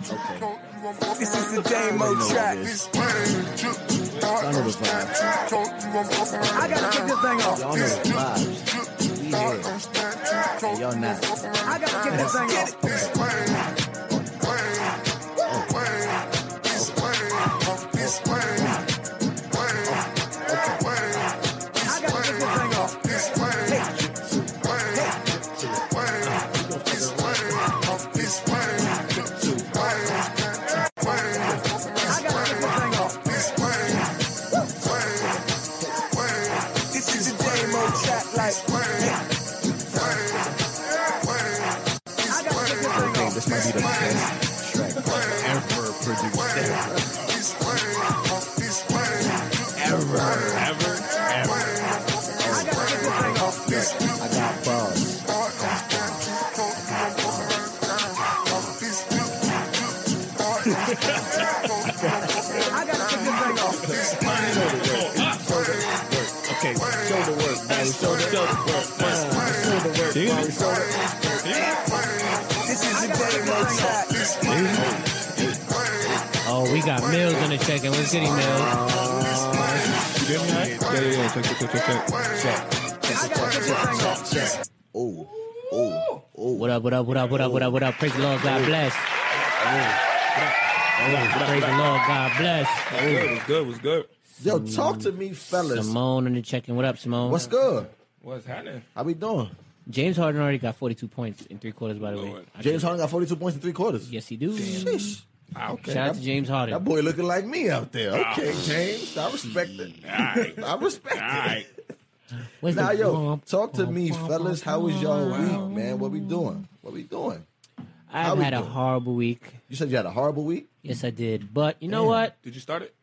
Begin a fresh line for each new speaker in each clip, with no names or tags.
This is the demo track.
Y'all know the vibes.
I gotta kick this thing off.
Y'all know the vibes. We here. And y'all not.
I gotta kick this thing off. I gotta kick this thing off. I gotta kick this thing off. This is the demo track. Like, I gotta kick this thing off.
Hey, this might be the best track ever produced ever. Ever.
Ever, ever.
I gotta kick this thing off.
I got balls.
I gotta kick this thing off.
Okay, show the work, Barry. Show the
Show the work.
uh, show the work,
See?
Barry. Show the
This is the demo track.
Oh, we got Mills in the check in. What's getting Mills?
You did me right? Yeah, yeah, yeah. Check, check, check, check, check.
check.
I gotta kick this thing off.
Check. Oh, oh, oh.
What up, what up, what up, what up, what up, what up? Praise the Lord, God bless. Praise the Lord, God bless.
It was good, it was good.
Yo, talk to me, fellas.
Simone in the check in. What up, Simone?
What's good?
What's happening?
How we doing?
James Harden already got 42 points in three quarters, by the way.
Lord.
I
James
think-
Harden got 42 points in three quarters.
Yes, he do.
Sheesh.
Okay.
Shout out to James Harden.
That boy looking like me out there. Okay, James. I respect it.
All right.
I respect
All
it.
right.
Where's
Now,
the-
yo, talk to me, fellas. How was y'all week, man? What we doing? What we doing? how
I've
we
had a
doing?
horrible week.
You said you had a horrible week?
Yes, I did. But you know
Damn.
what?
Did you start it?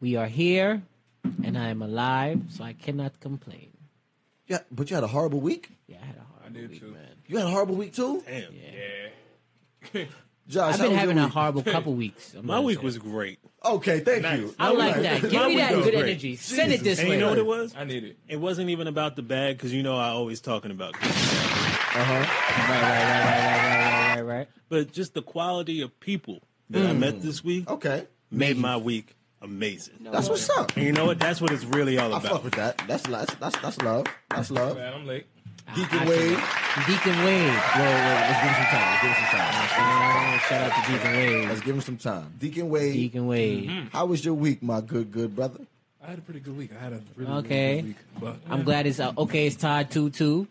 We are here, and I am alive, so I cannot complain.
Yeah, but you had a horrible week?
Yeah, I had a horrible
did
week,
too.
man.
You had a horrible week too?
Damn. Yeah.
Josh,
I've
how
been
was your
having a
week?
horrible couple weeks. I'm
My
gonna
week
say.
was great.
Okay, thank
Nice.
you.
I
All
like
right.
that. Give
My
me
week
that
was
good
great.
energy. Send it this
And
way.
you know what it was?
I need it.
It wasn't even about the bag because you know I always talking about. This.
Right, right, right, right, right, right, right, right.
But just the quality of people that I met this week
Okay.
made my week amazing.
That's what's up.
And you know what? That's what it's really all
I
about.
fuck with that. That's li- that's that's, that's love. That's love.
Glad I'm late.
Deacon
I- I-
Wade.
Deacon Wade.
Whoa, whoa, let's give him some time. Let's give him some time.
Oh, shout out to Deacon Wade.
Let's give him some time. Deacon Wade,
Deacon Wade.
how was your week, my good good brother?
I had a pretty good week. I had a really,
Okay.
really good week. But
I'm glad it's uh, okay. It's tied two two.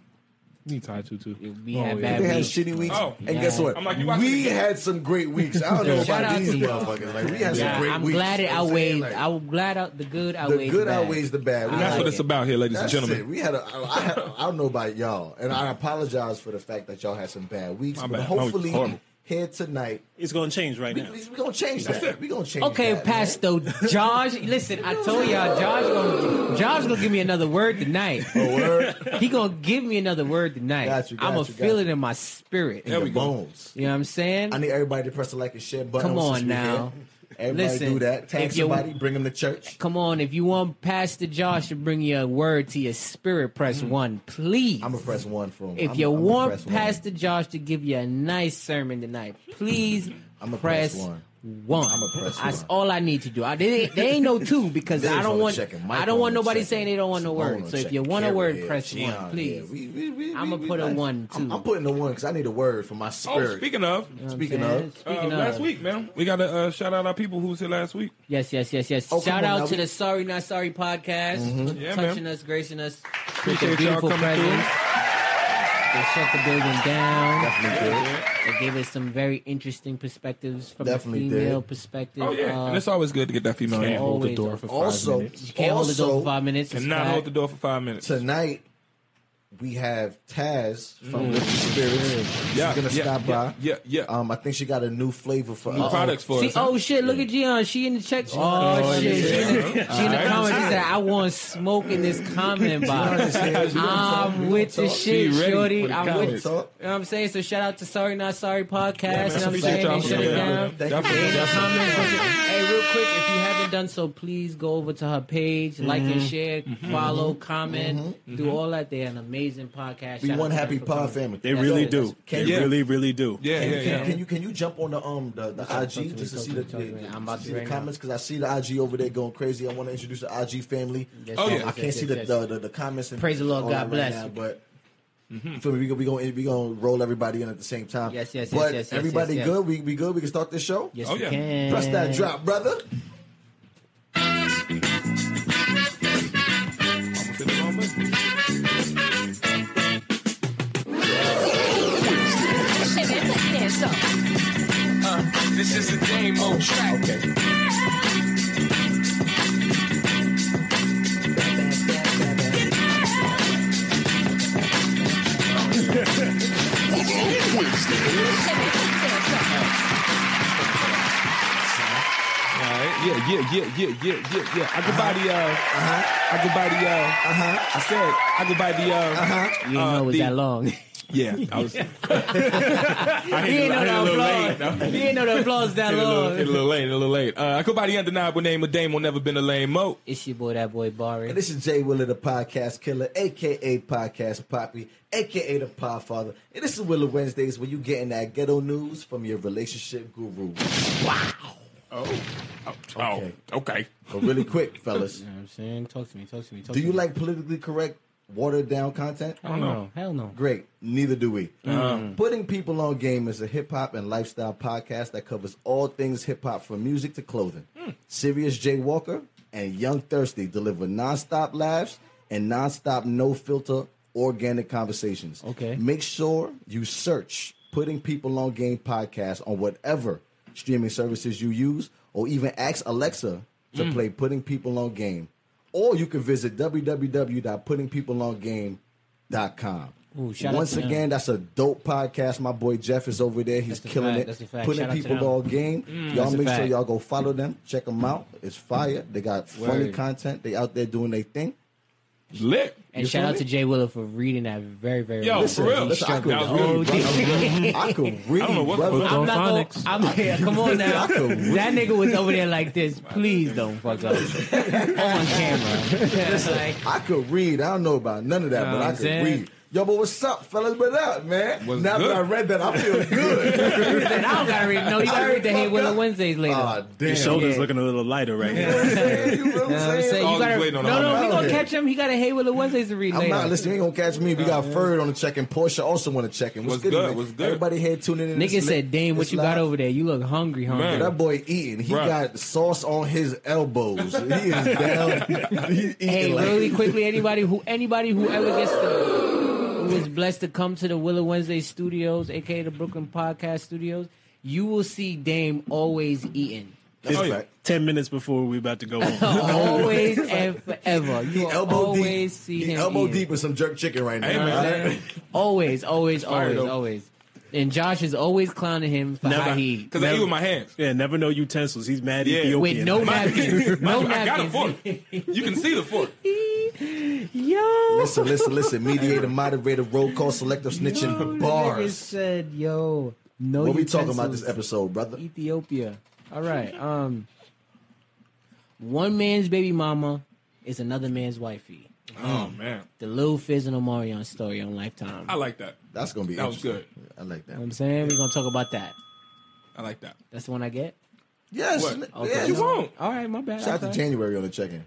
need tied to too. Oh,
We had
yeah.
bad
They had
weeks.
shitty weeks,
Oh.
and guess what?
I'm like, you watching
we
the game?
had some great weeks. I don't know
Shout
about
out
these
to you.
motherfuckers. Like we had some
Yeah,
great
I'm
weeks.
glad it
You know what I'm saying?
outweighed.
Like,
I'm glad out, the good
the
outweighs
good
the bad.
outweighs the bad. We
I
had
That's
like
what
it.
it's about here, ladies and
That's
gentlemen.
it. We had a. I, I, I don't know about y'all, and I apologize for the fact that y'all had some bad weeks.
My
but
bad. My week was
hopefully,
horrible.
here tonight,
It's gonna change right
we,
now.
we, we gonna change that. We gonna change.
Okay,
that, man.
Pasto. Josh, listen, I told y'all, Josh gonna Josh gonna give me another word tonight.
A word.
He gonna give me another word tonight.
Got you, got
I'm gonna
you, got
feel
you.
it in my spirit.
There
Your
we go.
bones.
You know what I'm saying?
I need everybody to press the like and share button.
Come on
since we
now.
here. Everybody
Listen,
do that. Tag
if you-
somebody. Bring them to church.
Come on, if you want Pastor Josh to bring you a word to your spirit, press
Mm.
one, please.
I'm gonna press one for them.
if
I'm,
you
I'm gonna press
want
one.
Pastor Josh to give you a nice sermon tonight, please
I'ma
press,
press
one.
one.
I'ma
I'ma press
That's
one.
all I need to do. I, they, they ain't no two because
Dave's
I
on
don't
the
want
check and Mike
I don't
on
want
the
nobody
check
saying
and
they don't want no
Simone on
word.
the
So if
check
you
and
want a
Carrie
word,
here.
press
Gian
one,
here.
please.
We- we- we-
I'ma
we-
put a
we-
one,
I'm,
too.
I'm putting a one because I need a word for my
Oh,
spirit.
speaking of,
You know what I'm
Speaking of-
saying?
uh,
speaking
last
of.
week, man, we got to uh, shout out our people who was here last week.
Yes, yes, yes, yes.
Oh, come
Shout
on
out
now. Mm-hmm.
to the Sorry Not Sorry podcast.
Yeah,
touching
man.
us, gracing us with
Appreciate
their
y'all
beautiful
coming
presence. They shut the building down.
Definitely
Yeah,
good.
yeah.
They gave us some very interesting perspectives from
Definitely
the female
did.
perspective.
Oh, yeah.
Uh,
And it's always good to get that female
Can't
in.
hold the door for
Also,
you can't hold the door for
also
five minutes. It's
And not
fact.
hold the door for five minutes.
tonight we have Taz from
Mm.
Living Spirits.
Yeah,
She's gonna
yeah,
stop
yeah,
by.
yeah, yeah.
Um, I think she got a new flavor for
New
us.
products for
See,
us. huh?
oh shit! Look at Gian. She in the check. Oh,
Oh,
shit!
yeah.
She in the, she in the
Alright.
comments. She said, "I want smoke in this comment box." I'm with the
She
shit,
ready for
shorty.
the
I'm with.
comments.
You know what I'm saying? So shout out to Sorry Not Sorry podcast. you know what I'm
appreciate
saying?
y'all
They
for
shut
coming
it
out.
down.
Thank
Definitely,
you.
Hey, the
definitely.
comments. Hey, real quick, if you haven't done so,
Mm-hmm.
please go over to her page, like and share, follow, comment, do all that. They're an amazing podcast.
We
Shout out
Mm-hmm. one
to them
happy
for
pod
coming.
family.
They really
So,
do. They
Can you,
Yeah.
really, really do.
Yeah,
can,
yeah,
can-
yeah.
can you can you jump on the um the, the
Talk to me,
IG just to
talk
see
to
the,
me, talk to me. I'm
the,
about
to
to
see the
right
comments because I see the IG over there going crazy. I want to introduce the IG family.
Yes,
Oh,
Um,
yeah.
I can't
yes,
see the,
yes,
the,
yes.
the the comments. And
Praise the Lord,
all
God
that
bless. Mm-hmm.
now, but you feel me? We gonna we gonna we gonna roll everybody in at the same time.
Yes, yes, yes,
But
yes, yes,
everybody
yes, yes.
good. We we good. We can start this show.
Yes,
Oh,
we
yeah.
can.
Press that drop, brother.
This is a game mode track.
All right. Yeah, yeah, yeah, yeah, yeah, yeah, yeah. I could buy the, uh,
Uh-huh.
I could buy the, uh,
Uh-huh.
I said I could buy the, uh,
Uh-huh.
You didn't
uh,
know it was
the-
that long. you
Yeah, I was.
didn't
I
know
hit
the
a little late.
applause.
though.
You didn't know the applause that
Hit a little, hit a
long.
little late, a little late. Uh, I go by the undeniable name of Damo, never been a lame mo.
It's your boy, that boy Barry.
And this is Jay Willer, the podcast killer, aka Podcast Poppy, aka the Podfather. And this is Willer Wednesdays where you getting that ghetto news from your relationship guru.
Oh,
Okay.
oh, okay.
But really quick, fellas,
You know what I'm saying? Talk to me, talk to me, talk
do
to
you
me.
like politically correct, watered down content?
Hell no. Hell no.
Great. Neither do we.
Mm-hmm.
Putting People on Game is a hip hop and lifestyle podcast that covers all things hip hop from music to clothing.
Hmm.
Serious Jay Walker and Young Thirsty deliver nonstop laughs and nonstop no filter organic conversations.
Okay.
Make sure you search Putting People on Game podcast on whatever streaming services you use or even ask Alexa to
Hmm.
play Putting People on Game. Or you can visit www.puttingpeopleongame.com.
Ooh, shout out
Once
to them.
again, that's a dope podcast. My boy Jeff is over there. He's
That's a
killing
fact.
it.
That's a fact.
Putting
Shout out to
people
them. Mm,
all game. y'all
That's a
make sure
fact.
y'all go follow them. Check them out. It's fire. They got funny
Word.
content. They out there doing their thing.
Lit.
And
You
shout
feel
out
me?
to Jay Willow for reading that very, very
Yo,
well.
for real.
listen, I
That
could
was
really-
really-
I could read.
know what-
brother.
I'm not gonna,
Phonics.
I'm here. Come on now.
I could
that nigga was over there like this. Please don't fuck up on camera. like,
I could read. I don't know about none of that,
Know
but
what
I
I'm
could
saying?
read. Yo, but what's up, fellas? What up, man?
What's
now
good?
that I read that, I feel good.
and I don't gotta read. No, you gotta read the Hey Willow Wednesdays later.
Aw, damn.
Your shoulder's looking a little lighter right now.
You feel what
You know what I'm saying?
All
You
this
gotta,
waiting
no,
on
no,
the
we
holiday.
gonna catch him. He got a Hey Willow Wednesdays to read
I'm
later.
not listening. You ain't gonna catch me. We got Ferd on the check-in. Portia also want to check in. What's,
What's
good,
good?
man?
What's good?
Everybody here tuning in.
Nigga
It's
said,
lit.
"Dame, what
It's
you
live.
got over there? You look hungry, hungry."
Man.
That boy eating. He
Bruh.
got sauce on his elbows. He is down. He eating
Hey,
like-
really quickly, anybody who anybody who ever gets the who is blessed to come to the Willow Wednesday Studios, aka the Brooklyn Podcast Studios, you will see Dame always eating,
That's
Oh, yeah.
fact.
Ten minutes before we about to go on.
Oh,
always and forever. You
He
will
elbow deep.
always see
He
him
elbow
eating.
deep in some jerk chicken right now.
Hey, man.
All right?
Always, always,
Fire
always,
though.
always. And Josh is always clowning him for how
Never.
he eats.
Because I eat with my hands.
yeah, never know utensils. He's mad
Yeah.
Ethiopian.
with no
My-
napkins, no
I got a
napkins.
fork. You can see the fork.
Yo,
Listen, listen, listen. Mediator, moderator, roll call, selective snitching,
Yo, the nigga
bars.
said, "Yo, no."
What we talking about
utensils.
this episode, brother?
Ethiopia. All right. Um, one man's baby mama is another man's wifey.
Oh man,
The Lil Fizz and Omarion story on Lifetime.
I like that.
That's gonna be.
That was
interesting. I like that.
I'm saying we're gonna talk about that.
I like that.
That's the one I get.
Yes.
What?
n-
Okay.
yes.
You won't.
All right, my bad.
Shout out to
Okay.
January on the check-in.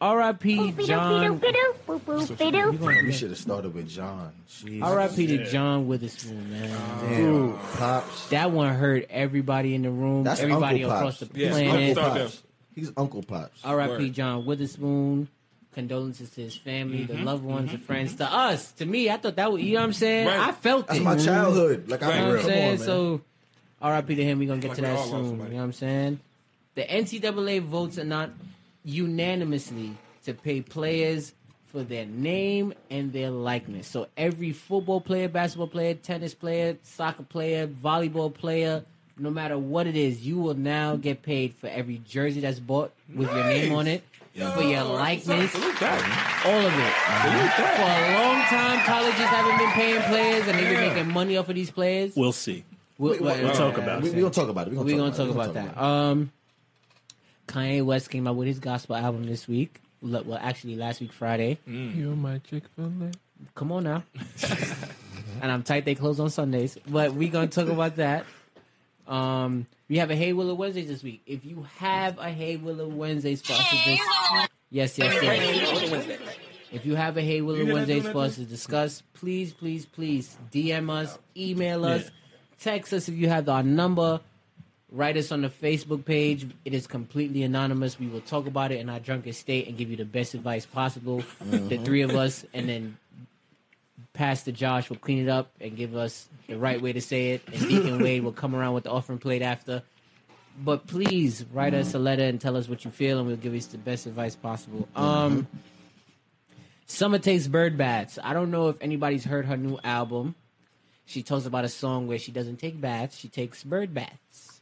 R.I.P. John.
We should have started with John. Jeez.
R.I.P. to John Witherspoon, man.
Damn. Pops.
That one hurt everybody in the room,
That's
everybody
Uncle
across the
Pops.
Yeah,
planet.
Uncle Pops.
Pops. He's Uncle Pops.
R.I.P.
Word.
John Witherspoon. Condolences to his family,
Mm-hmm.
the loved ones, the friends, to us, to me. I thought that was, you know what I'm saying?
Right.
I felt
That's
it.
my childhood. Like
You know
I'm
what
real.
I'm
Come on,
Mm-hmm. saying?
man.
so, RIP to him. We're going to get
Like
to
we
that
all lost
soon.
somebody.
You know what I'm saying? The NCAA votes are not unanimously to pay players for their name and their likeness. So, every football player, basketball player, tennis player, soccer player, volleyball player, no matter what it is, you will now get paid for every jersey that's bought with your name
Nice.
on it,
Yo,
for your
that's what's up.
likeness,
Salute that.
all of it.
Salute
For a
that.
long time, colleges haven't been paying players, and they've been
Yeah.
making money off of these players.
We'll see.
We'll,
Wait, wait,
we'll
uh,
talk
uh,
about
We,
it.
we gonna talk about it. We
We're
gonna
gonna talk about
it. We gonna
that. Um, Kanye West came out with his gospel album this week. Le- Well, actually, last week Friday.
You're my Chick Fil A.
Come on now. and I'm tight. They close on Sundays, but we gonna talk about that. Um, we have a Hay Willow Wednesday this week. If you have a Hay Willow Wednesday sponsor this, yes, yes, yes. If you have a Hay Willow
hear that
Wednesday
doing that
sponsor to discuss, please, please, please DM us, email us,
Yeah.
text us if you have our number. Write us on the Facebook page. It is completely anonymous. We will talk about it in our drunken state and give you the best advice possible.
Mm-hmm.
The three of us, and then pass to Josh will clean it up and give us the right way to say it. And Deacon Wade will come around with the offering plate after. But please write us a letter and tell us what you feel, and we'll give you the best advice possible. Um, Summer takes bird baths. I don't know if anybody's heard her new album. She talks about a song where she doesn't take baths; she takes bird baths.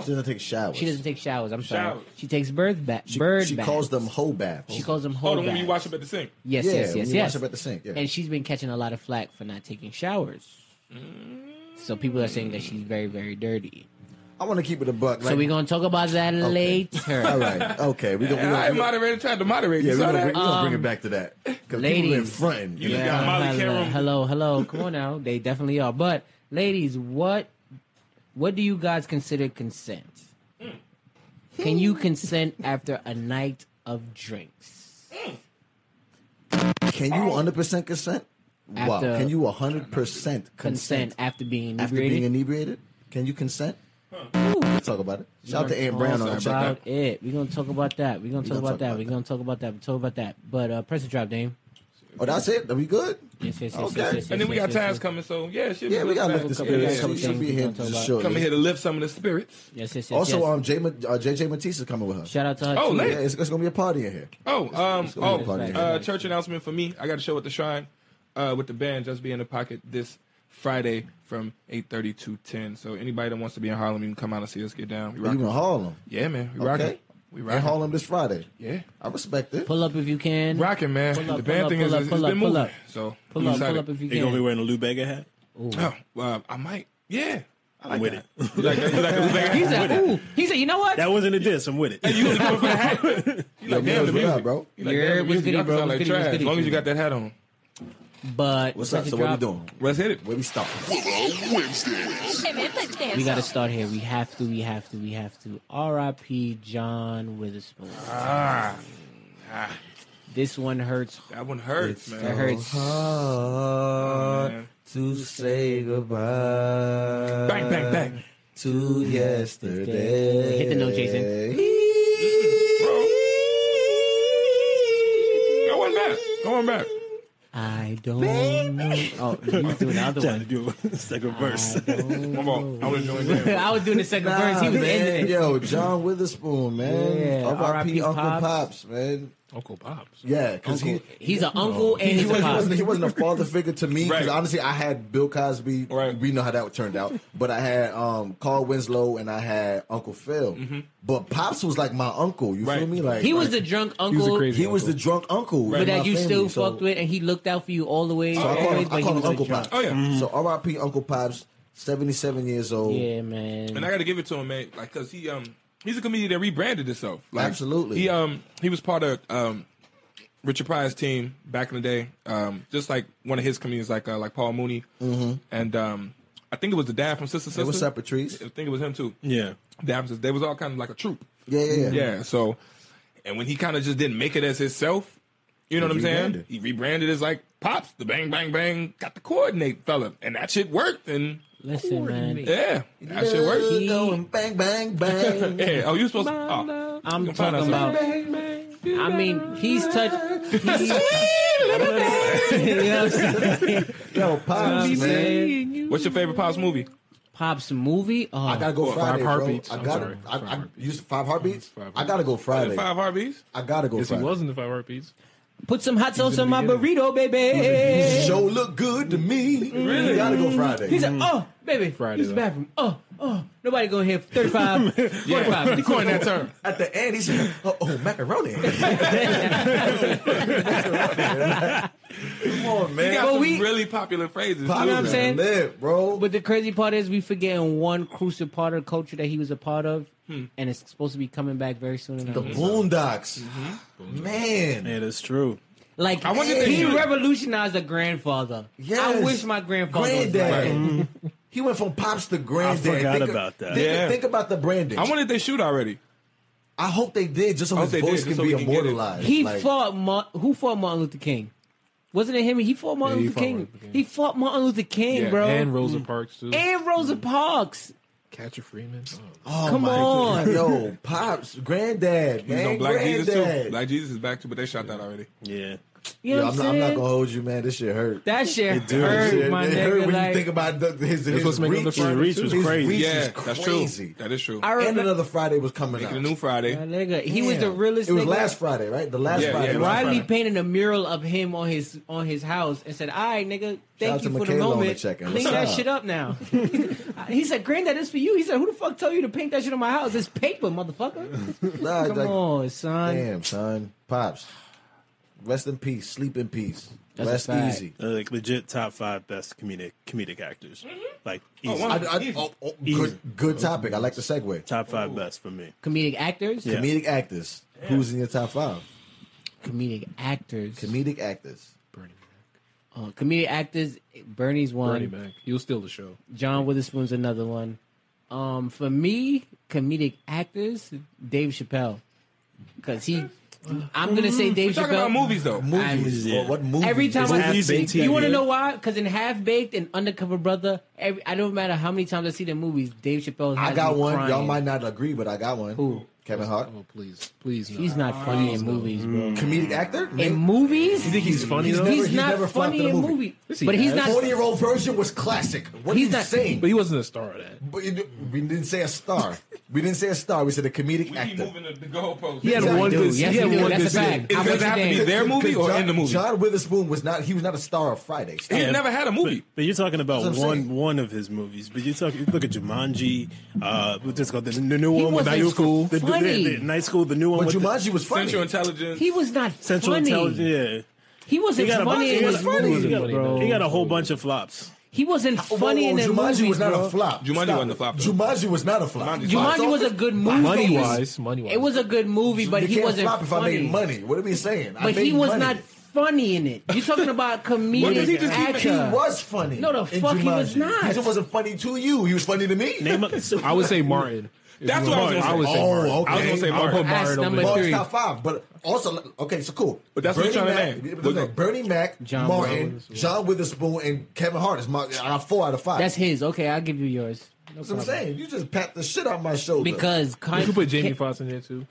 She doesn't take showers.
She doesn't take showers. I'm sorry.
Showers.
She takes bird bath. bird
She
baths.
calls them hoe baths.
She calls them.
Oh,
Hold
the one
baths.
you watch up at the sink.
Yes,
yeah,
yes,
when
yes,
you
yes.
wash up at the sink. Yeah.
and she's been catching a lot of flack for not taking showers. So people are saying that she's very, very dirty.
I want to keep it a buck.
So we're gonna talk about that
All
later.
right. Okay. We're gonna, we
I
gonna, we gonna,
moderated, tried to moderate.
yeah,
you
we
saw
gonna,
that?
bring, we gonna bring
Um,
it back to that because people in
ladies.
front. You
Yeah.
know,
got Molly
hello,
Cameron.
hello, hello. Come on now, they definitely are. But ladies, what what do you guys consider consent? Can you consent after a night of drinks?
can you 100 percent consent? Wow.
After-
Can you 100 percent
Consent,
consent
after being
after being
inebriated.
inebriated? Can you consent? Let's talk about it. Shout out to Ann
We're
Brown
gonna
on that.
talk
check out.
about it. We're gonna talk about that. We're gonna talk
gonna
about
talk
that.
about
We're gonna talk about that. We're talk about that. But uh, press the drop, Dame.
Oh, that's it. Are we good?
Yes, yes, yes,
Okay.
yes, yes,
And then we
yes,
got
yes, yes.
Taz coming, so yeah, she'll
Yeah,
be
we got
back.
lift the
couple-
spirits.
yeah, couple
She should be
things
here
we can talk
just
about.
shortly.
Coming here to lift some of the spirits.
Yes, yes, yes.
Also,
yes.
um, Jay, Ma- uh, JJ Matisse is coming with her.
shout out to her.
Oh,
too.
lady.
Yeah, it's, it's gonna be a party in here.
Oh, um,
it's gonna
oh,
be a party.
uh, church announcement for me. I got a show at the Shrine uh, with the band. Just be in the pocket this Friday from eight thirty to ten. So anybody that wants to be in Harlem, you can come out and see us get down. We
You in
rocking.
Harlem?
Yeah, man, we
Okay.
rocking. We
In
rocking.
Harlem this Friday.
Yeah,
I respect it.
Pull up if you can.
rocking, man.
Pull up,
the
pull
band
up,
thing
pull
is
up,
it's
pull up,
been
pull
moving.
up.
So
Pull
I'm
up, pull
excited.
up if you
They gonna be
can.
wearing a Lou Bega hat?
Oh, uh, I might. Yeah, I like
I'm with
that.
it.
You like that? You like the Lou Bega
He
hat?
said, "Ooh." He said, "You know what?
That wasn't a diss. I'm with it.
You only going for the hat? You like
Mills,
damn the
what up,
music,
bro?
You like
Yeah,
damn the
what's
music?
goody,
Y'all
bro?
sound
What's goody,
like
what's
trash. As
goody?
long as you got that hat on.
But
What's
press
up?
the
So what we
drop.
doing?
Let's hit it.
Where we start?
Willow Wednesdays.
We got to start here. We have to. We have to. We have to. R.I.P. John Witherspoon.
Ah, ah,
This one hurts.
that one hurts, man.
That hurts. Oh,
hard
man.
to say goodbye.
Bang, bang, bang.
To yesterday.
Hit the note, Jason.
Bro. Go on back. Go on back.
I don't know. Oh, he's doing the other
Trying to
one.
do a second verse.
I don't
Come on. I was doing
know.
that.
I was doing the second verse.
Nah,
He was
man.
ending it.
Yo, John Witherspoon, man.
Yeah,
R.I.P.
R.I.P.
Uncle Pops.
Pops.
man.
Uncle Pops.
Yeah, because he,
He's an uncle and
Oh. he,
he's a
wasn't, he,
pop.
wasn't, he wasn't a father figure to me because
Right.
honestly, I had Bill Cosby.
Right.
We know how that turned out, but I had um, Carl Winslow and I had Uncle Phil. But Pops was like my uncle. You feel
Mm-hmm. Right.
me? Like
He was the
like,
drunk
He was a
uncle,
crazy
he was the
uncle.
drunk uncle,
but
in my
that you still
family, so-
fucked with, and he looked out for you all the way.
So I call him, I
always, but
call
he
him
was a
Uncle
drunk.
Pops.
Oh, yeah.
So R.I.P. Uncle Pops, seventy-seven years old.
Yeah, man.
And I got to give it to him, man. Like, cause he um he's a comedian that rebranded himself. Like,
Absolutely.
He um he was part of um Richard Pryor's team back in the day. Um, just like one of his comedians, like uh, like Paul Mooney, and um I think it was the dad from Sister Sister.
Hey, what's up, Patrice?
I think it was him too.
yeah.
The Absence. They was all kind of like a troop.
Yeah, yeah, yeah.
Yeah. So, and when he kind of just didn't make it as himself, you know
He
what I'm
rebranded.
saying? He rebranded as like Pops, the Bang Bang Bang, got the coordinate fella, and that shit worked. And
Listen, man.
yeah, that shit
Love
worked.
Going bang, bang, bang.
Yeah. Oh, you supposed to? Oh,
I'm
You can find
talking
out
about. I mean, he's touched. He's, you know what I'm saying?
Yo, Pops,
I'm
man.
saying?
what's your favorite Pops movie?
Pops movie. Oh,
I gotta go
Five
Friday,
heartbeats.
bro. I
I'm
gotta,
sorry.
I,
Five
I,
heartbeats.
used five heartbeats.
Five
I gotta go Friday.
Five Harveys.
I gotta go
Yes, he
Friday.
was in the five heartbeats.
put some hot sauce on my burrito, baby.
Show look good to me. Really? Gotta go Friday.
He said, "Oh, baby, Friday,
Friday,
use the
though.
bathroom. Oh, oh, nobody go here. 35, 45.
Yeah, he coined that term.
At the end, he said, "Oh, oh macaroni." Come on,
He
man.
got
But
some
we-
really popular phrases.
Pops
too.
know what I'm
is
saying?
lit, bro.
But the crazy part is we forgetting one crucial part of culture that he was a part of, and
Hmm.
it's supposed to be coming back very soon.
the Boondocks, man.
Yeah, that's true.
Like
I wonder if they
he
should-
revolutionized the grandfather. I
Yes.
wish my grandfather
Granddad.
was like
Mm-hmm.
He went from pops to granddad.
forgot
think,
about that.
Think,
Yeah.
think about the branding.
I wonder if they shoot already.
I hope they did, just so
I
his
hope they
voice
did,
can
just so
be
we can get it.
immortalized.
He
Like,
fought Ma- who fought Martin Luther King? Wasn't it him? He fought Martin,
Yeah, he
Luther,
fought
King.
Martin Luther King.
He fought Martin Luther King,
Yeah,
bro.
And
And,
Rosa Parks too.
Rosa Parks.
Catcher Freeman.
oh
Come
my
on.
God. yo, pops, granddad,
He's
man,
on Black
granddad.
Jesus too. Black Jesus is back too, but they shot that already.
Yeah.
You know
Yo,
what
I'm,
I'm
not,
saying?
I'm not gonna hold you, man. This shit hurt.
that shit
do.
hurt,
Shit,
my
it hurt
nigga.
when
Like,
you think about the, his, his,
what's making the
reach.
front
reach was
his
crazy.
reach
yeah,
is
that's
crazy.
true. That is true.
I
And
remember,
another Friday was coming
Making a
out.
new Friday.
my nigga, he was the
Damn.
realest.
It was
nigga.
last Friday, right? The last
Yeah,
Friday.
yeah,
right?
last
Riley
Friday.
painted a mural of him on his on his house and said, "All right, nigga,
out
thank
to
you for the
Michaela on the
moment.
check-in.
Clean
What's
that
up?"
shit up now." he said, "Granddad, this for you." He said, "Who the fuck told you to paint that shit on my house? It's paper, motherfucker."
Nah,
Come
like,
on, son.
Damn, son. Pops. Rest in peace. Sleep in peace.
That's a
Rest
fact.
easy.
They're, like legit top five best comedic comedic actors. Like easy.
I,
wow.
I, oh, oh,
Easy.
good, good topic. I like the segue.
top five best for me.
Comedic actors.
Yeah.
Comedic actors. Who's in your top five?
Comedic actors.
Comedic actors.
Bernie
uh, comedic actors. Bernie's
Mac.
one.
Bernie Mac. He was still the show.
John Witherspoon's another one. Um, for me, comedic actors, Dave Chappelle, because he. I'm gonna
Mm-hmm.
say Dave
We're talking
Chappelle.
about movies though.
Movies.
yeah.
What, what movies?
Every time I
Half
see,
Baked
you
TV.
want to know why? Because in Half Baked and Undercover Brother, every, I don't matter how many times I see the movies, Dave Chappelle. Has
I got
me
one.
Crying.
Y'all might not agree, but I got one.
Who?
Kevin Hart.
Oh please, please. No.
He's not funny in movies,
Mm-hmm.
Mm.
bro.
Comedic actor?
In movies,
he's funny
He's
though?
never-
he's not
never flopped
funny
in a
in
movie.
movies.
Yes, he
But he's
has.
not.
40 year old version was classic. What
He's
are you
not-
saying?
But he wasn't a star of that.
But it- we didn't say a star. we didn't say a star. We said a comedic
We keep
actor.
moving the, the goalpost.
He had
Yes,
one
I do.
good.
Yes,
he
I
had
do.
one
That's
good
a fact.
scene.
It
I'm with
doesn't
you,
have to be
Dan.
their movie or
John,
in the movie.
John Witherspoon was not. He was not a star of Friday.
he never had a movie.
But you're talking about
That's what I'm
one
saying.
one of his movies. But you're talking. Look at Jumanji. Uh, what's this called? The, the new
He
one with
wasn't
Night School. The, the,
funny.
the, the Night School. The new one
But
with the
Jumanji was funny.
Central Intelligence.
He was not
Central
funny.
Intelligence.
He wasn't
He got a bunch-
funny
he
in
got
his
a- he
movies,
got-
Wasn't funny,
bro.
Yeah, he got a whole bunch of flops.
He wasn't
Whoa, whoa,
funny in his
Jumanji
movies,
was not
bro.
a flop.
Jumanji
Stop
wasn't a
it.
flop, though.
Jumanji was not a flop.
Jumanji's flop.
Jumanji was a good movie.
Money wise, money wise.
it was a good movie, but
you
he
can't
wasn't
flop if I
funny.
made money. What are we saying? I
But he
made
was
money.
not funny in it. You're talking about
What does he
comedic
just keep-
He
actor.
was funny.
No, the
in
fuck he was
Jumanji.
not.
He just wasn't funny to you. He was funny to me.
Name a- so-
I would say Martin. If
That's
you
what I
want-
was gonna
I would
say.
say
Oh,
Martin.
okay.
I was gonna say
I'll
Martin.
put Martin That's over number
there.
Well, it's
three.
top five, but also okay, so cool.
But that's what
Bernie
I'm trying to
Mac,
name.
look at Bernie Mac,
John
Martin,
Witherspoon.
John Witherspoon, and Kevin Hart is my I got four out of five.
That's his. Okay, I'll give you yours. No
That's what I'm
problem.
saying. You just pat the shit out my shoulder.
Because
You
Con-
could put Jamie Foxx in there too.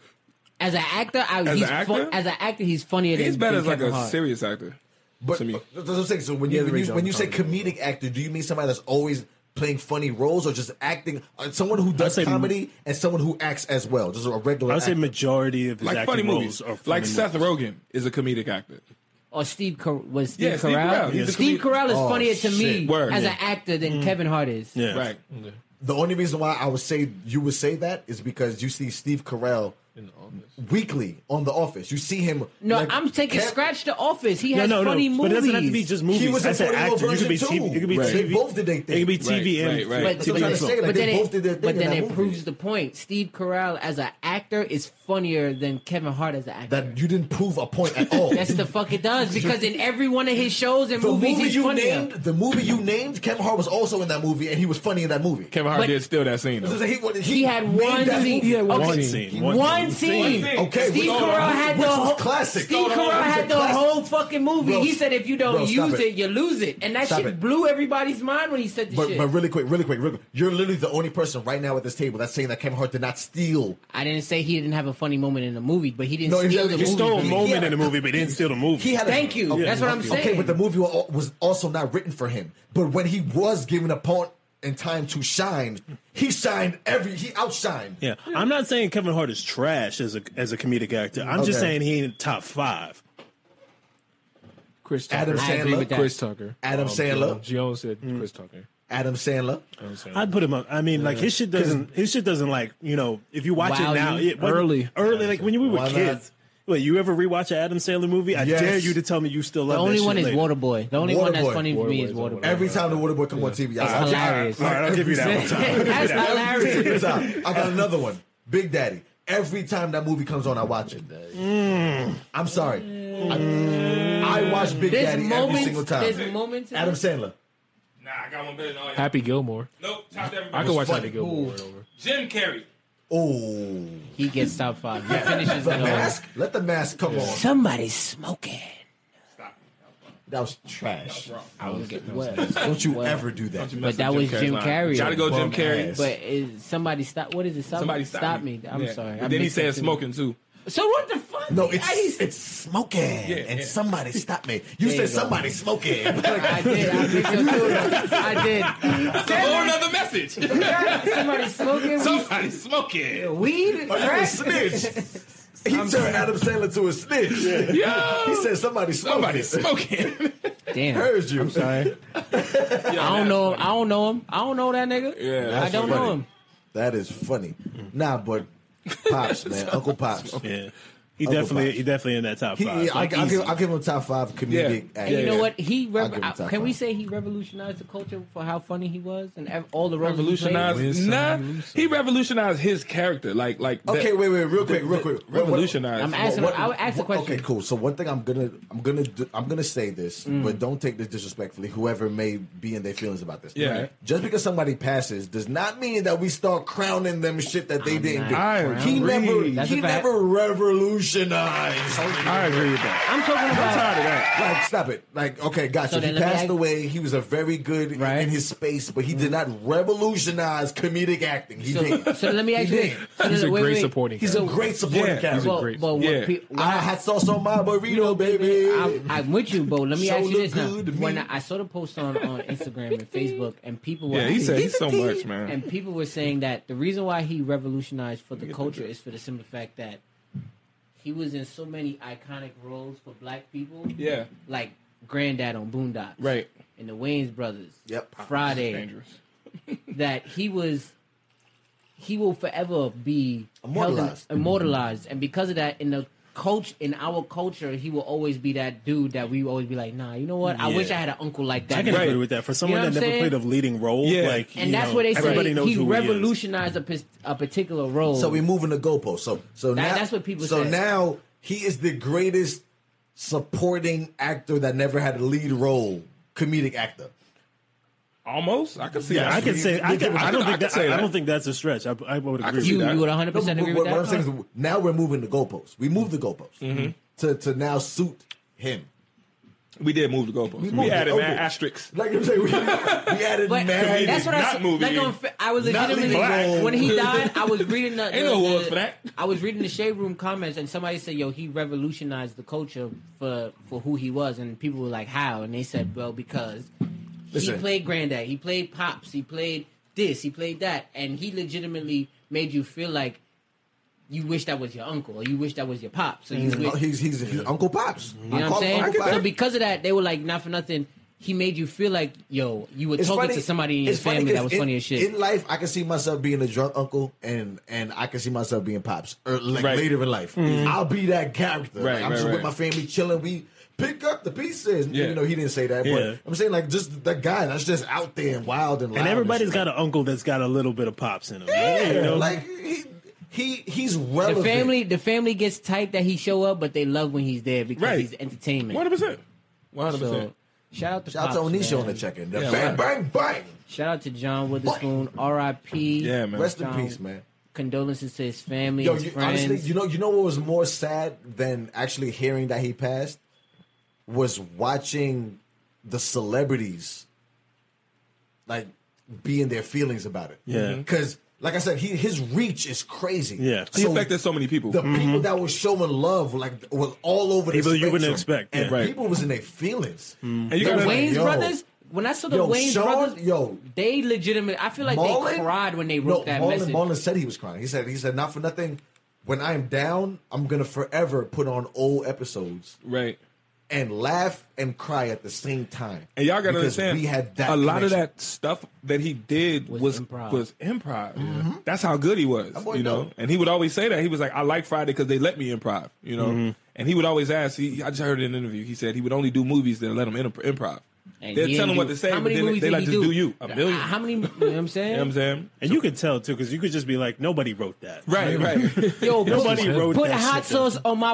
as an actor, I,
an
he's
actor?
Fun- as an actor, he's funnier
He's
than
better
than
as like
Kevin
a
Hart.
serious actor.
but uh,
to me.
that's what I'm saying. So when you
Yeah,
when you,
Ray
when you say
Dalton.
comedic actor, do you mean somebody that's always playing funny roles or just acting? Uh, someone who does
say-
comedy and someone who acts as well, just a regular.
I would say
actor.
majority of his
Like funny
acting
movies.
roles are funny
Like
movies.
Seth Rogen is a comedic actor.
Or Steve Car- was Steve
Yeah, Steve
Carell.
Carell. He's a
Steve
comedian.
Carell is
Oh,
funnier to me
shit. Mm.
Word.
as an
Yeah.
actor than Kevin Hart is.
Yeah.
Right.
the only reason why I would say you would say that is because you see Steve Carell
In the office.
weekly on The Office. You see him.
No,
like,
I'm taking
Kev-
scratch the office. He
No,
has
no, no.
funny
But it
movies.
doesn't have to be just movies.
He was a
That's an
funny little
actor. You could be
version,
TV.
too.
It could be
Right. They
TV.
both did they
It could be
thing.
TV
Right, right,
and
right.
but,
That's what I'm
but-
trying to say, like,
but
they
then,
both did their
it,
thing
but
in
then
that
it
movie.
proves the point. Steve Carell as an actor is funnier than Kevin Hart as an actor.
that you didn't prove a point at all.
That's the fuck it does because in every one of his shows and
the
movies
movie
he's
you
funnier.
named. The movie you named. Kevin Hart was also in that movie, and he was funny in that movie.
Kevin Hart
But-
did steal that scene.
So
Though.
he, he,
He had
made
one
that
scene.
movie.
Yeah,
Okay.
One scene.
One,
One
scene.
scene.
Okay,
Steve
which-
Carell had
which
the
was
whole
classic.
Steve
Stole the whole-
Carell had the
classic.
whole fucking movie.
Bro,
he said if you
bro,
don't
stop
use it.
it.
you lose it. And that
Stop
shit
it.
blew everybody's mind when he said this
But,
shit.
but really quick, really quick, really quick. You're literally the only person right now at this table that's saying that Kevin Hart did not steal.
I didn't say he didn't have a funny moment in the movie, but he didn't
No, he
steal
had-
the
he
He
movie.
stole a
from me.
moment
Yeah.
in the movie, but he didn't steal the movie.
He had. A,
Thank you. That's what I'm
Okay,
saying.
but the movie wa- was also not written for him. But when he was given a point and time to shine, he shined every. He outshined.
yeah, I'm not saying Kevin Hart is trash as a as a comedic actor. I'm just
Okay.
saying he ain't top five.
Chris Tucker.
Adam
I agree with
Sandler.
that.
Chris Oh, Tucker.
Adam Sandler.
Gion said
Mm.
Chris Tucker.
Adam Sandler.
Adam Sandler.
I'd put him up. I mean, like his shit doesn't. His shit doesn't like you know. If you watch
Wow,
it now,
you-
it wasn't-
Early.
early, like when you we were
Why not?
kids. Wait, you ever rewatch an Adam Sandler movie? I
Yes.
dare you to tell me you still
The
love.
only
that
one
shit
is
later.
Waterboy. The only one that's
Waterboy.
funny to me is
Waterboy's
Waterboy.
Every time the Waterboy come on TV, I
That's
got
hilarious.
All right, I'll give you that one time.
That's
Every
hilarious.
time. I got another one. Big Daddy. Mm. Every time that movie comes on, I watch it. I'm sorry. I- I watch Big
There's
Daddy
moments.
every single time.
There's moments. in
Adam
it.
Sandler.
Nah, I got one better than all y'all.
Happy Gilmore.
Nope, top to everybody.
I could watch
funny.
Happy Gilmore. over and over.
Jim Carrey.
Oh,
He gets top five. He finishes
the
it all.
mask. Let the mask come on.
Somebody's smoking.
Stop.
That was trash.
I would get well.
Don't you
Well,
ever do that.
But that was Jim Carrey.
Gotta go,
Bum
Jim Carrey.
ass.
But is somebody stop? What is it? Stop,
Somebody stop,
me. I'm
Yeah.
sorry.
But
I
then he
mixed the
said
two.
smoking too.
So what the fuck?
No,
I,
it's it's smoking, and
yeah.
somebody stop me. You
There you
said
go.
somebody smoking.
I did. I mixed the two. I did.
That's a whole another message.
Somebody smoking.
Somebody smoking.
Weed,
Are you a
crack?
snitch? He turned Adam Sandler to a snitch.
Yo.
He said somebody smoking.
Somebody smoking.
Damn,
heard you.
I don't know him. I don't know him. I don't know that nigga.
Yeah,
I
that's
don't
funny.
know him.
That is funny. Nah, but pops, man, Uncle Pops.
Yeah. He
Uncle
definitely,
Pops.
he definitely in that top
He,
five.
I,
like,
will give,
easy.
I'll give him top five comedic
Yeah.
actor.
And you know what? He
I'll
rev-
give him top
can we
five.
say he revolutionized the culture for how funny he was and ev- all the roles he played?
Revolutionized.
Winston
Nah,
Lewis.
he revolutionized his character. Like, like.
Okay,
that-
wait, wait, real quick, real quick. What- what-
Revolutionized.
I'm asking.
what-
I would ask the
what-
question. Mm.
Okay, cool. So one thing I'm gonna I'm gonna do, I'm gonna say this, but don't take this disrespectfully. Whoever may be in their feelings about this,
Yeah. Right.
Just because somebody passes does not mean that we start crowning them shit that they didn't do.
I
he
agree.
never
That's
he
a fact.
never revolutionized.
I agree with that.
I'm talking about.
Like, stop it. Like, okay, gotcha.
So
he
then let me
passed
ask-
away. He was a very good
Right. Mm-hmm.
in his space, but he did not revolutionize comedic acting. He
So,
did.
so let me ask
He
you.
did.
this. So
He's
then-
a
wait,
great
wait.
supporting
He's a great supporting
Yeah,
character.
Well,
great-
but what
yeah.
pe-
I had sauce on my burrito, baby.
I'm, I'm with you, Bo. Let me
So
ask you this
look
now.
good to me.
When I, I saw the post on, on Instagram and Facebook, and people were
Yeah, he said he's so much, man.
and people were saying that the reason why he revolutionized for the culture is for the simple fact that he was in so many iconic roles for black people.
Yeah.
like Granddad on Boondocks,
Right.
and the Wayans Brothers.
Yep.
Friday.
Dangerous.
That he was. He will forever be held in-
Immortalized.
immortalized, and because of that, in the coach in our culture, he will always be that dude that we always be like, nah, you know what? I wish I
Yeah.
had an uncle like that.
I can
Right.
agree with that. For someone
You know
that
what
never
I'm
played a leading role,
Yeah.
like
and
you
that's
know,
where they
everybody
say
knows
he
who He is.
revolutionized a, pis- a particular role.
So we moving the goalpost. So so
That-
now
that's what people
So
said.
now he is the greatest supporting actor that never had a lead role, comedic actor.
Almost. I could see
Yeah,
that.
I can say I, can, I don't
I could
think that,
say
I
that.
don't think that's a stretch. I, I would agree.
see
you,
with
that.
you would
No,
100
but
percent agree
what,
with that. Mm-hmm.
what I'm saying is now we're moving the goalposts. We moved the goalposts to to now suit him.
We did move the goalposts.
moved
We
it.
added
Okay.
mad asterisks.
Like I'm saying, we, we added
but
mad.
that's what I
Not
said.
movie.
Like on, fa- I was
Not
legitimately
black.
when he died. I was reading the,
Ain't
the-
no words
the-
for that.
I was reading the shade room comments, and somebody said, "Yo, he revolutionized the culture for for who he was." And people were like, "How?" And they said, "Well, because
Listen.
he played granddad, he played pops, he played this, he played that, and he legitimately made you feel like." You wish that was your uncle, or you wish that was your pop. So you
Mm,
He's,
wish,
he's, he's, he's Uncle Pops.
You know
I
what I'm
call him
saying?
Uncle
So
Pops.
because of that, they were like, not for nothing. He made you feel like, yo, you were talking to somebody in your
it's funny
family
'cause
that was
in,
funny as shit.
In life, I can see myself being a drunk uncle, and and I can see myself being pops. Or like
Right.
later in life, I'll be that character. Like,
Right,
I'm
right,
just with
right.
my family chilling. We pick up the pieces.
Yeah.
You know, he didn't say that,
Yeah.
but I'm saying like just that guy that's just out there and wild and loud.
And everybody's
shit.
got an uncle that's got a little bit of pops in him.
yeah,
you know?
like he he he's
The
relevant.
family, the family gets tight that he show up, but they love when he's there because
Right.
he's entertainment.
One hundred percent. One hundred
so,
percent.
shout out to
Shout out to
Pops,
Onisha
man.
on the check in. Bang,
right.
bang bang
Shout out to John Witherspoon, R.I.P.
Yeah, man.
Rest in
John-
peace, man.
Condolences to his family,
Yo,
his
you,
friends.
honestly, you know, you know what was more sad than actually hearing that he passed was watching the celebrities like be in their feelings about it.
Yeah.
because like I said, he his reach is crazy.
Yeah.
He affected so many people.
The people that were showing love, like, was all over the
Mm-hmm. People you wouldn't
spectrum.
expect,
and
yeah. Right. Mm-hmm.
people was in their feelings.
and you
the
gotta,
Wayne's
yo.
brothers. When I saw the
Yo,
Wayne's
Sean,
brothers,
yo.
they legitimate. I feel like they
Marlon-
cried when they wrote that
Marlon,
message.
Marlon said he was crying. He said, he said, not for nothing. When I am down, I'm gonna forever put on old episodes
right.
and laugh and cry at the same time.
And y'all gotta
Because
understand,
we had that
a lot of
connection.
that stuff that he did
Was
was was
improv.
improv. That's how good he was,
Mm-hmm. boy
you know.
dope.
And he would always say that he was like, "I like Friday because they let me improv,"
Mm-hmm.
you know. And he would always ask. He, I just heard in an interview. He said he would only do movies that let him imp- improv.
And
They'll
he
tell
didn't
him what
do-
to say,
How
but
many
then
movies
they
did
like,
he
just do you. A million.
How many? You know what I'm saying?
You know what I'm saying?
And you could tell too, because you could just be like, nobody wrote that.
Right, right.
Yo,
Nobody
put,
wrote
put
that
hot
shit down.
sauce on my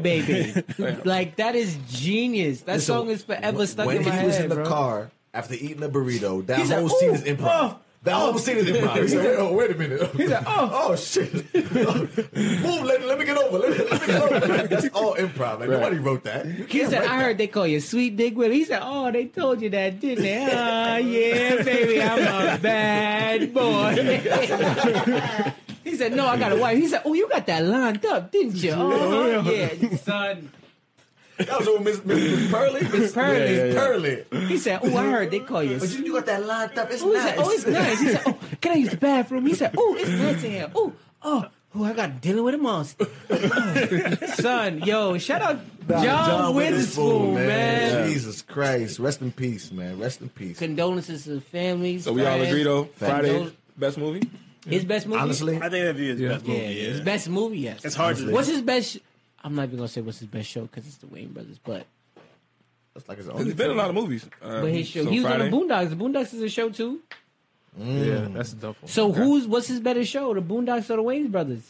baby. like that is genius. That
Listen,
song is forever stuck
when
in my
he
head.
was in the
bro.
car after eating a burrito, that
He's like,
whole scene
"Ooh,
is improv.
oh,
that whole scene is improv. He's like, oh, wait a minute. He's like, oh, shit. Boom, let, let me get over. Let me, let me get over. Like, that's all improv. Like, nobody wrote that. You
He
can't
said,
write
I heard they call you Sweet Dick Willie. He said, Oh, they told you that, didn't they? Ah, yeah, baby, I'm a bad boy. he said, No, I got a wife. He said, Oh, you got that lined up, didn't you? Oh, yeah, son.
that. That was with Miss, Miss, Miss Pearly. Miss
Pearly.
Miss Pearly.
He said, Oh, I heard they call you.
But you, you got that lined up. It's
Oh, he
nice.
said, Oh, it's nice. He said, Oh, can I use the bathroom? He said, Oh, it's nice in here. Oh, oh. Oh, I got dealing with a monster, Oh, son. Yo, shout out John, Witherspoon, man.
Jesus Christ. Rest in peace, man. Rest in peace.
Condolences to the families.
So we all
friends.
agree though.
Thank you.
Friday, best movie.
His best movie.
Honestly,
I think that'd be his best
yeah,
movie. Yeah.
his best movie. Yes,
It's hard to
What's his best? Sh- I'm not even gonna say what's his best show because it's the Wayne Brothers, but
that's like his
There's
own.
been a lot of movies. Um,
but his show.
so
he was on
Friday.
the Boondocks. The Boondocks is a show too.
Yeah, that's a tough one.
So who's what's his better show? The Boondocks or the Wayne Brothers?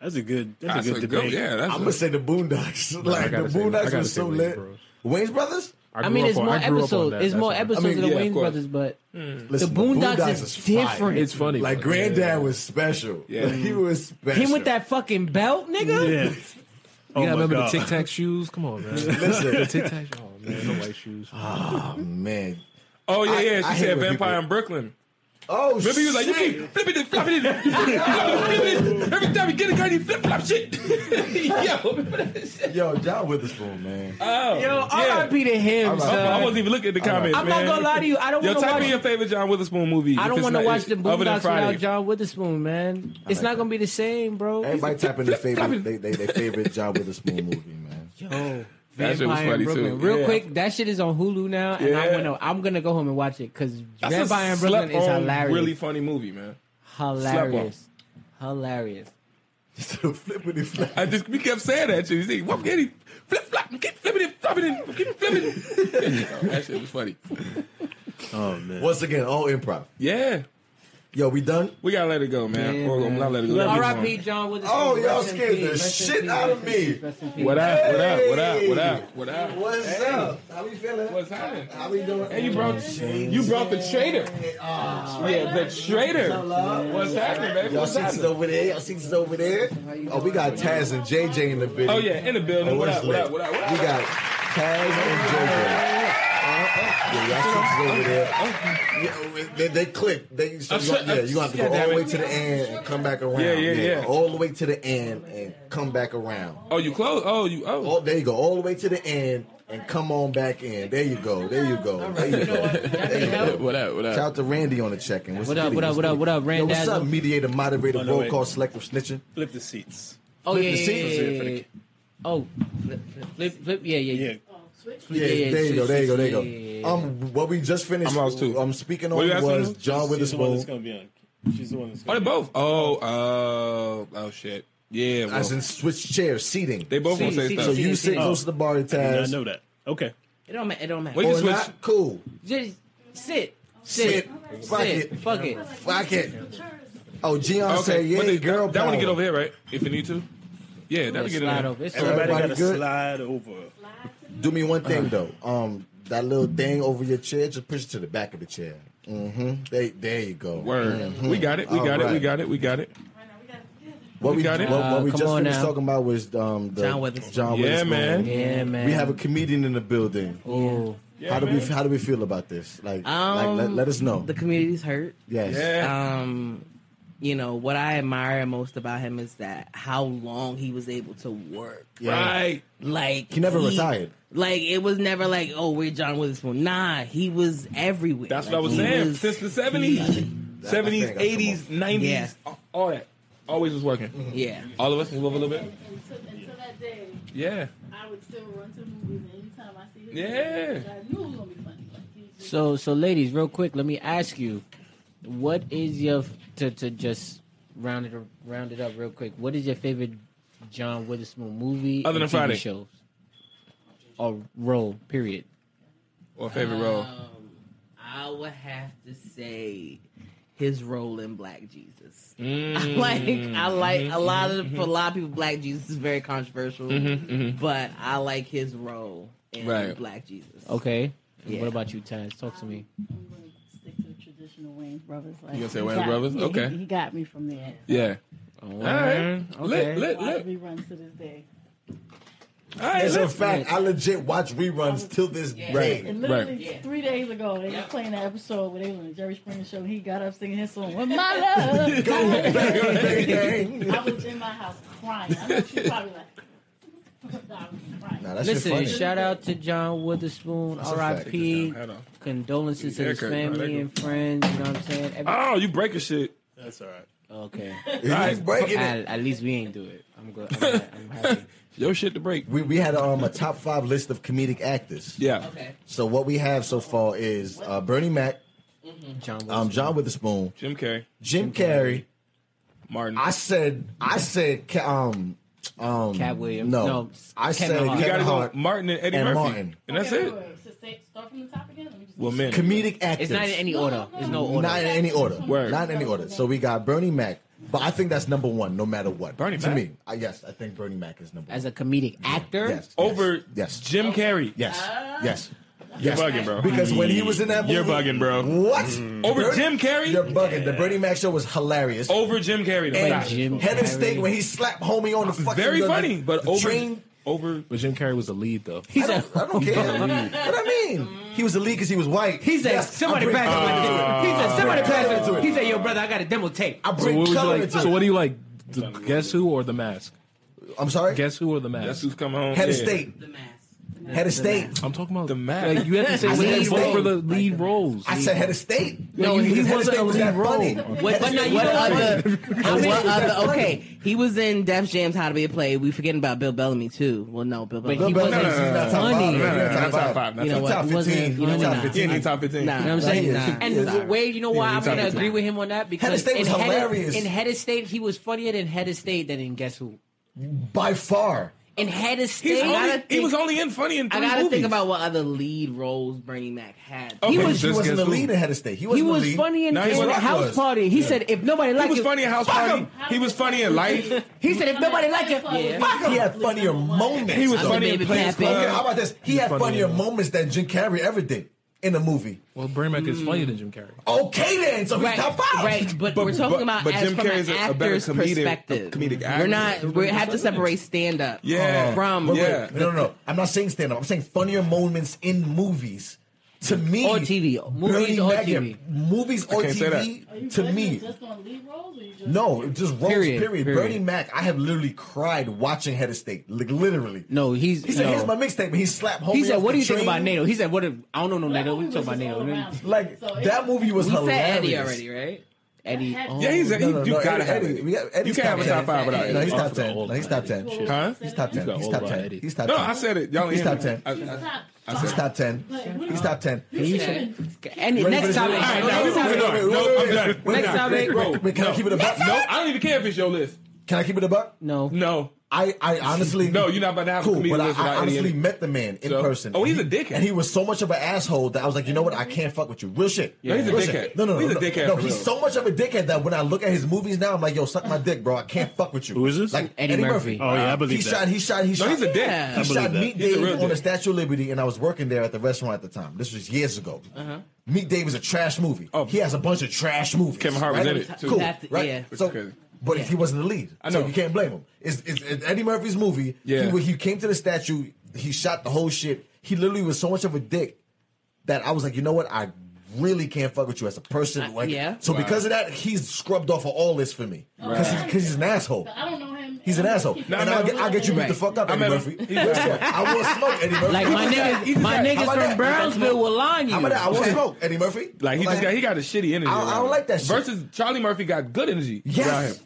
That's a good.
That's
That's, a good
a
debate.
good, yeah, that's
I'm
a,
gonna say the Boondocks.
I
Like the
gotta say- I
Boondocks
gotta
was
say
so
Wayne's
lit.
Bros.
Wayne's Brothers.
I,
grew
mean,
up
it's
on-
more
I grew up on
episodes.
that,
It's
that's
more
why.
episodes
I mean,
of the
yeah, of
Wayne
course.
Brothers, but
Listen,
the Boondocks, is,
fire.
different.
It's funny.
Like
bro.
Granddad was special.
Yeah.
Like, he was special.
Him with that fucking belt, nigga.
Yeah. Oh my
You gotta remember
God.
the Tic Tac shoes. Come on, man. the Tic Tac. Oh man, the white shoes.
Oh man.
Oh yeah,
I-
yeah. She
I hate
said
when
Vampire
people-
in Brooklyn.
Oh
Remember
shit.
you was like you keep flipping it, flopping it, flipping it, flipping it. Every time you get a gun, you flip flop shit. Yo, remember that shit?
Yo, John Witherspoon, man.
oh,
Yo,
yeah.
R.I.P. to him,
right.
I, I
son.
wasn't even looking at the comments.
I'm
man.
not gonna lie to you. I don't
Yo,
want to
type
watch.
in your favorite John Witherspoon movie.
I
if
don't
it's
want to
not-
watch the
other than
Boondocks
Friday.
without John Witherspoon, man. It's not gonna be the same, bro.
Everybody type in their favorite they, they, their favorite John Witherspoon movie, man.
Yo,
That shit was
Vampire in
funny,
Brooklyn.
too.
Real
Yeah.
quick, that shit is on Hulu now, and I'm
Yeah.
gonna I'm gonna go home and watch it because
That's a
Vampire in Brooklyn is
slept-on,
hilarious,
Really funny movie, man.
hilarious, hilarious.
Flippity flap.
I just we kept saying that shit. You see, what get he flip flop, keep flipping it, flopping it, keep flipping it. Yo, that shit was funny.
Oh man.
Once again, all improv.
Yeah,
Yo, we done?
we gotta let it go, man.
Yeah,
or
man.
not let it go. Let it
R.I.P.
go.
John Witherspoon.
Oh, y'all
Rest in
scared
peace.
the
Rest in
shit
peace.
out of
Rest in
me.
peace. Rest in peace.
What up? What up? What up? What up? What up?
What's up? How we feeling?
What's happening?
How we doing?
And you brought you brought the traitor. yeah, the traitor. What's happening, baby?
Y'all
What's
six is
happening?
over there. Y'all six is over there. Oh, we got Taz and JJ in the building.
Oh yeah, in the building. What
What's
up? What
lit?
up? What up? What
We
up?
got Taz and JJ. Yeah, y'all six is over there. Yeah, they, they click. They, so you, yeah, you have to go all the way to the end and come back around.
Yeah, yeah, yeah.
All the way to the end and come back around.
Oh, you close. Oh, you. Oh,
All, there you go. All the way to the end and come on back in. There you go. There you go. There you go. There you go.
what up? What
Shout
up?
out to Randy on the check in.
What up, what up, what up, what up,
Yo, what's up,
Randazzo?
mediator, moderator,
Oh, no,
roll
wait.
call, selective snitching?
Flip the seats.
Oh
Flip
yeah,
the
yeah,
seat.
yeah, yeah, yeah. Oh, flip, flip, flip, yeah, yeah,
Yeah.
yeah.
Yeah,
yeah,
there you
yeah,
go, there you go, there
yeah, yeah,
you
yeah.
go. Um, what we just finished,
I'm lost too.
um, speaking
What
on
you asking
was
him?
John
She's the one that's
Witherspoon.
gonna be on. She's the one that's.
Oh,
Gonna
they both. Oh, oh, oh, shit. Yeah.
As
Well,
in switch chairs, seating.
they both gonna
See,
say
see,
stuff.
So you sit
Oh.
close to the bar, Taz.
Be on. I know that. Okay.
It don't matter. It don't matter.
Wait,
Or
Switch.
not? Cool.
Just sit,
Sit.
sit,
Fuck
sit.
it.
Fuck it.
Fuck it. Oh, Gian
okay.
said, "Yeah,
but they,
girl
That, that
power."
want to get over here, right? If you need to. Yeah, that would get in
Slide
there.
over. It's
Everybody,
Everybody
gotta
good?
slide over.
Do me one thing
Uh-huh.
though. Um, that little thing over your chair, just push it to the back of the chair. Mm-hmm. They, there you go. Mm-hmm.
Word. We got it. We
All
got it. We
right.
got it. We got it.
What
We
we,
got it.
what, what we
Uh, come
just
on
finished
now.
talking about was um, the
John Witherspoon.
John
Yeah,
Witherspoon.
man.
Yeah, man.
We have a comedian in the building.
Ooh.
how do we how do we feel about this? Like, like
Um,
let, let us know.
The community's hurt.
yes.
Yeah.
Um, you know what I admire most about him is that how long he was able to work.
Yeah.
Right.
Like
He never retired.
Like it was never like, oh, we're John Witherspoon. Nah, he was everywhere.
That's what
Like,
I was
he
saying.
was-
Since the seventies, seventies,
think I-
eighties, nineties,
Yeah.
all that. Always was
Mm-hmm.
working.
yeah,
All of us can move a little
And-
bit.
Until, until that day,
Yeah.
I would still run to the movies, and anytime I see him,
Yeah.
I knew it was gonna be funny. Like, he was just-
So, so ladies, real quick, let me ask you, what is your to to just round it round it up real quick? What is your favorite John Witherspoon movie?
Other
and
than
TV
Friday.
shows or role? Period.
or
Ah.
favorite role?
Um, I would have to say his role in Black Jesus.
Mm-hmm.
like I like a lot of for a lot of people, Black Jesus is very controversial,
Mm-hmm,
mm-hmm,
but I like his role in
Right.
Black Jesus.
Okay. And
Yeah.
What about you, Terrence? Talk to me.
I'm going to stick to traditional Wayne Brothers. Like,
You gonna say
he
Wayne
got-
Brothers?
mm-hmm. yeah,
Okay.
He, he got me from there.
Yeah.
All
All right.
Okay.
Lit, lit,
Why
lit.
do we run to this day?
All right,
As a
lit.
fact, I legit watch reruns till this day.
And literally
Yeah.
three days ago, they were playing that episode where they were on the Jerry Springer show. And he got up singing his song, "With My Love." I was in my house crying. I know she probably like. I was crying.
Nah, that shit
Listen,
funny.
shout out to John Witherspoon,
a fact.
RIP.
Hold on.
Condolences to his
Haircut, bro. That
family
go-
and friends. You know what I'm saying? Every-
Ah!
Oh, you breaking shit.
That's all right.
okay.
He's breaking it.
At, at least we ain't do it. I'm good. I'm, I'm happy.
Yo, shit to break.
We, we had um, a top five list of comedic actors.
Yeah.
Okay.
So what we have so far is uh, Bernie Mac,
John Witherspoon.
um, John Witherspoon,
Jim Carrey,
Jim Carrey.
Martin.
I said, I said, Ca- um, um,
Cat Williams.
No,
No,
I
Kevin
said
Hart.
you
Kevin
gotta go
Hart.
Martin and Eddie
and
Murphy,
Martin.
and that's
Okay,
it.
wait, wait, So say, start from the top again. Let me just-
Well, man,
Comedic actors.
It's not in any order. It's no order.
Not in any order.
Word.
Not in any order. So we got Bernie Mac, but I think that's number one, no matter what.
Bernie
to
Mac?
me, I, yes, I think Bernie Mac is number
As
one.
a comedic actor,
yes,
over
yes, yes,
Jim Carrey.
yes,
Uh?
yes.
You're
Yes.
bugging, bro. Mm.
Because when he was in that movie,
You're bugging, bro. Mm.
What?
Over
Bernie-
Jim Carrey?
You're
Oh.
bugging. The Bernie Mac show was hilarious.
Over Jim Carrey. though.
And
Stop.
Jim
head of steak
Carrey.
when he slapped homie on the fucking
Very
the-
funny, but
the
over
train.
over.
But Jim Carrey was the lead though.
I don't, I don't care. what I mean, he was a lead because he was white.
he said,
Yes, Ah.
"Somebody
I bring
pass him
color
my He said, "Somebody
Bring color
pass
into it.
him." He said, "Yo, brother, I got a demo tape."
I
So
bring
what, was you
color
like,
into
so what
it.
do you like? The guess who or the mask?
I'm sorry.
Guess who or the mask?
That's who's coming home.
head of
Yeah.
state.
The mask.
Head of state.
I'm talking about
The mask.
Like, you had to say
I
when
said
they
the
vote
name.
for the lead roles.
I said head of state.
No, he
Because head of
wasn't
state
a
was
lead
that
role.
funny.
What,
Head
but
of
now
state
you
was
know
that funny.
other,
How
what
many was
other-
that funny?
okay, he was in Def Jam's How to Be a Play. We forgetting about Bill Bellamy too. Well, no, Bill
But
Bellamy.
he
Bill
wasn't
Bellamy, he's not top
funny.
five.
No, no, no,
He's
not top five. Not
You know
top
what?
five.
Top
He wasn't-
15.
you know
He's
what?
top
He ain't
15.
in top fifteen.
Nah.
You know what I'm
Nah,
saying?
he is.
And
He is.
Wade, you know why
Yeah,
I'm
he's
going to
talking
agree
to-
with him on that? Because
State was
in,
hilarious.
Head, in Head of State, he was funnier than Head of State than in Guess Who.
By far.
In Head of
He's
State,
only,
gotta
he
think-
was only in funny in three
I gotta
movies.
think about what other lead roles Bernie Mac had. He
Okay.
He
was
was- he
Just
wasn't the
guess who.
lead in head of state. He
he
wasn't the
was
lead.
funny in,
No, he
in
was-
House
was.
Party. He said, "If nobody
He
likes
was
it,
funny in House
fuck
Party.
him."
He was funny in Life.
He said, "If nobody likes it,
Yeah.
fuck
He had funnier moments.
He was
I'm a
funny in
baby
Players
clapping.
Okay, how
Club.
about this? He had
funny
funnier
enough.
moments than Jim Carrey ever did in a movie.
well, Bernie Mac is funnier than Jim Carrey.
Okay then, so he's
Right,
top five.
right, but,
But-
we're talking
but-
about
but
as
Jim
from
Carrey's
an
a- a better
actor's
comedic- a
perspective.
comedic
We're
actor.
not. We have to separate stand up.
Yeah.
from
Wait, wait,
Yeah.
No, no, no. I'm not saying stand up. I'm saying funnier moments in movies. To me,
Or TV. Movies
Bernie
or
Mac-
TV.
Movies or
can't say
Are you
TV. To
judging
me,
just on lead roles, or you just
no. it Just roles. Period,
Period, period.
Bernie Mac. I have literally cried watching Head of State. Like, literally.
No, he's
He said,
no.
"Here's my mixtape," but he slapped. homie
He said,
off the
"What do you think
train."
about NATO?" He said, "What? If, I don't know NATO. We
was
talk about
just all
NATO."
around.
Like
So it-
that movie was
We said
hilarious.
Eddie already, right?
Eddie,
Had-
oh,
Yeah, he's a, he,
No, no,
you
no,
gotta
Eddie-
have
Eddie- we got-
it. You
Eddie's
can't have a
top
top
ten.
five without
No,
it.
he's top
Off the
ten.
old
No, he's top
Eddie
ten.
shit.
Huh?
He's top ten.
got
He's
all
top
about
ten.
Eddie.
He's top
No,
ten.
I said it. Y'all ain't
He's
hear
top
me.
ten.
I-
He's
I-
top
I said
He's
it.
top ten.
Like, what
He's
is-
top ten.
He said, "Any next
All
topic."
right,
All right, now we moving
Wait,
on.
wait,
No,
wait,
I'm done.
wait,
We're
wait,
done.
wait, wait,
Bro,
wait, wait, can I
no.
keep it a buck?
No, I don't even care if it's your list.
Can I keep it a buck?
No,
No.
I, I honestly
No, you're not about to have a
cool,
comedian
but I,
list without
I
any
honestly
of it.
met the man in
So-
person.
Oh, he's
And
a
he-
dickhead.
and he was so much of an asshole that I was like, you know what? I can't fuck with you. Real shit.
No, he's a
Real shit.
dickhead.
No, no, no,
He's a
no,
dickhead
No,
for
he's
real.
so much of a dickhead that when I look at his movies now, I'm like, yo, suck my dick, bro. I can't fuck with you.
Who is this?
Like
Eddie Murphy.
Oh yeah, I
He
believe that.
shot. He shot. He
No,
shot.
he's a dick.
Yeah.
He
I
shot
believe that.
Meat
He's a real
Dave on
dick.
the Statue of Liberty, and I was working there at the restaurant at the time. This was years ago. Meat Dave is a trash movie.
Oh.
He has a bunch of trash movies.
Kevin Hart was
right?
in it, too.
Cool,
That's-
right?
yeah.
Which is
So,
crazy.
but he wasn't the lead.
I
so
know.
you can't blame him. It's, it's, it's Eddie Murphy's movie.
Yeah.
He, he came to the statue. He shot the whole shit. He literally was so much of a dick that I was like, you know what? I really can't fuck with you as a person.
Uh,
like,
yeah.
So
Wow.
because of that, he's scrubbed off of all this for me because
Right.
he's, 'cause he's an asshole.
I don't know him.
He's an
I don't
asshole.
keep-
Nah,
and
man,
I'll get, I'll get you beat
Right.
the fuck up,
I
Eddie
met him.
Murphy.
He's
Guess
right.
what? I will smoke Eddie Murphy.
like my niggas, my
How about
niggas
that?
from Brownsville will line
How about that? I
you.
will smoke Eddie Murphy.
Like he just got he got a shitty energy.
I- I don't
around him.
like that shit.
Versus Charlie Murphy got good energy
Yes.
around him.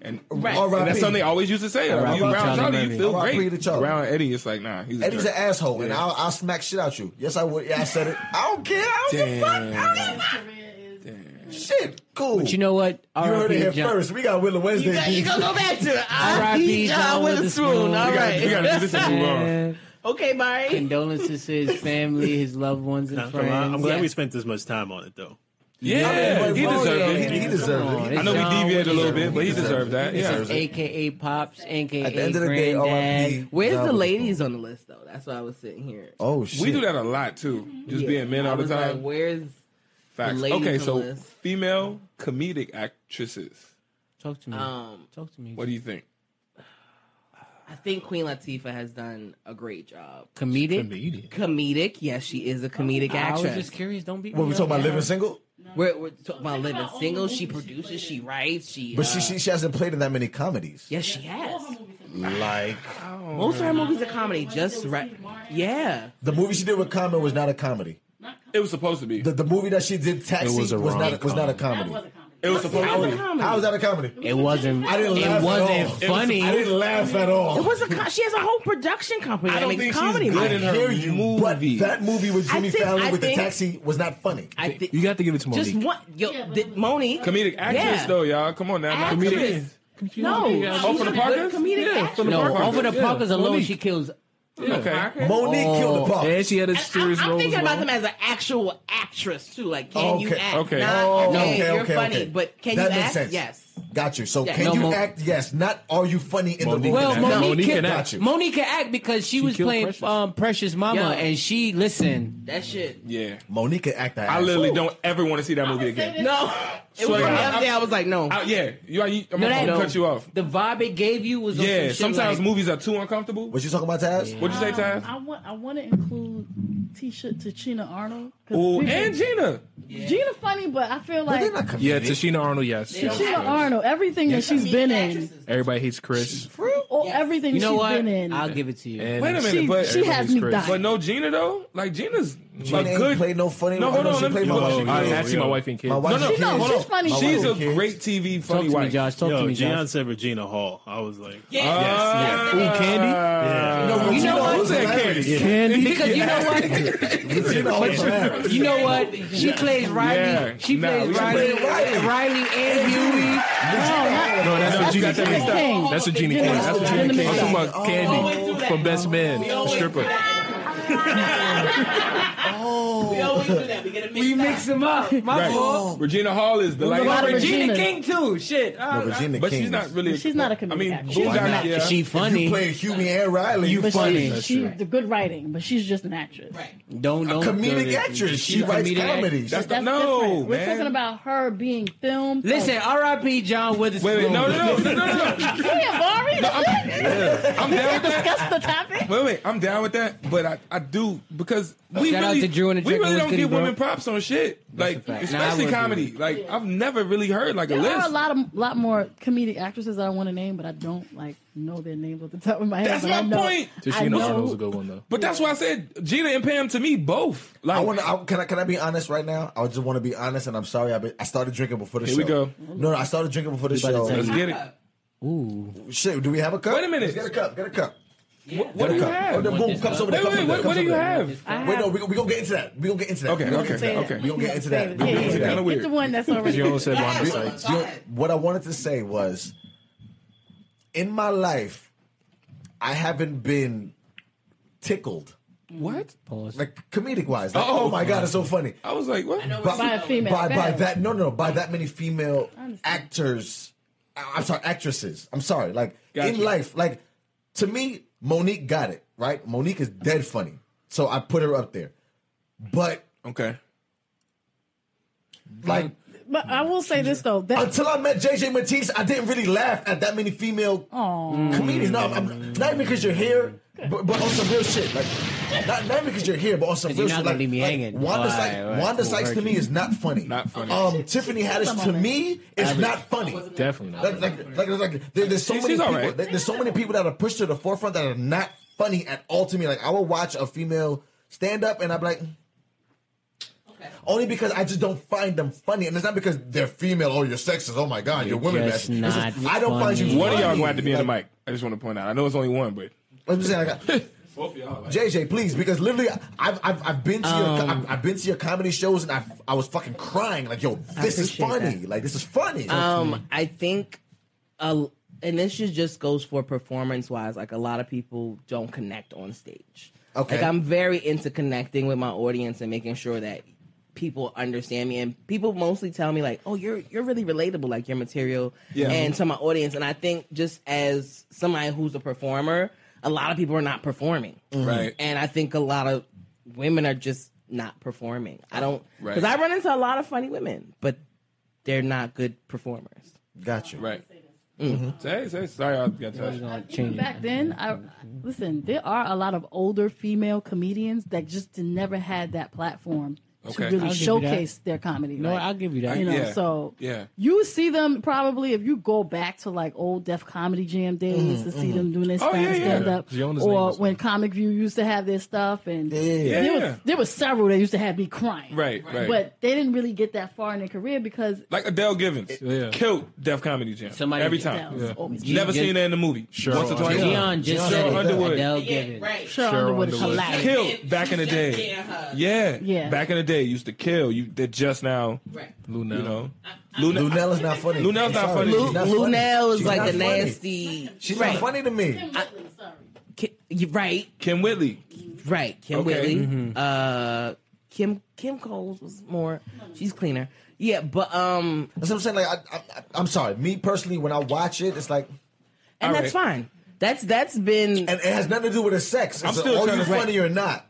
And,
Right.
and that's
R.I.P.
something they always used to say. Like, when you
R.I.P.
around
Charlie
Charlie, you
Murphy.
feel
R.I.P. to
great.
Charlie.
Around Eddie, it's like nah, he's a
Eddie's an
jerk.
asshole, and
Yeah.
I'll, I'll smack shit out you. Yes, I would. Yeah, I said it. I don't care. I don't give a fuck. I don't
His career is.
give a shit. Cool.
But you know what?
you heard it here
R.I.P. John.
first. We got Willow Wednesday.
You gonna go back to it.
R.I.P.
John
John
Witherspoon.
Witherspoon.
All
You gotta, you
right.
gotta do this and move on.
Man.
Okay, Mari.
Condolences to his family, his loved ones, and
Nah, come
friends.
on. I'm glad
Yeah.
we spent this much time on it, though.
Yeah,
Oh,
he deserved
He,
it.
he deserved
Come on,
it. He
I know
John
we deviated a
Wayne.
little bit, but he deserved that.
He
Yeah.
deserves it.
AKA pops, AKA
At the end of the day,
granddad.
RIP.
Where's
Nah,
the
but-
ladies on the list though? That's why I was sitting here.
Oh shit.
We do that a lot too, just
Yeah.
being men all
I
the
was
time.
Like, where's
Facts.
ladies
Okay,
on
so
the list.
female comedic actresses.
Talk to me.
um?
Talk to me.
What do you think?
I think Queen Latifah has done a great job.
comedic?
Comedian.
Comedic, yes, she is a comedic
I was
actress.
just curious. Don't be.
What we talking about? Living single?
We're, we're talking about living
about all the
single. She
movies she
produces,
played
she
in.
writes, she.
But
uh,
she, she she hasn't played in that many comedies.
yes, she has.
Like
Oh,
Most of her movies are comedy. Just right. Yeah.
the movie she did with Common was not a comedy.
It was supposed to be.
The the movie that she did Taxi
It
was,
was a
not was not a comedy.
It was supposed
That
to
was a
be.
comedy.
How was that a comedy?
It wasn't.
I didn't
it
laugh at
wasn't
all.
funny.
I didn't laugh at
It
all.
was a. Co- she has a whole production company
I
that
don't
makes
think she's
comedy.
good
movies.
in
I
her
hear you,
movie.
but that movie with
I
Jimmy
think-
Fallon
I
with
think-
the taxi was not funny.
I think
You got to give it to Monique.
just one. Yo,
Yeah, but
did,
it was-
Monique.
Comedic actress
Yeah.
though, y'all. Come on now.
Actress.
Comedic.
No, she's
Oh, for the
a
Parkers?
good comedic
Yeah,
actress.
for the
no,
Parkers.
over the
Yeah,
Parkers alone,
Monique.
she kills.
Okay.
Monique killed the pop.
Oh, And she had a serious
I, am
role
thinking
as
about
well.
them as an actual actress too. Like, can you
Okay,
act?
okay.
Not,
Oh,
okay,
okay,
you're
okay,
funny,
okay.
but can
That
you
makes
act?
sense.
Yes.
Got you. So
Yeah.
can
No,
you
Mo-
act? Yes. Not are you funny in
Monique
the movie?
can
Well,
act.
No,
Monique,
Monique
can,
can
act.
Monique can act because she, was
killed
playing
Precious.
Um, Precious Mama,
Yeah.
and she listen.
That shit.
Yeah.
Monique can act. That
I
ass.
literally don't ever want to see that movie again.
No. It was
Swear to
like the
God.
other day. I was like, no.
I- yeah, you. Are, you I'm gonna
that-
cut you off.
The vibe it gave you was on
Yeah.
some shit
Sometimes
like-
movies are too uncomfortable.
What you talking about, Taz?
What'd you say, Taz?
I want I want to include Tisha Tachina Arnold. 'cause
Oh,
people-
and Gina.
Gina funny, but I feel
Well,
like
they're not comedic.
Yeah, Tashina Arnold, yes.
Tashina Arnold, everything that she's been in,
Everybody hates Chris.
or everything
You
that
know
she's
what?
been in,
I'll give it to you.
And
Wait a minute,
she,
but-
she has me
Everybody's crazy.
But
dying.
no Gina though. Like Gina's
She
a
ain't
good.
played no funny.
No, hold
no,
on,
She
let me-
played my
yo,
wife.
yo,
and
I
Kids.
had to see my wife and kids.
My wife.
No, no,
and
She- no,
Kids.
hold on. she's funny,
My
too.
wife
She's
and
a
Kids.
great TV
Talk
funny
to me,
wife.
Josh. Talk to
Yo,
me, Josh.
Beyonce Regina Hall. I was like,
Ah.
Ooh, Candy?
yeah.
No,
You know
Regina
what?
Hall's
Who's that
hilarious.
Candy?
Candy?
Because you know what?
Regina Hall's hilarious.
You know what? She plays Riley.
Yeah.
She
Nah,
plays
we should
Riley.
play Riley.
Riley and Beauty.
No, that's what Gina
that mixed
King.
up.
That's what Gina King. That's what Gina King. I'm talking about Candy from Best Man, the stripper.
We always do that. We get a
We mix them up. My
Right.
fault.
Regina Hall is the
a lot
light.
of
Regina
Regina.
King too. Shit.
No, Regina
But
King
she's not
is-
really.
She's not a
I
comedic
mean,
actress.
Boondock,
Why not?
yeah.
She funny.
You play Huey and Riley. You
But
funny.
she, she the good writing, but she's just an actress. Right.
Don't don't.
comedic actress. She writes comedy.
That's
That's
No,
different. We're
man.
talking about her being filmed.
Listen,
like,
R.I.P. John Witherspoon.
Wait, wait, no, no, no, no, no, no.
damn, Ari,
I'm, I'm down with that.
discuss the topic.
Wait, wait, I'm down with that, but I, I do because we
Shout out
really,
to Drew and the
we
Drink
really
Wars
don't
Goody,
give
bro.
women props on shit, like
a fact. Nah, I
especially
wouldn't.
comedy. Like I've never really heard like a
There are a
list.
lot of lot more comedic actresses that I want to name, but I don't like know their names off the top of my head.
That's
but
my
I know, I
point.
Tashina
know,
Arnold's a good one, though.
But that's why I said Gina and Pam to me both. Like
I want to. Can I? Can I be honest right now? I just want to be honest, and I'm sorry. I, be, I started drinking before the
Here
show.
we go.
No, no, I started drinking before the
about to
show.
take
let's get it.
Shit, do we have a cup?
Wait a minute.
Let's get a cup. Get a cup.
What, what do
Get a
you
cup. Oh,
have?
the boom, cups over there.
Wait,
cups over
wait,
there,
what, what
cups
do you
over there.
have?
I
Wait, no,
have-
we we gonna get into that. We gonna get into that.
Okay,
We gonna
okay,
get into that.
okay.
We gonna get into that. We
Yeah,
gonna
yeah,
get into
yeah.
Kinda
that.
Get the
weird.
one that's already.
You almost said Wanda Sykes.
You know, what I wanted to say was, in my life, I haven't been tickled,
What?
like comedic wise. Like,
Oh.
oh my god, it's so funny.
I was like, what?
No, we're
by a female.
by, by
Better.
that no no no, by that many female
understand.
actors I- i'm sorry actresses i'm sorry like in
Gotcha.
life like to me monique got it right monique is dead funny so i put her up there but
Okay.
like
But I will say this though. That
until i met jj matisse i didn't really laugh at that many female
Aw.
comedians no I'm, I'm- not even because you're here but, but on some real shit like not, not because you're here, but on some
You're
real
not
shit.
gonna
Like,
leave me
like,
hanging.
Wanda,
All
Sykes,
right, all right,
Wanda
cool,
Sykes to
heard
me is not funny.
Not funny.
Um, Tiffany Haddish to me is not funny.
Definitely not.
Like, like, like, like there, there's so
She's-
many
she's all
people.
right.
there- There's so many people that are pushed to the forefront that are not funny at all to me. Like I will watch a female stand up and I'm like, only because I just don't find them funny, and it's not because they're female. Oh, you're sexist. Oh my god, you're, women.
just
bashing. It's just,
not
I don't find you.
funny.
funny.
One of y'all going to have to be in the mic. I just want to point out. I know it's only one, but
I'm just saying, like,
both of y'all.
JJ, please, because literally, I've I've, I've been to your
Um,
I've, I've been to your comedy shows, and I I was fucking crying. Like, yo, this is
appreciate
funny. Like, this is funny.
Um, I think, a, and this just just goes for performance wise. Like a lot of people don't connect on stage.
Okay.
Like I'm very into connecting with my audience and making sure that people understand me. And people mostly tell me like, "Oh, you're you're really relatable, like your material."
Yeah.
And to my audience, and I think just as somebody who's a performer, a lot of people are not performing.
Right.
And I think a lot of women are just not performing. I don't
Right.
because I run into a lot of funny women, but they're not good performers.
Got you.
Right. Say, say, sorry, I got touched.
Gonna change
Even
it.
back then, I listen. There are a lot of older female comedians that just never had that platform
Okay.
to
I'll
really
give you
showcase their comedy.
No,
like,
I'll give you that.
you know,
Yeah.
so
Yeah.
you see them probably if you go back to like old Def Comedy Jam days to see them doing their
Oh, yeah, yeah.
stand up,
Ziona's name
or
was-
when Comic View used to have their stuff, and
Yeah.
there
Yeah.
was there was several that used to have me crying,
Right, right.
But they didn't really get that far in their career because
Like Adele Givens,
Yeah.
killed Def Comedy Jam
Somebody-
every
that
time.
was always
Never
Yeah.
seen her in the movie.
Sure.
Once or
Yeah.
twice.
Dion just
Cheryl
said it.
Underwood.
Adele Givens.
right.
Cheryl
Cheryl
Underwood
Underwood.
collapsed.
Killed back in the day. Yeah.
Yeah.
Back in the day, used to kill. You they're just now,
Right.
Luna.
you know. Luna,
Lunella's not funny.
Lunella's not
I'm
funny.
sorry.
Lu-
She's not funny.
Lunel is
She's
like
not
the
funny.
nasty.
She's
right.
not funny to me.
Whitley, sorry.
Ki- you- right,
Kim Whitley.
right. Kim
Okay.
Whitley.
Mm-hmm.
Uh, Kim Kim Coles was more. She's cleaner. Yeah, but um,
That's what I'm saying. Like, I, I, I- I'm sorry. Me personally, when I watch it, it's like,
and
All
that's
right.
fine. That's that's been
and it has nothing to do with the sex. It's
I'm
a,
still
are
trying
you
to- right.
funny or not?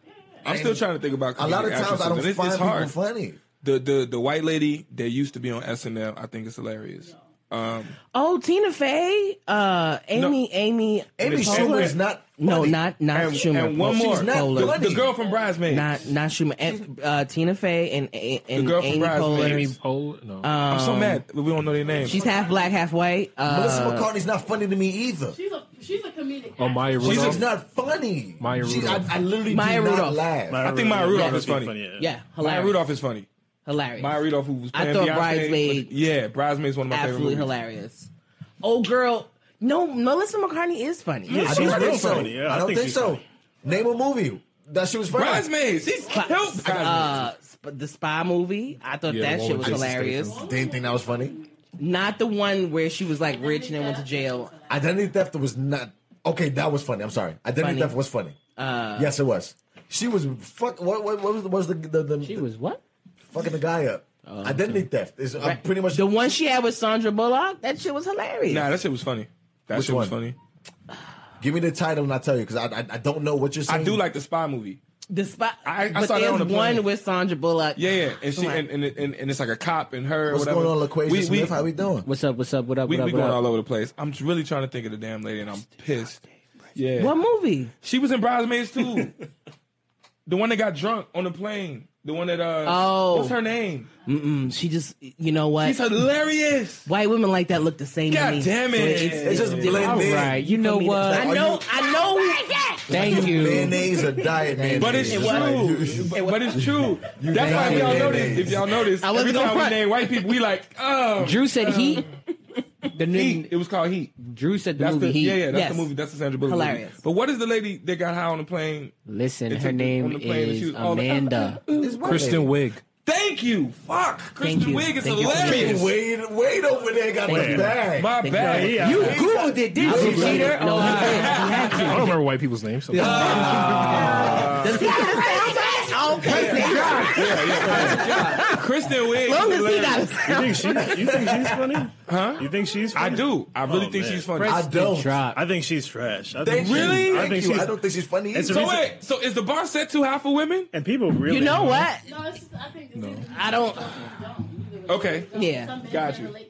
I'm still trying to think about
A lot of times
comedic
I
actresses,
don't
and it's,
find
it's hard.
people funny.
The the the white lady that used to be on SNL, I think it's hilarious. Um,
oh Tina Fey, uh, Amy Amy
Amy
it's-
Schumer
and-
is not.
No,
funny.
not not
and,
Schumer.
and one
She's
more,
not
the,
funny.
the girl from Bridesmaids.
Not not Schumer. And, uh, Tina Fey and and, and
girl from
Amy
Bridesmaids.
Poehler.
Amy Poehler. No.
I'm so mad that we don't know their names.
um, She's half black, half white.
Melissa
Uh,
McCartney's not funny to me either.
She's a she's a comedic.
oh, Maya
She's
Rudolph.
She's not funny.
Maya
She- I,
Rudolph.
I literally
Maya
do not
Rudolph.
laugh.
I think Maya Rudolph is funny.
yeah,
Maya
hilarious.
Rudolph is funny.
hilarious.
Maya Rudolph, who was
I
playing
thought
Beyonce,
Bridesmaid-
was- yeah, Bridesmaids is one of my
absolutely
favorite movies.
hilarious. Oh, girl, no, Melissa McCartney is funny.
I
She's
don't
real
think so.
funny, yeah, I
I don't
think
think
she's
so.
funny.
Name a movie that she was funny.
Bridesmaids, she's
But,
killed. Bridesmaids.
uh, sp- the spy movie, I thought
Yeah, the
that
one
shit
with
was
Jason
hilarious.
Didn't think that was funny.
Not the one where she was like rich and then went to jail.
Identity theft was not okay. That was funny. I'm sorry. Identity
Funny. Uh,
theft was funny. yes, it was. She was fuck. What, what, what was what was the the, the,
She was what?
fucking the guy up? Identity theft is uh, pretty much
Oh, The one she had with Sandra Bullock, that shit was hilarious.
nah, that shit was funny. That
Which
shit was
one?
funny.
Give me the title and I'll tell you because I, I I don't know what you're saying.
I do like the spy movie.
the spy,
I- I
but
saw that
there's
on the plane.
one with Sandra Bullock.
Yeah, yeah, and she
Come on.
and, and, and, and it's like a cop and her. or
what's
whatever.
going on, LaQuasia
We- we-
Smith. How we doing?
What's up? What's up? What up?
We,
what up?
we
what
going
up?
all over the place. I'm really trying to think of the damn lady, and I'm pissed. Yeah,
What movie?
she was in Bridesmaids too. the one that got drunk on the plane. The one that uh,
Oh.
what's her name?
Mm, She just, you know what?
She's hilarious.
White women like that look the same. to
God
me.
damn it.
It's just blend
All
in.
right, you know
For me to-
what?
I know,
Are you-
I know.
Thank you.
Mayonnaise or diet mayonnaise.
But it's
It's
true.
like you-
but it's true. That's
named
why if y'all
it.
notice, if y'all notice,
wasn't
every
gonna
time we
front.
name white people, we like, oh,
Drew said heat. The
Heat.
new,
It was called Heat.
Drew said the
That's
movie
the
Heat.
yeah, yeah. That's
Yes.
the movie. That's the Sandra Bullock
Hilarious.
movie. But what is the lady that got high on the plane?
Listen,
It's
her
a- on
name
the plane, she
is
was all like,
Amanda.
it's white
Kristen
lady.
Wiig.
Thank you. Fuck. Kristen
you.
Wiig is
Thank you for
hilarious.
Wade, Wade over there got the bag.
My
Thank
bad.
Yeah,
You
you
googled it, didn't you, Peter?
No,
Oh,
he did.
I don't remember white people's names. So
Does he have the sound effect? I don't care.
Kristen Wiig. is
As long as he
hilarious.
got a sound
think she? You think she's funny?
Huh?
You think she's?
I
Funny?
do. I really
Oh,
think
man.
she's funny.
I don't.
Drop.
I think she's trash. I
Thank
think she's-
you.
Really?
I
Thank
think
you.
she's.
I don't think she's funny.
It's
either.
a
so wait. So is the bar set too high for women?
and people really.
You know what?
No, it's just, I think no.
I don't.
Okay.
Yeah.
Got
Got
you.
you.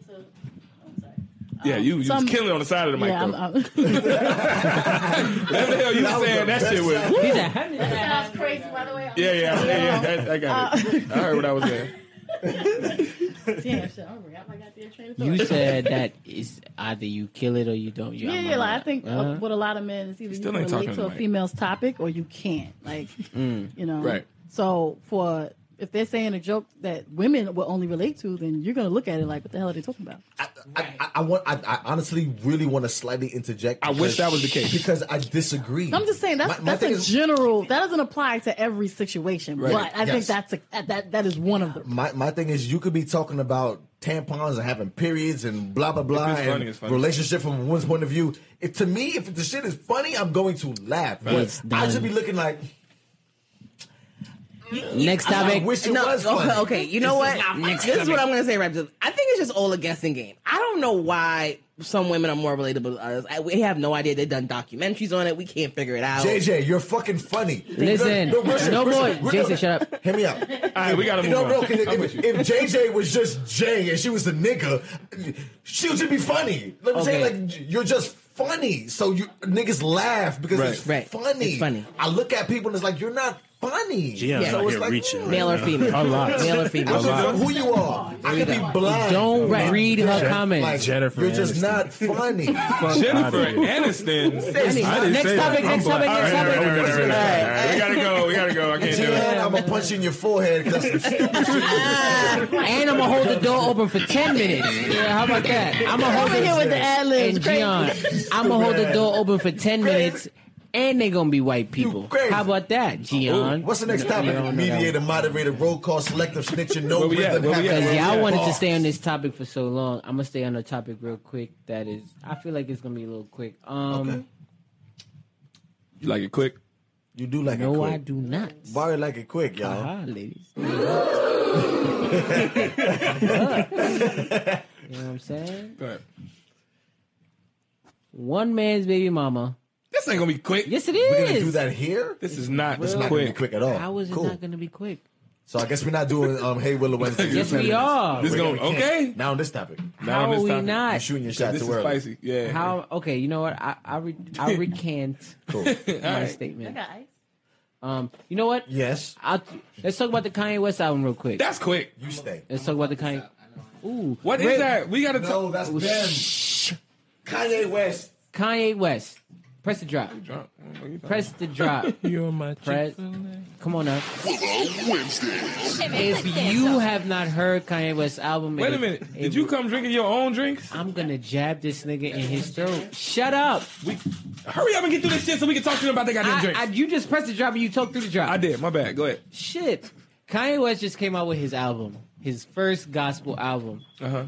Yeah, you, you
Some-
was killing on the side of the mic.
Yeah, I'm,
though.
I'm,
Whatever the hell you
That
was
was
saying,
the
that
best
shit was.
time.
He's a hundred.
that sounds crazy, by the way. I'm
Yeah, yeah, yeah, yeah. I, I got it. I heard what I was saying.
Damn, shit, I'm I got the train of thought.
You said that is either you kill it or you don't. You-
Yeah,
I'm
yeah.
not-
Like, I think
Uh-huh.
uh, what a lot of men is either you
Still
can
ain't
relate
talking
to
to
a
Mike.
female's topic or you can't. Like, you know,
Mm. Right.
So for if they're saying a joke that women will only relate to, then you're gonna look at it like, what the hell are they talking about?
I, I, I- I want. I, I honestly really want to slightly interject.
I wish
because-
that was the case.
because I disagree.
I'm just saying that's
My- my
that's a
thing is-
general. That doesn't apply to every situation, but I
Yes.
think that's a that that is one of them.
My my thing is, you could be talking about tampons and having periods and blah blah blah
it's
and
funny, it's funny.
relationship from one's point of view. If to me, if the shit is funny, I'm going to laugh. But
It's
I
done.
should be looking like
Next topic.
wish it was funny.
okay, okay, you know what? Next this is what I'm gonna say. Right, to- I think it's just all a guessing game. I don't know why some women are more relatable than others. I, we have no idea. They've done documentaries on it. We can't figure it out.
JJ, you're fucking funny.
Listen,
No, no, listen,
no
listen,
more.
we're-
Jason, shut up.
Hear me out.
All right, we gotta move
No,
on.
no, 'cause
I'm with
if,
you.
if JJ was just Jay and she was a nigga, she would just be funny. Like I'm
Okay.
saying, like you're just funny, so you niggas laugh because
Right.
it's
Right.
funny.
It's funny.
I look at people and it's like you're not funny.
Yeah,
Yeah.
so
it's
here
like,
reaching.
mm,
right
Male or
now.
female?
A lot.
Male or female?
I don't know who you are. I could be blind.
Don't
Right.
read her
Jen-
comments.
Like,
Jennifer
you're just
Aniston.
not funny.
Jennifer
outta here.
Aniston.
Annie,
I
didn't
next
say
topic, next topic,
that. I'm black.
next
All
topic.
right, all right, all right, all right, all right.
All right, we gotta go. We gotta go. I can't do it.
Jan, I'm gonna punch you in your forehead because that's some stupid shit.
And I'm gonna hold the door open for ten minutes. Yeah, how about that? I'm gonna hold
Over here
it.
with the ad libs.
And Gian, I'm gonna hold the door open for ten minutes, and they gonna be white people.
crazy.
How about that, Gian?
Oh, What's the next topic? Mediator, moderator, roll call, selective snitcher, no
Where we at?
rhythm,
Where we at?
happy-
Because y'all wanted to
Bars.
stay on this topic for so long. I'm gonna stay on the topic real quick. That is, I feel like it's gonna be a little quick. Um,
Okay.
You like it quick?
You do like
no,
it
I
quick.
do not.
Barry like it quick, y'all.
Ah, ladies. you know what I'm saying?
Go ahead.
One man's baby mama.
This ain't gonna be quick.
Yes, it
We're gonna
is.
do that here.
This is not
It's not gonna be
quick.
quick at all.
How is it
cool.
not gonna be quick?
so I guess we're not doing um, Hey Willow Wednesday.
Yes, we are.
This going okay?
Now on this topic,
Now
How
on this
are we
topic.
you're
not?
shooting your shot
This is
too early.
spicy. Yeah.
How? Okay, you know what? I I, re- I recant
Cool.
my
I
statement.
got ice.
Um, you know what?
Yes,
I'll, let's talk about the Kanye West album real quick.
That's quick.
you stay.
Let's talk about the Kanye. Ooh,
What is
Wait,
that? We gotta
No,
talk.
that's
Oh,
them. Kanye West.
Kanye West. Press the drop.
Oh,
Press the drop.
You're my
Press. Come on now.
If
If you have not heard Kanye West's album,
Wait a
it-
minute.
it-
Did you come drinking your own drinks?
I'm gonna jab this nigga in his throat. Shut up!
We hurry up and get through this shit so we can talk to them about their goddamn
I,
drinks.
I, you just pressed the drop and you talked through the drop.
I did. My bad. Go ahead.
Shit. Kanye West just came out with his album, his first gospel album.
Uh huh.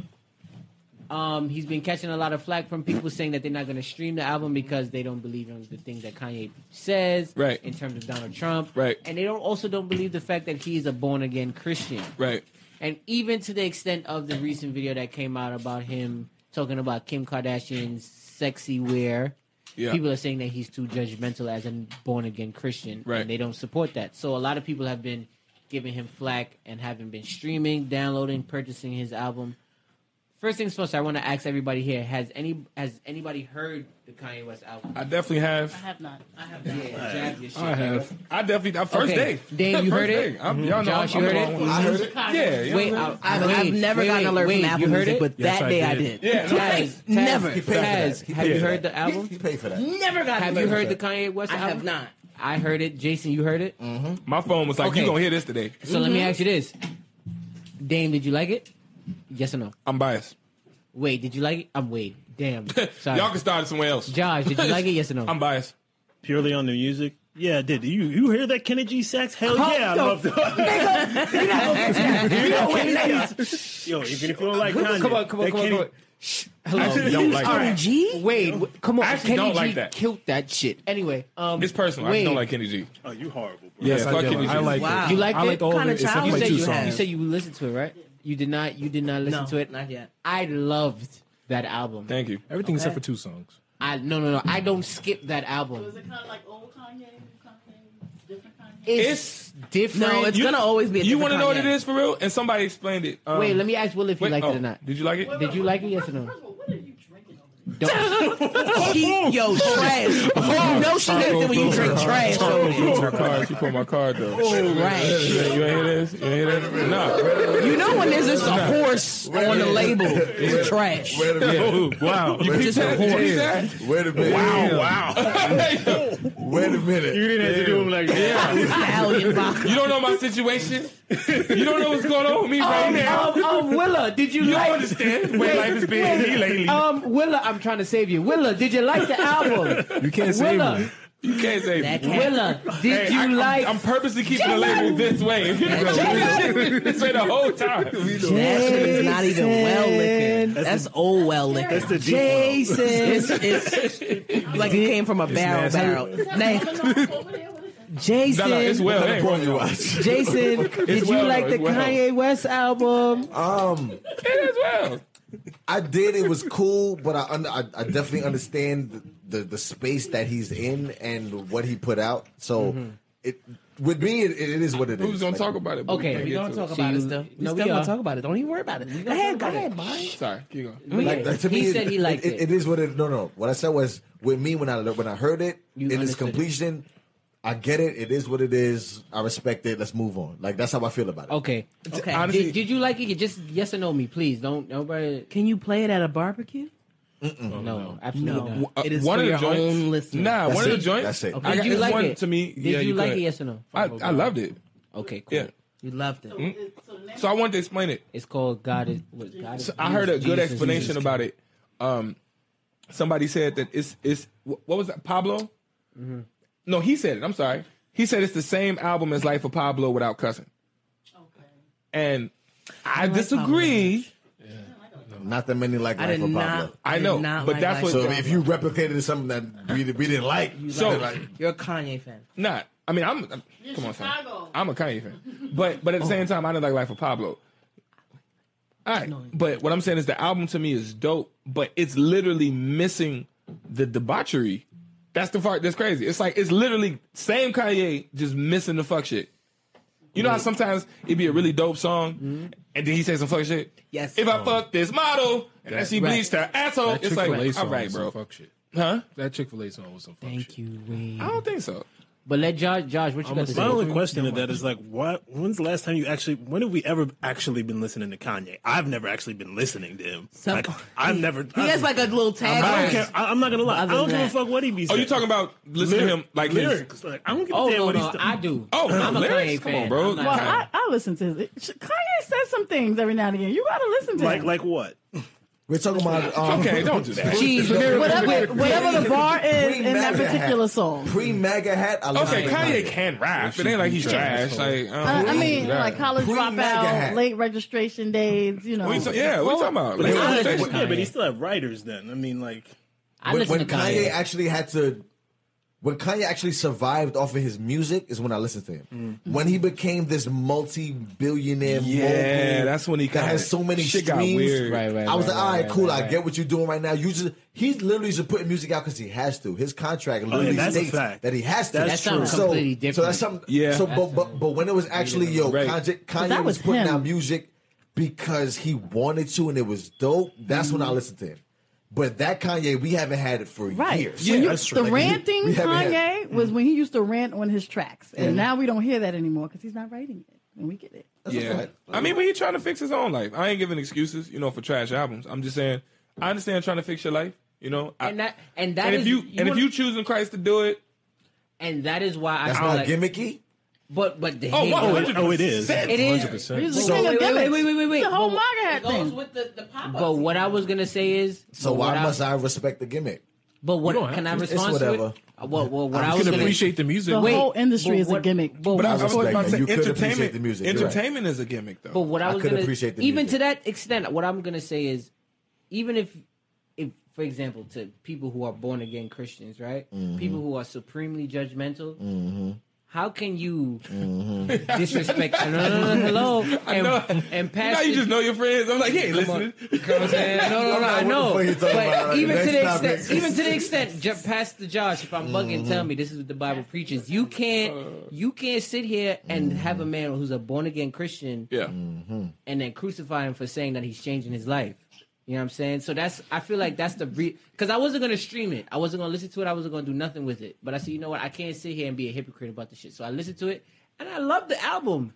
Um, he's been catching a lot of flack from people saying that they're not going to stream the album because they don't believe in the things that Kanye says,
Right.
In terms of Donald Trump,
Right.
And they don't also don't believe the fact that he's a born again Christian,
Right.
And even to the extent of the recent video that came out about him talking about Kim Kardashian's sexy wear,
Yeah.
people are saying that he's too judgmental as a born again Christian,
Right.
And they don't support that. So a lot of people have been giving him flack and haven't been streaming, downloading, purchasing his album. First things first, I want to ask everybody here: Has any has anybody heard the Kanye West album?
I definitely have.
I have not. I have
Yeah,
not.
jab your shit,
I have.
nigga.
I definitely. uh, First
Okay.
day.
Dave, you
First
heard it? Mm-hmm.
day. I'm, y'all know.
Josh,
I'm,
you
I'm
heard
the
it?
wrong one.
I heard it.
Yeah. you
Wait, uh,
know what
I,
I'm
I've,
wait,
I've never
wait,
gotten an alert
wait,
from Apple
you heard
Music,
it?
but
Yes,
that
I
day I
did.
did.
Yeah, no,
Taz,
Like,
Taz,
never.
He paid for that.
Taz,
He
have
paid
you
for that.
heard the album?
He paid for that.
Never got.
Have
an
you
alert.
heard the Kanye West
I
album?
have not.
I heard it. Jason, you heard it?
saying? My phone was like,
Okay.
"You gonna hear this today?"
So let
Mm-hmm.
me ask you this. Dame, did you like it? Yes or no?
I'm biased.
Wade, did you like it? I'm Wade. Damn. Sorry.
Y'all can start it somewhere else.
Josh, did you like it? Yes or no?
I'm biased.
Purely on the music. Yeah, I did. You you hear that Kenny G sax? Hell yeah, I love that. Yo, even if you don't like Kanye,
come on, come on,
that
come on,
Kenny-
come on. Shh. Hello.
Actually, don't like that.
G? Wade, w- come on.
I actually
Kenny
don't
G
like that.
killed that shit. Anyway, um,
It's personal. I
Wade,
just don't like Kenny G.
Oh, you horrible, bro.
Yeah,
Yes, I
fuck
did.
Kenny G.
I like
Wow.
it.
You liked
I liked
it?
all of
Kinda
it except
child
for
You
like
like
said
two
you,
have.
you
songs.
said you listened to it, right? You did not. You did not listen
No,
to it.
not yet.
I loved that album.
Thank you.
Everything except for two songs.
I no no no. I don't skip that
Was
album.
it kind of like old Kanye, new Kanye, different Kanye?
It's, different.
No, it's
You-
gonna always be. A
You
want to
know what it is for real? And somebody explained it. Um,
Wait, let me ask Will if you
wait,
liked
oh,
it or not.
Did you like it?
Wait, wait,
Did you
wait,
like it?
wait,
Yes or no?
First of all, what are you drinking over there?
Don't.
She, yo, trash. you know she likes it when you drink trash.
Oh, you put my card. You put my card though.
Oh, right.
You ain't hear this? You ain't hear this? No.
You know when there's just a horse on the label, it's trash.
Wait a minute.
Oh, wow.
You peeped
Just a
that? Did you peep that?
Wait a minute.
wow.
Wait a
You
minute.
didn't have to do him like that.
Italian vodka.
You don't know my situation. You don't know what's going on with me right now.
Um, um, Willa, did you
You don't
like?
understand where life has been me lately.
Um, Willa, I'm trying to save you. Willa, did you like the album?
You can't save
Willa,
me.
You can't say.
That cat.
Willa, did
Hey,
you
I, I'm-
like?
I'm, purposely keeping the label this way. this way the whole time.
That shit is not even well liquor. That's, old well
That's
liquor.
the deep
Jason,
It's, it's like it came from a barrel
nasty.
barrel.
Is that
Nah,
lemonade over there? What is that?
Jason.
No, no, it's well.
What
it ain't
porn you
well.
watch?
Jason, did you
well,
like
though,
the
it's well.
Kanye West album?
Um,
It is well.
I did. It was cool, but I under, I, I definitely understand the, the the space that he's in and what he put out. So it with me, it, it is what it is.
Mm-hmm. Who's gonna
Like,
talk about it? but
Okay,
can't
we
get
gonna
to
talk
it.
about it still. No, we are.
about it. Don't even worry about it. Go
ahead, go ahead,
Mike.
Sorry, keep going.
Like, like, to
he
me, it-
said he liked it.
It is what it. No, no. What I said was with me when I when I heard it
You
in its
understood it.
completion. I get it. It is what it is. I respect it. Let's move on. Like that's how I feel about it.
Okay.
Okay.
Honestly-
did, did you like it? Just yes or no, me, please. Don't nobody.
Can you play it at a barbecue?
No, absolutely
No.
not.
Uh,
It is
one
for
of the
your
joints.
own listening.
Nah,
That's
one
it.
of the joints.
That's it.
I
Okay.
got
Did you
this
like
one
it?
to me.
Did
yeah,
you like
could.
it, yes or no?
I, I loved it.
Okay, cool.
Yeah. Mm-hmm.
You loved it.
So let
So I wanted to explain it.
It's called God is. What, God is
So I heard a
Jesus,
good
Jesus,
explanation
Jesus.
about it. Um, somebody said that it's it's wh- what was that Pablo?
Mm-hmm.
No, he said it. I'm sorry. He said it's the same album as Life of Pablo without cussing. And I, disagree.
Not that many like
I
Life
did
of
not.
Pablo.
I
did
know,
not
but
like
that's
Life
what-
of
So
Pablo.
if you replicated something that we, we didn't like,
So-
then, like,
you're a Kanye fan,
Nah, I mean I'm, I'm- come on, son.
Chicago.
I'm a Kanye fan, but but at the
Oh.
same time I didn't like Life of Pablo. All right, but what I'm saying is the album to me is dope, but it's literally missing the debauchery. That's the part that's crazy. It's like it's literally same Kanye, just missing the fuck shit. You know how sometimes it'd be a really dope song,
Mm-hmm.
and then he say some fuck shit.
Yes.
If I fuck this model and then she bleached her asshole,
Oh. That
it's
Chick Fil A
like all
song
right,
was
bro.
some fuck shit.
Huh?
That Chick Fil A song was some fuck shit.
Thank you, Wade.
I don't think so.
But let Josh. Josh, what you got to say?
My only question to that is like, what? When's the last time you actually? When have we ever actually been listening to Kanye? I've never actually been listening to him.
Some-
like, I've never.
He has like a little tag.
I
on
don't care.
it.
I, I'm not gonna lie. I
Other
don't
than
give a
that.
fuck what he be
Oh,
saying.
you talking about listening to him like his-
lyrics? Like, I don't give a
Oh
damn
no,
what
no,
he's.
I do.
Oh,
I'm a
lyrics?
Kanye
Come
fan.
on, bro.
I'm not-
Well,
Well, I, I listen to it. Kanye says some things every now and again. You gotta listen to
Like,
him.
like what?
we're talking about. Um,
Okay, don't do that.
Jeez,
whatever, whatever the bar is
Green
in that
MAGA hat.
particular song.
Pre MAGA hat. I love
Okay,
it.
Kanye can rap. It ain't like he's trash. Like, um,
Uh, I, I mean,
yeah.
like college
Green MAGA hat.
dropout, late registration days. You know,
What you ta- yeah, what you talking about?
But
Like,
he
what you
still had-
listen
saying?
to
yeah, but
Kanye.
he still have writers. Then I mean, like,
I
When,
listen
when
to
Kanye
Kanye.
actually had to. When Kanye actually survived off of his music is when I listened to him. When he became this multi-billionaire,
Yeah,
mogul
that's when he
that
kinda-
has so many
shit got
streams.
weird. Right,
right,
I was
right,
like, all
right,
right,
right,
cool.
right,
I get what you're doing right now. You just he's literally just putting music out because he has to. His
Oh,
contract
yeah,
literally
that's a
states
fact.
that he has to.
That's
That sounds
true.
So-
completely
so,
different.
that's something.
Yeah.
Yeah. So, but, but but when it was actually yo,
Right.
Kanye, Kanye
that
was,
was
putting
him.
out music because he wanted to and it was dope. That's when
Mm-hmm.
I listened to him. But that Kanye, we haven't had it for
Right.
years.
Yeah,
When you-
that's true.
The
Like,
ranting
we haven't
Kanye
had-
was when he used to rant on his tracks, and now we don't hear that anymore because he's not writing it, and we get it.
Yeah. I mean, but he trying to fix his own life. I ain't giving excuses, you know, for trash albums. I'm just saying, I understand trying to fix your life, you know. I-
and that and that
and if
is-
you, and if
wanna-
you choosing Christ to do it,
and that is why I
That's
feel
not
like.
gimmicky.
But but the,
oh,
here-
oh,
100.
it- oh, it is.
it
He's
is.
a
So-
king of
Wait, wait,
gimmicks.
wait, wait, wait, wait.
The whole
But-
MAGA hat thing.
with the, the pop
But what I was gonna say is.
So
but what
why
I-
must I respect the gimmick?
But what
don't have
can I
to.
It's
respond to? It?
whatever.
Uh, Well, well, what I
You
was
can
gonna
appreciate the music.
The
Wait,
whole industry
but
is a
what-
gimmick.
But
But I,
what-
I was
respect
about to
that.
say,
You could appreciate
entertainment,
the music. You're right.
entertainment is a gimmick, though.
But what I
I
was
could
gonna
appreciate the
even
music.
to that extent, what I'm gonna say is, even if, if for example, to people who are born again Christians, right? People who are supremely judgmental. How can you disrespect? No, no, no, no, hello, and,
know.
and
now
pass
you just know your friends. I'm like, hey, listen.
Come on, man. uh, No, no, no, I
I'm not
know.
what the fuck you're talking about.
But
Like,
even to
next
the
topic. Mm-hmm.
extent, even to the extent, just past the Josh, if I'm bugging, tell me this is what the Bible preaches. You can't, you can't sit here and
Mm-hmm.
have a man who's a born again Christian
Yeah.
Mm.
and then crucify him for saying that he's changing his life. You know what I'm saying? So that's I feel like that's the because I wasn't gonna stream it, I wasn't gonna listen to it, I wasn't gonna do nothing with it. But I said, you know what? I can't sit here and be a hypocrite about this shit. So I listened to it, and I love the album,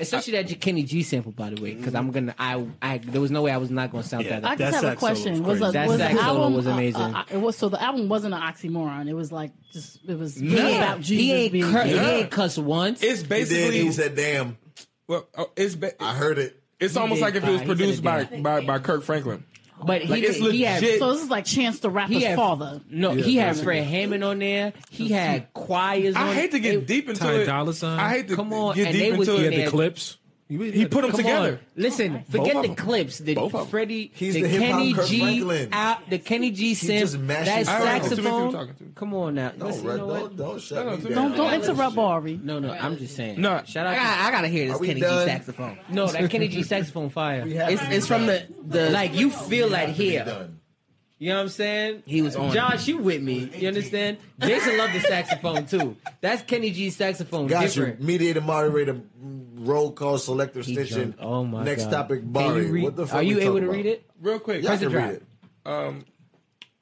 especially that Kenny G sample, by the way, because I'm gonna I I there was no way I was not gonna sound
Yeah.
that.
I
up.
That
just have a
sax solo was
question. Was,
crazy.
a,
That
was
sax
the
solo
album
was
uh,
amazing.
uh, it was so the album wasn't an oxymoron. It was like just it was
He
really
ain't-
about Jesus
he ain't
being
cur-
gay.
he
Yeah.
ain't cuss once.
It's
He did.
basically
He said, "Damn,
well, oh, it's ba-
I heard it."
it's almost
did
like if it was
die. He
produced by,
did
by by Kirk Franklin.
but he,
Like, it's
he had
legit.
So this is like Chance the Rapper's
he had
father.
No, he had Fred Hammond on there. He had choirs.
I
on
hate to get
it-
deep into
Ty
it.
Dolla Sign?
I hate to
Come on,
get
and
deep
they was
into
He
it.
had
Yeah.
the clips.
He put them
Come
together.
on. Listen, forget
Both
the
of 'em.
clips. The
Both of 'em.
Freddie,
He's
the,
the hip-hop
Kenny
Kirk
G,
Franklin.
out, the Kenny G
just
synth,
mashes
that
it up.
Who you
saxophone.
talking to?
Come on now.
Don't,
Listen, you
re-
know
don't,
what?
don't shut me
No, no,
down.
don't-
Don't don't interrupt Ari.
No, no, I'm just saying.
No.
shout
I
out.
gotta, I gotta hear
Are
this
we
Kenny
done?
G saxophone.
to, no, that Kenny G saxophone fire.
We have
It's,
to be
it's from
done.
the the
Like you feel that
We have
here.
to be done.
You know what I'm saying?
He was on it.
Josh, you with me? You understand? Jason loved the saxophone too. That's Kenny G's saxophone.
Got you.
Different.
Mediator, moderator, roll call, selector, extension.
jumped. Oh my
Next
God.
topic,
Can you
Bari.
read-
What the fuck
Are you
we
able
talking
to
about?
read it?
Real quick.
Yeah, I can
Press
read
the
it.
Um,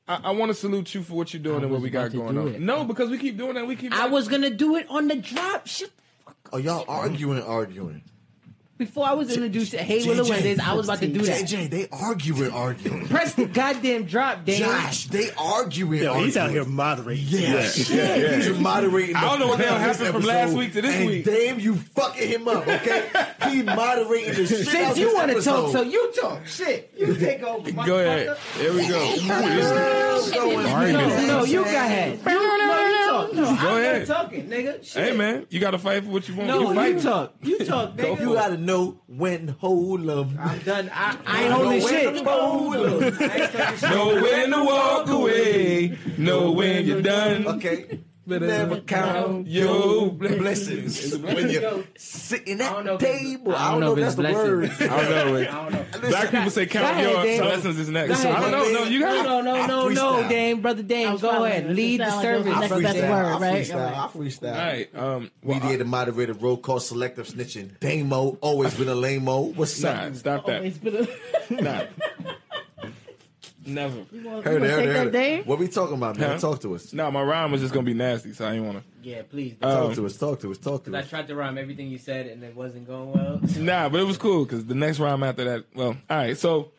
I, I want to salute you for what you're doing and
was
what we got
about to
going
do
on.
it.
No, because we keep doing that. We keep.
I was gonna do it on the drop. Shit.
Oh, y'all arguing, arguing.
Before I was introduced to Hey Willow Wednesdays, I was about to do that.
JJ, they arguing, arguing.
Press the goddamn drop, Dan.
Josh, they arguing.
Yo, he's out here
arguing.
moderating.
Yeah, yeah, He's moderating.
I don't know what the hell
this
happened from
episode,
last week to this
and
week.
Damn, you fucking him up, okay? he moderating the shit.
Since you want to talk, so you talk. Shit, you take over.
Go ahead. Here we go.
No, no, you got it. You, no, you talk. No, I'm
ahead.
not talking, nigga. Shit.
Hey man, you got to fight for what you want.
No,
you
you,
fight.
talk. You talk, nigga.
You gotta know when hold 'em.
I'm done. I, I ain't holding
No,
shit.
when hold 'em.
I ain't talking shit.
Know when to walk away. Know when you're done.
Okay. Never count
Yo,
blessings when you're sitting
I
at the
don't know if it's-
table.
I don't know if
if
it's
that's the word.
blessings.
I don't know. it.
I don't know.
Black people say count
Go ahead,
your
Dan.
lessons is next.
Go ahead,
I don't know.
Dan.
No, you
No,
got
no, no, no, no,
Freestyle.
Dame, brother
I
Dame,
was
go
probably
ahead,
gonna
lead the
sound like it was
service,
next
brother
best
Dame.
word.
I
right?
freestyle. I freestyle.
All right. Um. Well, I-
Mediator, moderator, roll call, selective snitching. Damo, always been a lame-o. What's
nah,
up?
stop that.
Always Oh, been a.
Nah. Never.
You wanna- you
Heard
wanna
it, heard
take
it,
that
heard
day?
it. What we talking about, man?
Huh?
Talk to us.
No, my rhyme was just gonna be nasty, so I didn't wanna.
Yeah, please.
Talk
Um,
to us. Talk to us. Talk to
I
us.
tried to rhyme everything you said and it wasn't going well.
Nah, but it was cool because the next rhyme after that. Well, all right. So,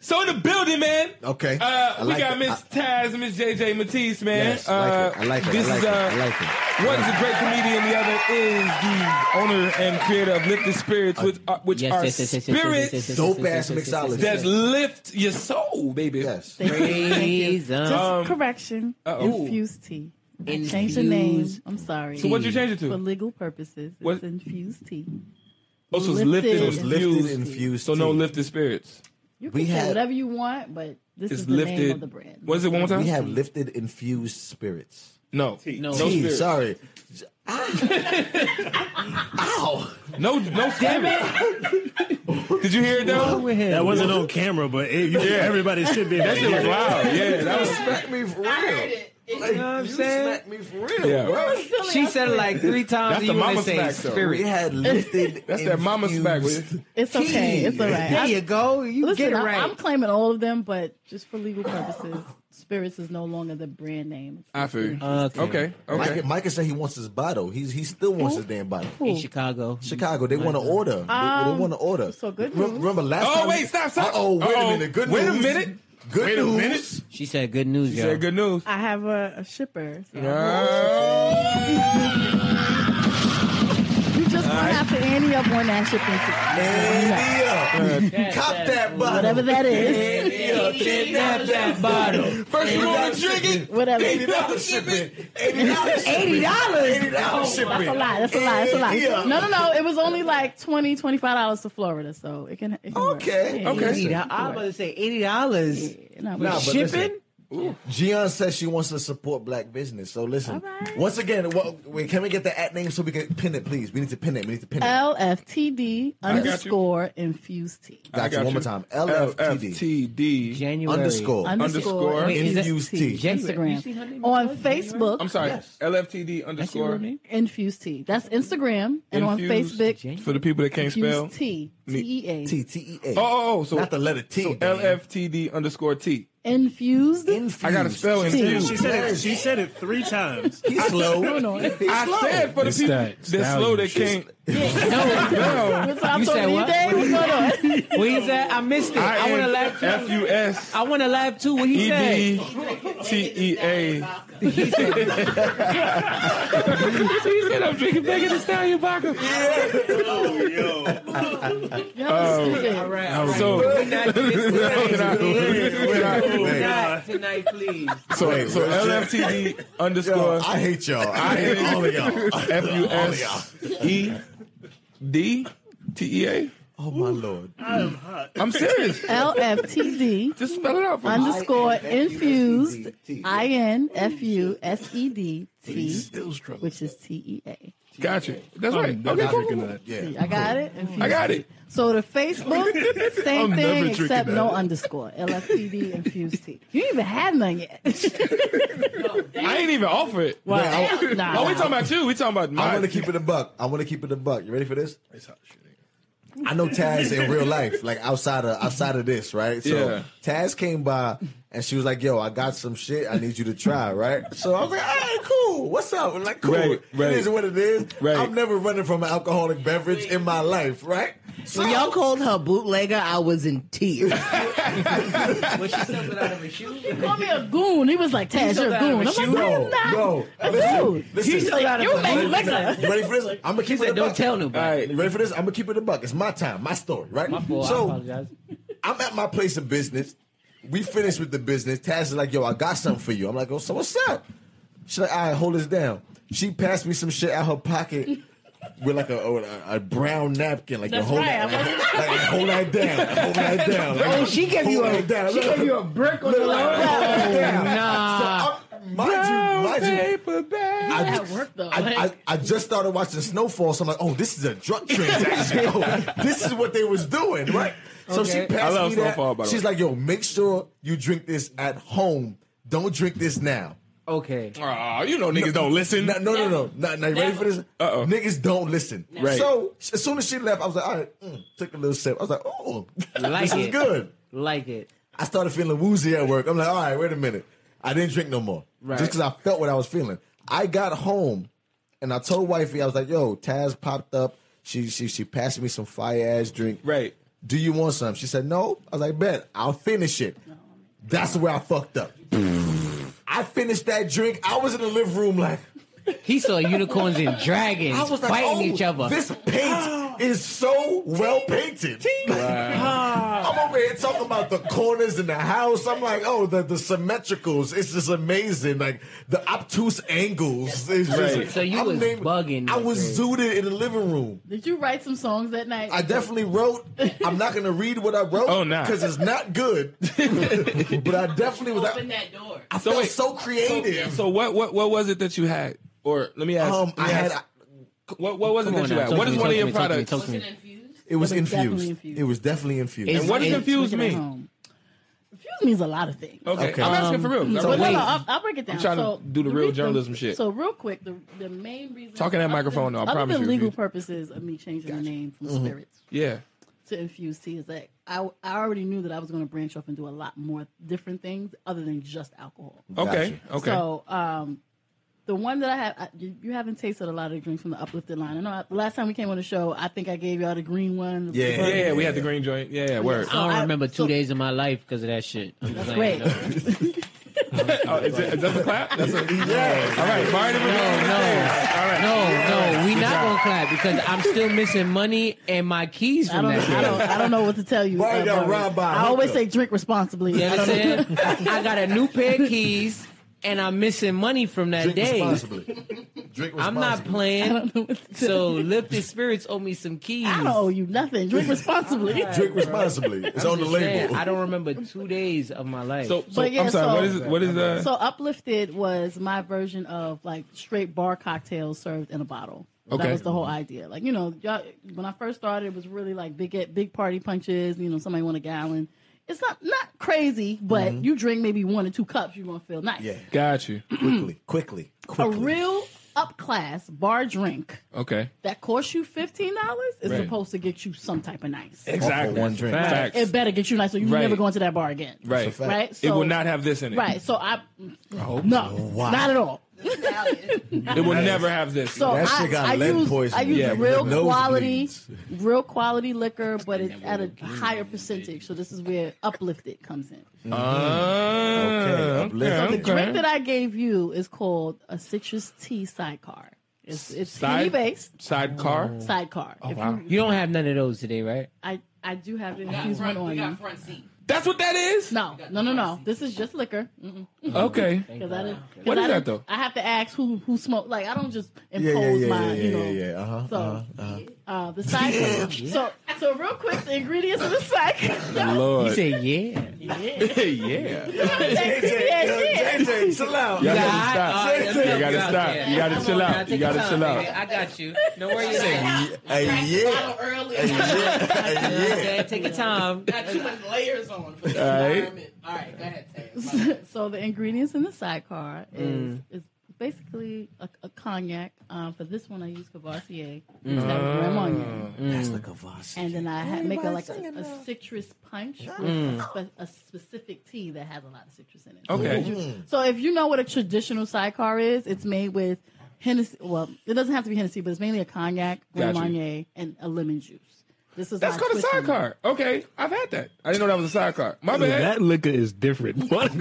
so in the building, man.
Okay. I
Uh, we
like
got
it.
Miss Taz and Miss JJ Matisse, man.
Yes,
uh,
I like it. I like it.
This
I like
is uh,
it. I like it.
One's a great comedian, the other is the owner and creator of Lifted
Uh,
Spirits, which are, which are spirits
Dope ass mixologist.
that lift your soul, baby.
Yes.
Thank you, thank you.
Praise 'em.
Just
Um,
correction.
uh-oh.
Infused tea. Change the name.
Infused
I'm sorry.
So what'd you change it
For
to?
legal purposes, it's
What-
infused tea.
Oh, so it's
Lifted.
lifted,
So it's
Lifted,
infused.
infused.
So no
tea.
lifted spirits.
You
We
can say
had-
whatever you want, but this
It's
is the
lifted.
name of the brand.
What is it one more time?
We have lifted, infused spirits.
no.
No,
No
Tea,
spirits.
sorry. Ow.
No, no spirits. Did you hear it though?
That wasn't on camera, but it, you, everybody should be. able to
That shit was
hear it.
loud. Yeah, that
You
was.
smacked me for real. Like,
know what I'm
you
saying?
smacked me for real,
Yeah.
bro.
She said it like three times.
That's
you
the
wanna
mama
say
smack, though.
spirit.
We had lifted.
That's that mama smack.
infused-
with-
It's okay. It's all right.
There
I,
you go. You
listen,
get it
I-
right.
I'm claiming all of them, but just for legal purposes, Spirits is no longer the brand name.
I feel you.
Okay.
Okay. Okay.
Micah, Micah said he wants his bottle. He's he still wants his damn bottle.
Cool.
in Chicago.
Chicago, they want to order. They- they,
Um,
want to order.
so good
Re-
news.
Remember last
Oh,
time?
wait, stop, stop.
Oh, wait
Uh-oh.
a minute. Good
Wait a
news.
minute.
Good
Wait a
news.
minute.
She said good news,
You
yo.
said good news.
I have a, a shipper. So
Ah.
You just gonna have to ante up on that shipping. fee.
Andy up. Cop that bottle.
Whatever that is,
Andy up. Kidnap that bottle.
First you want to drink it.
whatever.
Eighty dollars shipping. Eighty dollars. Eighty dollars. Eighty dollars shipping.
That's a lot. That's a lot. That's a lot.
Yeah.
No, no, no. It was only like 20 dollars to Florida, so it can. It can work.
Okay.
Yeah,
Okay.
$80. I'm about to say eighty dollars.
yeah, no,
Nah,
but-
but
Shipping?
Gian says she wants to support black business. So listen,
All right.
once again, what, wait, can we get the at name so we can pin it, please? We need to pin it. We need to pin it.
LFTD
got you.
underscore infused tea.
Got
I
you
got
one
you.
more time. LFTD
FTD.
January
underscore
Underscore. Wait,
is that-
infused tea.
January. You
Instagram.
see her name
On
before? January?
Facebook,
I'm sorry. LFTD underscore.
infused tea. That's Instagram. And on
Infused
Facebook,
For the people that can't spell.
infused tea. T-E-A.
T T E A.
Oh, oh, oh, so
not the letter T.
so
man.
LFTD underscore T.
Infused.
Infused.
I gotta spell
She
infused.
She said it. She said it three times.
He's slow. He's
I
slow.
said for the
It's
people
that
that's slow that can't. No.
What's up,
You said
Tony
what?
Day? What's going on?
What he said? I missed it. I, want to laugh too.
F U S
I want to laugh too. What he
E
said?
D T E A. So you said I'm drinking back in the stallion vodka. Oh.
All right. all right.
So.
Good night, Mr. Good
Wait,
night tonight, please.
So,
Wait,
so
what's that?
LFTD underscore
yo, I hate Oh, y'all. I hate all of y'all.
F U S E D TEA?
Oh my lord!
I'm serious.
LFTD
Just spell it out for me.
underscore infused
I-N-F-U-S-E-D-T.
E I N F U S E D T,
Still struggling.
which is T E A.
Gotcha. That's right.
I'm
Okay,
never
cool,
drinking
cool, cool.
that.
Yeah.
I got it. Infused.
I got it.
So the Facebook,
I'm
same
never
thing
drinking
except no
that.
underscore. LFTD infused tea. You ain't even had none yet.
I ain't even offer it.
Well,
oh,
nah,
we
nah.
talking about you. We talking about
I want
my.
to keep it a buck. I want to keep it a buck. You ready for this?
It's hot shit.
I know Taz in real life, like outside of outside of this, right? So
Yeah.
Taz came by and she was like, "Yo, I got some shit. I need you to try." Right? So I was like, "All right, cool. What's up?" I'm like, "Cool.
Right, right.
It is what it is.
Right.
I'm never running from an alcoholic beverage in my life, right?" So
When y'all called her bootlegger, I was in tears.
But she still without her shoes.
Call me a goon. He was like, Taz, you're a goon. I'm like, no,
no,
I'm not.
no.
Dude,
Listen,
you
listen.
make liquor.
You ready for this? I'm gonna keep
She
it a
said, "Don't
buck.
tell nobody."
All right.
You ready for this? I'm gonna keep it a buck. It's my time, my story, right?
My fault. I
so
apologize.
I'm at my place of business. We finished with the business. Taz is like, yo, I got something for you. I'm like, oh, so what's up? She's like, all right, hold this down. She passed me some shit out her pocket with like a, a, a brown napkin, like
That's
the whole
right. I
like, like, hold that down, hold that down. Like,
Oh, she gave
hold
you a-
that down.
she gave you a
brick on the
Oh,
Nah. mind you, mind you,
Paper bag.
I,
That worked, though.
I, I, I just started watching Snowfall, so I'm like, oh, this is a drug transaction. Yo, this is what they was doing, right? So she
Okay.
passed
I love
me that.
Snowfall, by the
She's
way.
like, yo, make sure you drink this at home. Don't drink this now.
Okay.
Aw, you know niggas don't listen.
No, no, no, no. Not, not you ready for this?
Uh-oh.
Niggas don't listen.
Right.
So as soon as she left, I was like, all right, mm, took a little sip. I was like, oh,
Like
this is
it.
good.
Like it.
I started feeling woozy at work. I'm like, all right, wait a minute. I didn't drink no more.
Right.
Just because I felt what I was feeling. I got home and I told wifey, I was like, yo, Taz popped up. She she she passed me some fire ass drink.
Right.
Do you want some? She said, no. I was like, bet, I'll finish it. That's where I fucked up. I finished that drink. I was in the living room like,
He saw unicorns and dragons
I was like,
fighting
oh,
each other.
This paint is so well painted. I'm over here talking about the corners in the house. I'm like, oh, the, the symmetricals. It's just amazing. Like the obtuse angles. It's just,
Right.
So you
I'm
was bugging
I
that
was
day.
zooted in the living room.
Did you write some songs that night?
I definitely wrote. I'm not gonna read what I wrote.
Oh, nah.
because it's not good. but I definitely was.
Open
I,
that door.
I felt
wait.
so creative.
So what what what was it that you had? Or let me ask.
um,
let
I
me
had.
ask, what what was it
Come
that
on
you
now,
had?
talk
What
to
is
me,
one of
talk to
your
me, talk to me,
products?
talk to me.
infused?
It was
It was definitely
infused.
infused.
It was definitely infused.
Is-
And what does
It's-
infused
Make it at
mean?
home. Infused means a lot of things.
Okay.
Okay.
I'm asking for real. 'cause I
Well,
really-
no, no, I'll, I'll break it down.
I'm trying to
so,
do the real
reason-
journalism shit.
So real quick, the, the main reason
Talking that
other
microphone,
than-
though, I
other
promise
than
you,
legal
if you- Mm-hmm.
purposes of me changing the name from spirits
yeah.
to infused tea is that I, I already knew that I was going to branch off and do a lot more different things other than just alcohol.
Okay. Okay.
So um, the one that I have, I, you, you haven't tasted a lot of drinks from the uplifted line. I know I, the last time we came on the show, I think I gave y'all the green one. the
Yeah.
bourbon.
yeah, we had the green joint. Yeah, yeah word.
I don't
I-
remember two
so-
days of my life because of that shit. I'm just letting you
great.
know.
Oh, is, it, is that the clap? That's a,
yeah.
all right. Barney McGee. All right.
No, no, we not gonna clap because I'm still missing money and my keys
I
from
don't,
that.
I,
shit.
don't, I don't know what to tell you.
Why you got
Barbara.
robbed by a
I always
hooker?
say drink responsibly.
You
I don't know.
understand? I got a new pair of keys and I'm missing money from that
Drink
day.
responsibly. Drink responsibly.
I'm not
I
playing.
don't know what to tell
So
you.
Lifted Spirits owe me some keys.
I don't owe you nothing. Drink responsibly.
Drink responsibly. It's
I'm
on the
just saying,
label.
I don't remember two days of my life.
So, so
But yeah,
I'm sorry.
so-
what is what is uh?
So uplifted was my version of like straight bar cocktails served in a bottle.
Okay.
That was the whole idea. Like you know, y'all, when I first started, it was really like big at big party punches. You know, somebody want a gallon. It's not not crazy, but
Mm-hmm.
you drink maybe one or two cups, you're gonna feel nice.
Yeah,
got you.
quickly, quickly,
A
quickly.
real up class bar drink
Okay.
that costs you fifteen dollars is
Right.
supposed to get you some type of nice.
Exactly. one drink.
Facts.
It better get you nice, so you
Right.
never go into that bar again.
Right.
That's a fact.
Right.
it
So-
will not have this in it.
Right. So I. no.
Wow.
Not at all.
It will never have this.
So
That
I,
shit got
I
lead
use, I
poisoning.
use
Yeah,
real
nose
quality,
bleeds.
real quality liquor, but it's at a higher percentage. So this is where uplifted comes in.
Ah,
uplifted.
Mm. okay,
The drink
okay.
that I gave you is called a citrus tea sidecar. It's it's
Side-
tea based
Sidecar.
sidecar. if
Oh, wow.
you,
you don't have none of those today, right?
I I do have to infuse one on you.
front seat.
That's what that is.
No, no, no, no. This is just liquor.
Okay.
Because I didn't. 'cause
What is
I
that,
didn't-
though?
I have to ask who who smoked. Like I don't just
Yeah, yeah,
impose
yeah, yeah,
my, you
yeah,
know.
yeah, yeah. Uh-huh,
So,
uh-huh.
uh, the side. So, so real quick, the ingredients of the side.
You
Lord.
say yeah.
yeah.
JJ, JJ, chill out.
Y'all
God,
gotta stop.
all right, let's
you
go,
gotta
go,
stop.
yeah.
You gotta
Come
chill
on,
out.
now,
you
take
gotta
your time,
chill out.
baby. I got you. Don't worry about
Hey, yeah.
it.
Hey, yeah.
You know what I'm
Hey, yeah.
saying? Take your time.
Got too much layers on for this
All right.
environment. All right, go ahead. Taylor.
so the ingredients in the sidecar is
Mm.
is basically a, a cognac. Um, for this one, I use Cavassier.
Mm.
It's got
Oh.
Grand Marnier.
That's like a varsity.
And then I ha- make a, like a, a citrus punch with a,
Mm.
spe- a specific tea that has a lot of citrus in it. So
Okay.
if you- So if you know what a traditional sidecar is, it's made with Hennessy. Well, it doesn't have to be Hennessy, but it's mainly a cognac, Grand
Got you.
Marnier, and a lemon juice. This is
That's
my
called a
twist on it.
sidecar. Okay, I've had that. I didn't know that was a sidecar. My bad.
That liquor is different. What?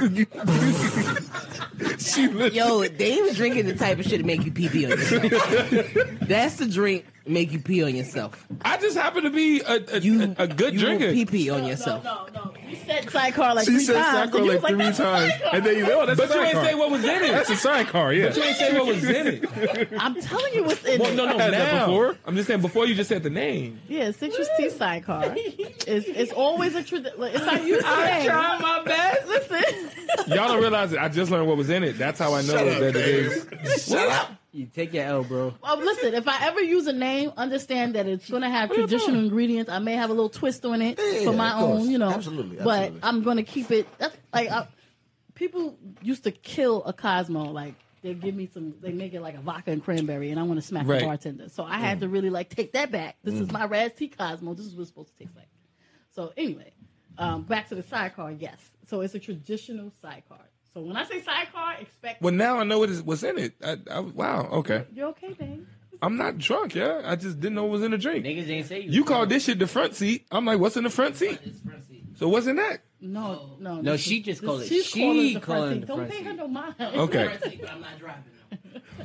she lit-
Yo, they was drinking the type of shit to make you pee pee on yourself. That's the drink make you pee on yourself.
I just happen to be a a,
You
a good
you
drinker.
Pee pee on
No,
yourself.
No, no, no. You said sidecar like
She
three
said
times.
sidecar
and you
like
was
three
"That's a
times."
sidecar."
And then you know that's
but you ain't
sidecar.
say what was in it.
That's a sidecar. Yeah.
You ain't say what was in it.
I'm telling you what's in
Well,
it.
no, no,
I had that
now.
before.
I'm just saying before you just said the name.
Yeah, citrus tea sidecar. It's it's always a tradition. It's not you
I'm
saying.
trying my best.
Listen,
Y'all don't realize it. I just learned what was in it. That's how I know that it is.
Shut up.
You take your L, bro.
oh, listen. If I ever use a name, understand that it's gonna have traditional ingredients. I may have a little twist on it
Yeah,
for my
of course.
own, you know.
Absolutely,
But
absolutely.
I'm gonna keep it. That's like I, people used to kill a Cosmo. Like they give me some. They make it like a vodka and cranberry, and I want to smack
Right.
the bartender. So I had to really like take that back. This is my Raz Tea Cosmo. This is what it's supposed to taste like. So anyway, um, back to the sidecar. Yes. So it's a traditional sidecar. So when I say sidecar, expect
Well, now I know what is what's in it. I, I, wow. Okay.
you're okay, babe.
I'm not drunk. Yeah. I just didn't know what was in the drink.
Niggas ain't say you.
You called this shit the front seat. I'm like, what's in the front seat? So what's in that?
Oh.
No, no,
No,
this
she
is-
just
this-
called it-
She's
she
calling it the
calling
front
it
seat.
the
Don't
front
pay her
seat.
no mind.
Okay.
I'm not driving.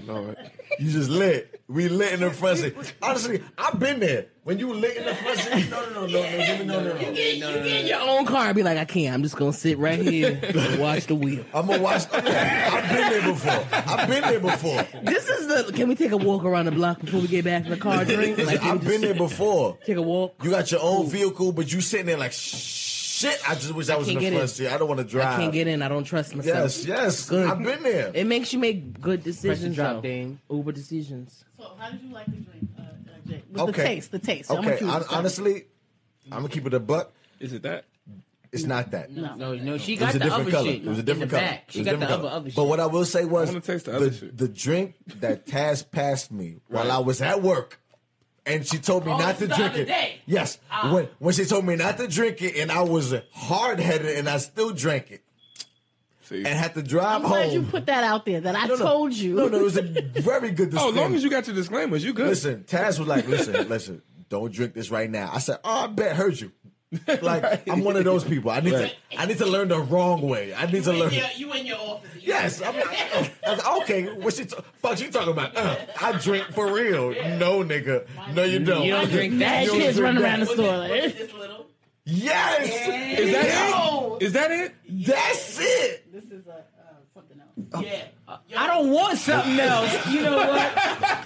Lord.
You just lit. We lit in the front seat. Honestly, I've been there. When you lit in the front seat, no, no, no, no, no, give me no, no, no.
You get in your own car and be like, I can't. I'm just gonna sit right here and watch the wheel.
I'm gonna watch. oh, yeah. I've been there before. I've been there before.
This is the. Can we take a walk around the block before we get back in the car? Drink. Like, can we
I've
just
been there before.
Take a walk.
You got your own vehicle, but you sitting there like shit. I just wish I was in
can't
the
get
front
in.
seat. I don't want to
I
drive.
can't get in. I don't trust myself.
Yes, yes.
Good.
I've been there.
It makes you make good decisions.
drop,
though.
Dame.
Uber decisions.
So, how did you like the drink, uh, uh, Jay? With
Okay.
the taste, the taste. I'm gonna
Okay,
choose
hon-
this one.
honestly, I'm gonna keep it a buck.
Is it that?
It's not that.
No, no, she
It was
got
a
the
different
other
color.
shit.
It was a
in
different
the
color.
back.
It
She
was a
got the
different
other
color.
other shit.
But what I will say was
wanna taste the other shit.
the drink that Taz passed me while
Right.
I was at work, and she told
Oh,
me
this
not to
is the
drink
other
it.
day.
Yes,
Ah.
when when she told me not to drink it, and I was hard headed, and I still drank it,
See.
and had to drive
I'm
home.
glad you put that out there that I
No, no.
told you.
No, no, it was a very good
Oh,
disclaimer.
as long as you got your disclaimers, you good.
Listen, Taz was like, listen, listen, don't drink this right now. I said, oh, I bet heard you. Like I'm one of those people. I need
Right.
to I need to learn the wrong way. I need to learn.
you in your office.
Yes, I'm, I, I, okay. What she ta- fuck you talking about? Uh, I drink for real. No, nigga. No, you don't.
you don't drink that.
Mad
don't
kids
drink
running
that.
around the store. Like, eh?
this little?
Yes,
Is that it? Is that it?
that's it.
this is a, uh, something else.
Oh.
Yeah.
I don't want something else. You know what?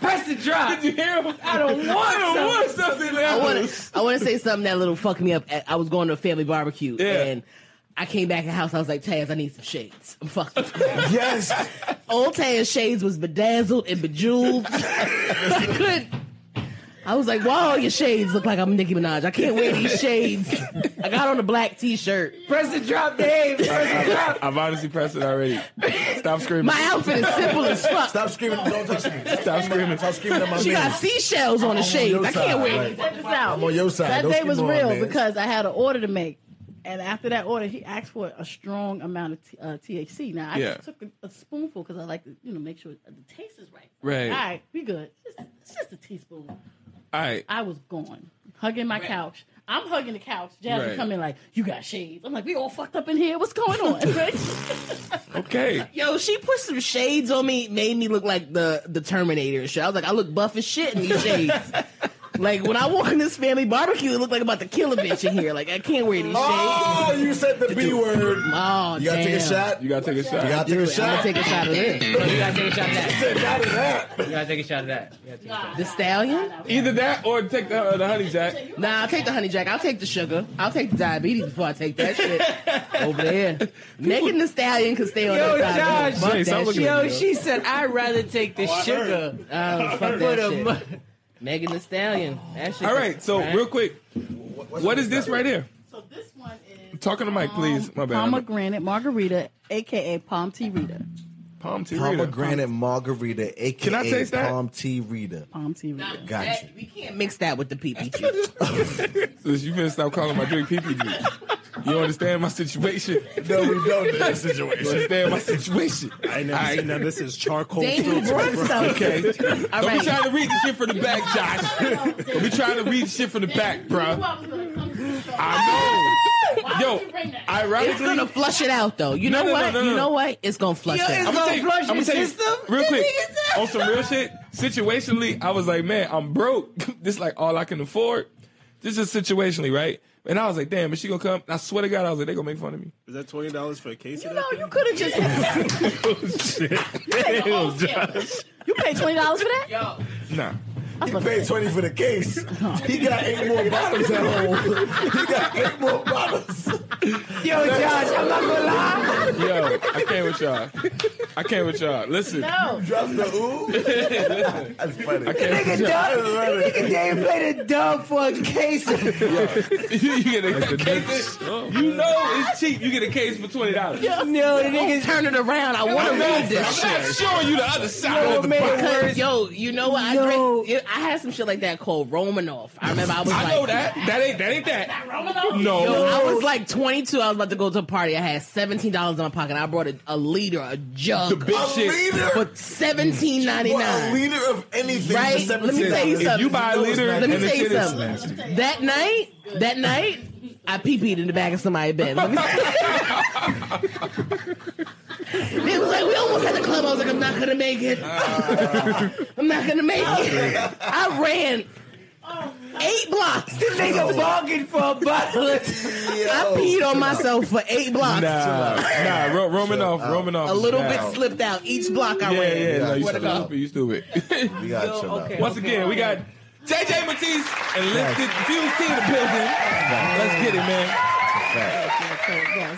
Press the drop.
Did you hear him?
I don't
I don't
want
want something
I want
else.
to. I want to say something that little fucked me up. I was going to a family barbecue
Yeah.
and I came back in the house. I was like, Taz, I need some shades. I'm fucked.
Yes,
Old Taz shades was bedazzled and bejeweled. I couldn't. I was like, wow, your shades look like I'm Nicki Minaj. I can't wear these shades. I got on a black t-shirt.
Press the drop, Dave. Press the drop.
I've honestly pressed it already. Stop screaming.
My outfit is simple as fuck.
stop screaming. Don't touch me.
Stop screaming.
Stop screaming at my
She got
man.
seashells on the shades. I can't wear these.
Check this out.
I'm on your side.
That
Don't
day
skip
was
on,
real
man.
because I had an order to make. And after that order, he asked for a strong amount of t- uh, THC. Now, I
Yeah.
just took a, a spoonful because I like to, you know, make sure the taste is right.
Right.
All right, we good. Just, it's just a teaspoon.
All right.
I was gone, hugging my couch. I'm hugging the couch. Jazz
Right.
would come in like, you got shades. I'm like, we all fucked up in here. What's going on? Right?
Okay.
Yo, she put some shades on me, made me look like the the Terminator and shit. I was like, I look buff as shit in these shades.
Like when I walk in this family barbecue, it looked like I'm about to kill a bitch in here. Like I can't wear these shades. Oh,
Oh, you said the B word.
damn.
You gotta take a shot. You
You gotta take a shot.
gotta take a shot.
I'll take a shot of this.
You gotta take a shot of that.
Not of that.
You gotta take a shot of that. You gotta take a shot of
The stallion?
Either that or take the, uh, the honey jack.
Nah, I'll take the honey jack. I'll take the sugar. I'll take the diabetes before I take that shit over there. Megan the stallion can stay on
Yo,
that side.
Josh.
of the road. Fuck that shit.
Yo, she said, I'd rather take the sugar.
Oh, fuck
for
that
the
shit.
mu-
Megan the stallion. That shit.
All right, so real quick, what is this right here?
So this one is
Talking to Mike, please. My bad.
pomegranate margarita, aka palm tea Rita.
Palm tea.
Pomegranate margarita, aka
Can I taste that?
palm tea reader.
Palm tea Rita.
Got you.
That- we can't mix that with the PP juice.
So you finna stop calling my drink pee pee juice. You understand my situation?
No, we don't. do that
You
situation.
understand my situation?
I ain't never seen that. This is charcoal.
Danny
filter,
brought
bro.
some.
Okay. Don't
right.
be trying to read the shit from the back, Josh. Don't be trying to read the shit from the back, bro. I know. Yo,
It's
ironically,
gonna flush it out though. You
No,
know
no, no,
what?
no, no.
You know what? It's gonna flush it out.
I'm gonna
gonna
take,
flush
I'm gonna
your
take
system?
real
This
quick
nigga's-
on some real shit. Situationally, I was like, man, I'm broke. this like all I can afford. This is situationally, right? And I was like, damn, is she gonna come? And I swear to God, I was like, they gonna make fun of me.
Is that twenty dollars for a case?
You know, you could have just. Oh, You paid twenty dollars for that?
Yo,
Nah.
He paid twenty for the case. He got eight more bottles at home. He got eight more bottles.
yo, Josh, I'm not gonna lie.
Yo, I came with y'all. I came with y'all. Listen.
No.
Drop the ooh. That's funny.
Nigga, dub, nigga, damn played a dub for a case.
you get a, case. You know it's cheap. You get a case for twenty dollars.
No, the nigga's
Turn it around. I want to
I'm
read
not,
this
I'm not
shit.
showing you the other side of the
made it
bucket.
worse.
Yo, you know what? I
Yo.
drank. I had some shit like that called Romanoff. I remember I was like,
I know that. That ain't that ain't that. No.
Yo, I was like 22. I was about to go to a party. I had $17 in my pocket. I brought a, a liter, a
the
jug,
big
A
shit.
leader.
for
What a
$17.99.
leader of anything
Right?
for
Let me
seventeen
tell you
dollars.
If
something.
you buy a leader
Let
and
me
the
tell you
shit is
something. That night, that night, I pee-peed in the back of somebody's bed. Let me- They was like, we almost had the club. I was like, I'm not gonna make it. I'm not gonna make it. I ran eight blocks. This nigga bargained for a bottle. I peed on myself for eight blocks.
Nah, nah, Ro- Romanoff, Romanoff.
A little
is
bit
bad.
slipped out each block I
Yeah,
ran.
yeah, no, you
Swear to God.
stupid, you stupid.
We gotta chill out.
Once again, we got JJ Matisse and Lifted Fuse T in the building. Let's get it, man.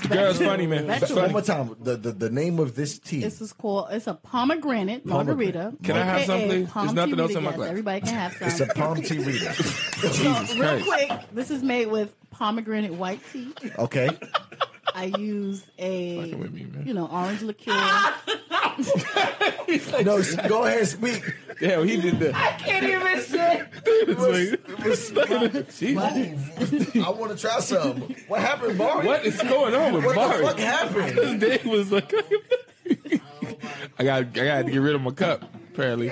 Girl's funny, man.
Back
It's
to
One
funny.
more time, the, the, the name of this tea.
This is called. It's a pomegranate
Pomegranate.
margarita.
Can I have
aka
some, please?
palm
There's nothing
tea
else
Rita.
in my
Yes,
glass.
Everybody can have some.
It's a palm tea reader.
so, real
Christ.
quick, this is made with pomegranate white tea.
Okay.
I use a,
Fucking with me, man.
you know, orange liqueur.
No, s- go ahead and speak.
Damn, he did that.
can't even say.
Jesus.
I want to try some. What happened, Barry?
What is going on with
What the fuck
Barry?
happened?
His day was like, I got, I got to get rid of my cup. Apparently,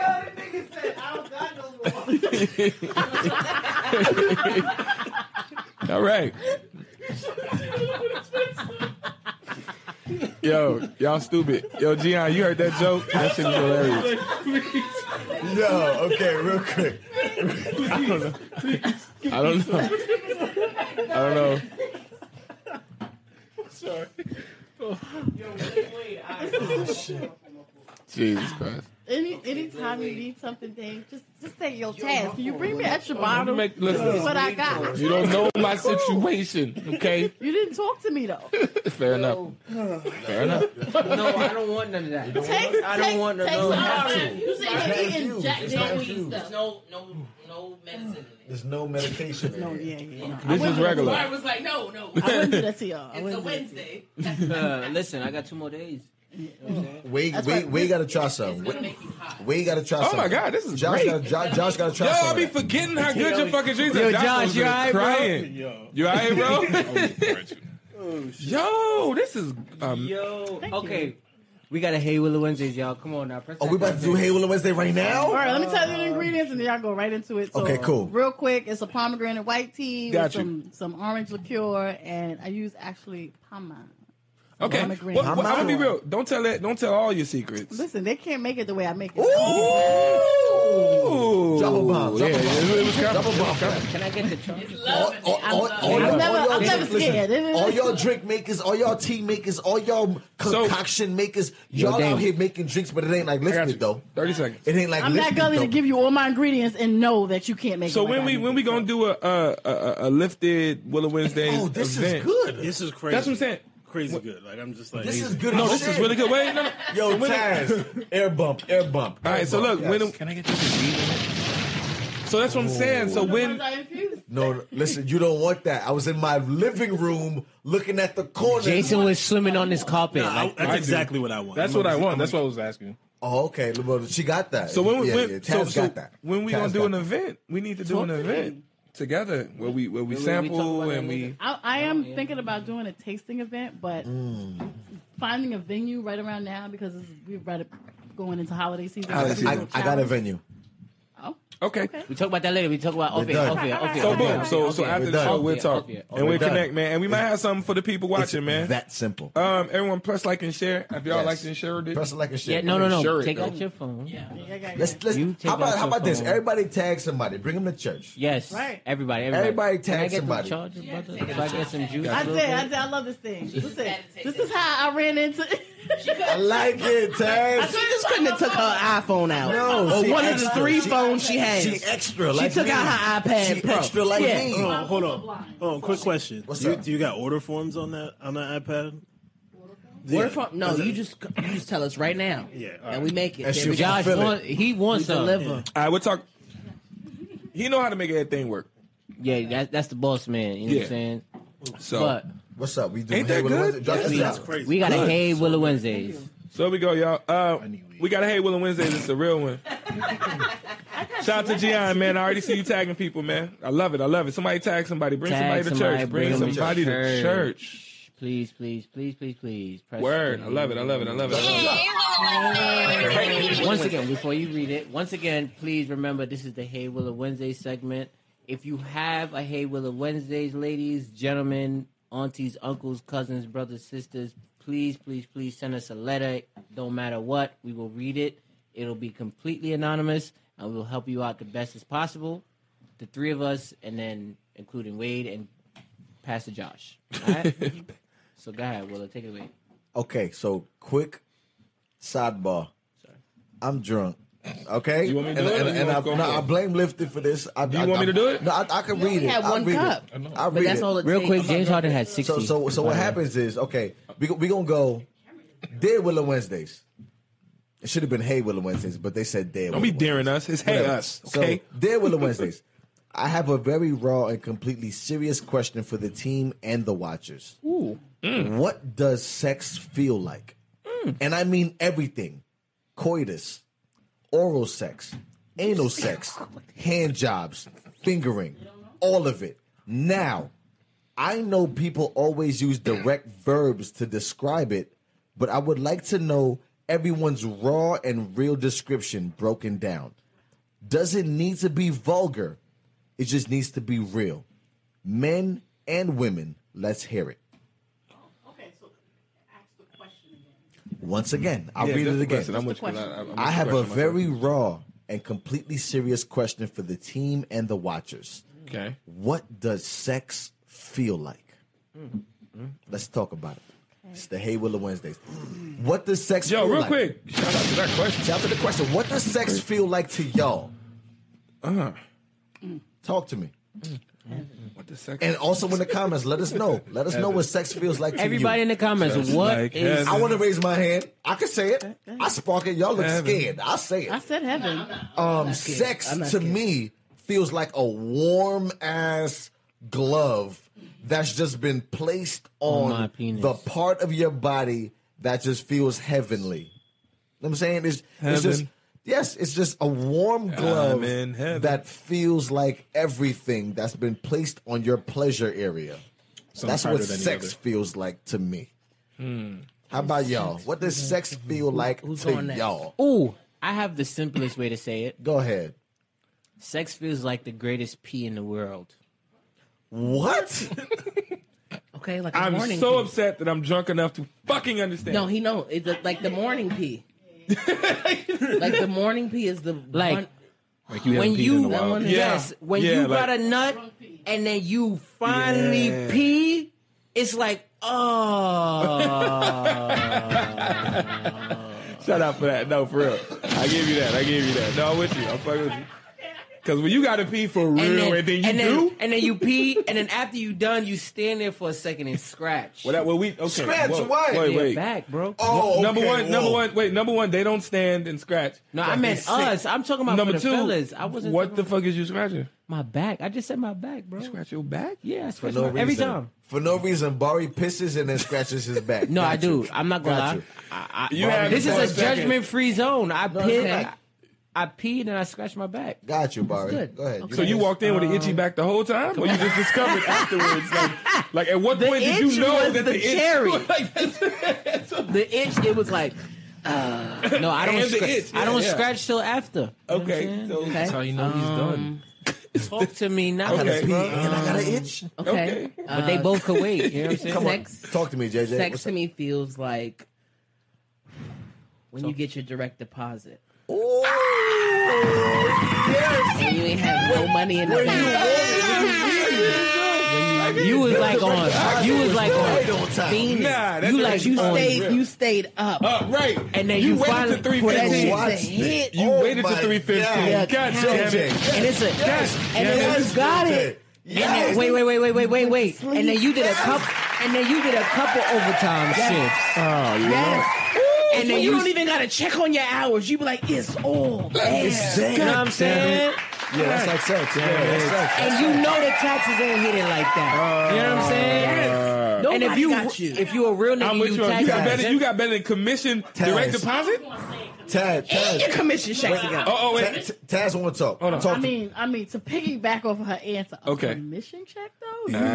all right. Yo, y'all stupid. Yo, Gian, you heard that joke? That shit is hilarious.
No, okay, real quick.
I don't know. I don't know. Jesus Christ.
Any anytime you need something, Dave, just just take your task. Can you bring me an extra bottle?
Make,
This is
listen,
what I got.
you don't know my situation, okay?
You didn't talk to me though.
Fair enough. Fair enough.
No, I don't want none of that.
Take,
I don't
take-
want to
take
know.
some
Have
orange. You see,
It's
you're eating
not
Jack
infused.
Daniels and stuff.
No, no, no medicine. in
There's no medication. in
No,
here.
yeah, yeah. no.
This is
it. I
regular.
was like, no, no.
I wouldn't do that to y'all. I
It's a
wouldn't do that to
Wednesday.
Uh, listen, I got two more days.
Wait,
That's
wait,
right.
wait, gotta try some.
It's
Wait,
gonna make you hot.
wait, gotta try
Oh
some.
my God, this is
Josh
great.
gotta, Josh, Josh gotta try
Yo,
some.
I be forgetting how good your fucking dreams are.
Yo,
Josh,
Josh,
was
you
been
alright, bro?
crying.
Yo.
You all right, bro? Yo, this is um,
Yo, okay. We got a Hey Willow Wednesdays, y'all. Come on now. Press
Are
that
we about to
button.
do Hey Willow Wednesday right now?
All right, let me tell you the ingredients, and then y'all go right into it. So,
Oh, Okay, cool.
Real quick, it's a pomegranate white tea
Got
with
you.
some some orange liqueur, and I use actually pama.
okay.
I'm
Well,
agreeing.
well, I'm
I'm
gonna be
out.
real. Don't tell it. Don't tell all your secrets.
Listen, they can't make it the way I make it.
Ooh.
double bomb.
Yeah,
Double bomb.
it was coming.
Double bomb.
Can I get the trunk?
All, all, all, all,
I'm
y'all-
never-
all y'all
I'm never
drink- listen,
scared.
all y'all drink makers, all y'all tea makers, all y'all concoction makers, y'all
Dame.
out here making drinks, but it ain't like
I got
lifted
you.
though.
30 seconds.
It ain't like
I'm
lifted
not gully to
though.
give you all my ingredients and know that you can't make it.
So
like
when
I
we
do.
when we gonna do a a, a, a lifted Willow Wednesday?
Oh, this
event?
is good.
This is crazy.
That's what I'm saying.
Crazy good. Like I'm just like
This is good.
No,
as
this is
shit.
really good. Wait, no, no.
Yo,
when-
Taz, air bump, air bump.
All right, so look, when
Can I get this?
so that's what I'm saying. So when
I infused.
No, listen, you don't want that. I was in my living room looking at the corner.
Jason was swimming on this carpet.
Nah, I-
like,
that's exactly what I want.
that's
I'm
what I
gonna-
want. That's what I was asking.
Oh, okay. Well, she got that.
So when we
yeah,
when,
yeah,
so,
Taz
so
got that.
when we
Taz
gonna do
got
an
that.
event, we need to do an event together where we where we
we talk
sample
about
and
it
we.
later.
I, I
Oh,
am thinking about doing a tasting event, but
Mm.
finding a venue right around now because this is, we're right up, going into holiday season.
Holiday
It's
season.
I,
little
I got a
challenge.
venue.
Oh,
Okay.
we talk about that later. We talk about off
We're
air,
done.
off air, off air,
So
off air,
boom. So
off
so
air.
after
We're
the
done.
show, we'll
Yeah,
talk
off air, off
and we'll
air.
connect, man. And we might have something for the people
It's
watching, man.
that simple.
Um, everyone, press like and share. If y'all
Yes.
liked and shared it,
Press it like a shit.
Yeah, no, no, no.
Sure it,
Take
though.
out your phone.
yeah, yeah, yeah.
Let's let's.
You take
How about
out
how
your
about this?
phone.
Everybody tag somebody. Bring them to church.
Yes.
Right.
Everybody, everybody.
Everybody
Can I
tag
get
somebody.
the charger, brother? Can I get some juice?
I
real
did, I
quick?
did. I love this thing. Listen,
had to take
this
this.
is how I ran into.
I like it,
I
Taz.
she just couldn't have took her iPhone out.
No,
or
she
one of the
extra.
three
She-
phones she has.
She extra.
She
like
took
me.
out her iPad
She
Pro.
extra like
Yeah. Oh,
me.
Hold on, hold on. Hold on, quick question.
What's
do, you,
up?
do you got order forms on that on that iPad? Yeah.
Where from? No,
Is it-
you just you just tell us right now.
Yeah, all right.
and we make it.
And
There
she
we go.
just-
Josh,
Feel it.
want, he wants some.
deliver.
All right, we'll talk. He know how to make everything work.
Yeah, that, that's the boss man. You know what
Yeah.
I'm saying?
So
But
What's up? We do.
Ain't that
what-
good?
Drop
Yes,
this
that's
out.
crazy.
we got to
Good.
Hey Willow Wednesdays.
So here we go, y'all. Uh, we got a Hey Willow Wednesdays. It's a real one. Shout out to Gian, man. I already see you tagging people, man. I love it. I love it. Somebody tag somebody. Bring
Tag
somebody to
somebody,
church.
bring
Bring
them to
somebody to
church.
church.
Please, please, please, please, please. Press
Word. I love it. I love it. I love it. I love
Once again, before you read it, once again, please remember this is the Hey Willow Wednesday segment. If you have a Hey Willow Wednesdays, ladies, gentlemen, aunties, uncles, cousins, brothers, sisters, please, please, please send us a letter. Don't matter what, we will read it. It'll be completely anonymous, and we'll help you out the best as possible. The three of us, and then including Wade and Pastor Josh. All right? so go ahead, Willow, take it away.
Okay, so quick sidebar.
Sorry.
I'm drunk. Okay,
You want me to
and,
do it or
and,
you
and
want
I,
to go
no,
for it?
I blame Lifted for this. I,
you
I,
want
I,
me to do it?
No, I, I can read it.
had
I'll
one
read it.
cup.
I will
But
read
that's
it.
all it
Real
takes.
quick, James Harden had sixty.
So so so what happens is okay. We go- we gonna go Dead Willow Wednesdays. It should have been Hey Willow Wednesdays, but they said Dead.
Don't be daring us. It's Hey Us, okay?
So Dead Willow Wednesdays. I have a very raw and completely serious question for the team and the watchers.
Ooh. Mm.
What does sex feel like? And I mean everything: coitus, oral sex, anal sex, hand jobs, fingering, all of it. Now, I know people always use direct verbs to describe it, but I would like to know everyone's raw and real description broken down. Does it need to be vulgar? It just needs to be real. Men and women, let's hear it.
okay, so ask the question again.
Once again, I'll
Yeah,
read
that's
it
the
again.
question. I'm with you.
question.
I'm with
I
you.
have a
Question myself.
very raw and completely serious question for the team and the watchers.
Okay.
What does sex feel like?
Mm-hmm.
Let's talk about it. It's the Hey Willow Wednesdays. What does sex
Yo,
feel
real
like?
quick. Shout out to that question.
Shout out to the question. What does sex feel like to y'all?
Uh,
Talk to me.
what the sex?
And also in the comments, let us know. Let us know what sex feels like to
Everybody
you.
in the comments, What
Just
is?
like heaven.
I want to raise my hand. I can say it. I spark it. Y'all look
Heaven.
scared. I say
I
it.
said heaven.
Um, sex
I'm
to
not scared.
me feels like a warm ass glove that's just been placed on,
my penis.
the part of your body that just feels heavenly. know what I'm saying it's, it's just
Heaven.
yes, it's just a warm glove
I'm in heaven.
that feels like everything that's been placed on your pleasure area. That's
harder
what
than the
sex
other.
feels like to me. How about y'all? What does sex feel like
who's
to
going next?
y'all?
Ooh, I have the simplest way to say it.
Go ahead.
Sex feels like the greatest pee in the world.
What?
Okay, like a
I'm
morning.
so
pee.
upset that I'm drunk enough to fucking understand.
No, he know it's like the morning pee. like the morning pee is the
Like
one-
Like you
when
haven't peed in
you
a while.
Yeah.
yes, when
Yeah,
you
like-
got a nut and then you finally pee, it's like oh.
Shout out for that. No, for real. I give you that. I give you that. No, I'm with you. I'm fucking with you. Because when you got to pee for real and then, you
and
do.
and then you pee, and then after you done, you stand there for a second and scratch.
well, that, well, we. Okay.
Scratch
whoa,
what?
Wait,
They're
wait.
back, bro.
Oh, okay,
number one,
whoa.
number one, wait, number one, they don't stand and scratch.
no, I meant us. I'm talking about
number
for the
two,
fellas. I wasn't.
what
talking
the
about
fuck is you scratching?
My back. I just said my back, bro.
Scratch your back?
Yeah, I
For
scratch
no
my,
reason.
every time.
For no reason, Bari pisses and then scratches his back.
No,
Got
I do.
you.
I'm not gonna
Got
lie.
you.
I, I,
You have
this
one
is a
second.
judgment free zone. I peed.
okay.
I, I peed and I scratched my back.
Got you, Bari.
good.
Go ahead.
So you
got
walked in with an
Oh.
itchy back the whole time, or you just discovered afterwards? Like, like at what point did
itch
you know
was
that
the
the, itch?
cherry.
Like, that's- that's what-
The itch. It was like. Uh, no, I don't.
And the
Scratch,
itch,
I don't
yeah, yeah.
scratch till after.
okay, so,
Okay.
okay,
That's how you know he's
Um,
done.
Talk to me now,
Okay.
pee
bro.
and I
Um,
got an itch.
Okay.
But they both could wait. You know what I'm saying?
Come sex,
Talk to me, JJ.
sex
What's
to
up?
me feels like when you get your direct deposit.
Ooh, yes.
And you ain't have no money in the bank.
You was like on. You was like
Right
on.
on time.
Fiend.
Nah, that
you
nigga
like
was
you
on
stayed.
real.
You stayed up.
Oh.
Uh, right,
And then
you,
you
waited
finally-
to three
for that
fifteen.
shit
Watch
to
this.
hit.
You
Oh
waited to
my
three fifteen.
God.
God damn it!
And it's a. And then
Yes.
you got
Yes.
it. And then, wait, wait, wait, wait, wait, wait, wait. And then you did a couple. And then you did a couple overtime shifts. And then
you,
you
don't even gotta check on your hours. You be like, it's all
It's
You know what I'm saying?
Yeah, that's like sex. Yeah, that's sex.
And you know the taxes ain't hitting like that. You know what I'm saying? and if
Nobody
you,
got you.
if you a real
I'm
nigga,
with
you
you. on- You
tax
got
Tax.
better. You got better than commission direct
Tax.
deposit. Uh,
Taz,
your
Taz,
commission shakes out.
Oh, oh
Ta-
wait.
T- Taz, want to talk. talk
I
to
mean, I mean, to piggyback off of her answer. a
Okay.
Permission check though.
You-
The- when you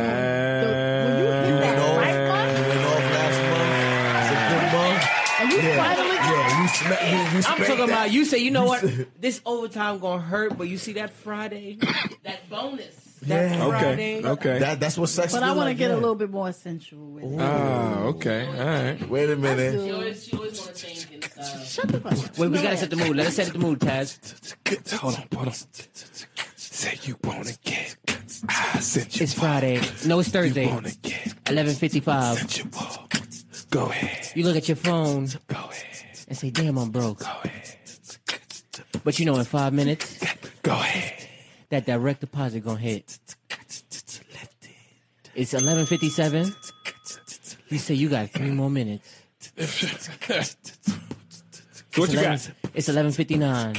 You
did that
went off.
right
You
month,
went off last month.
and
It's
you
a good month. Yeah,
finally
yeah. You smacked me. You
I'm
spanked
talking
that.
about you say, you know
You
what?
said-
This overtime gonna hurt, but you see that Friday?
That bonus.
That
Yeah.
Friday.
Okay. Okay.
That, that's what sex.
but
feel
I want to
like,
get a
yeah.
little bit more sensual with it.
Oh, okay. All right.
Wait eh? a minute.
She always, she always wanna think and stuff.
Shut the fuck up.
Wait, we gotta set the mood. Let's set the mood, Taz.
Hold on, hold on. Say you wanna get. I sent you.
It's Friday. No, it's Thursday.
get.
11:55.
you want. Go ahead.
You look at your phone
Go ahead.
and say, "Damn, I'm broke."
Go ahead.
But you know, in five minutes,
Go ahead.
that direct deposit gonna hit. It's 11:57. You say you got three more minutes.
So what you
11
got?
It's eleven fifty nine.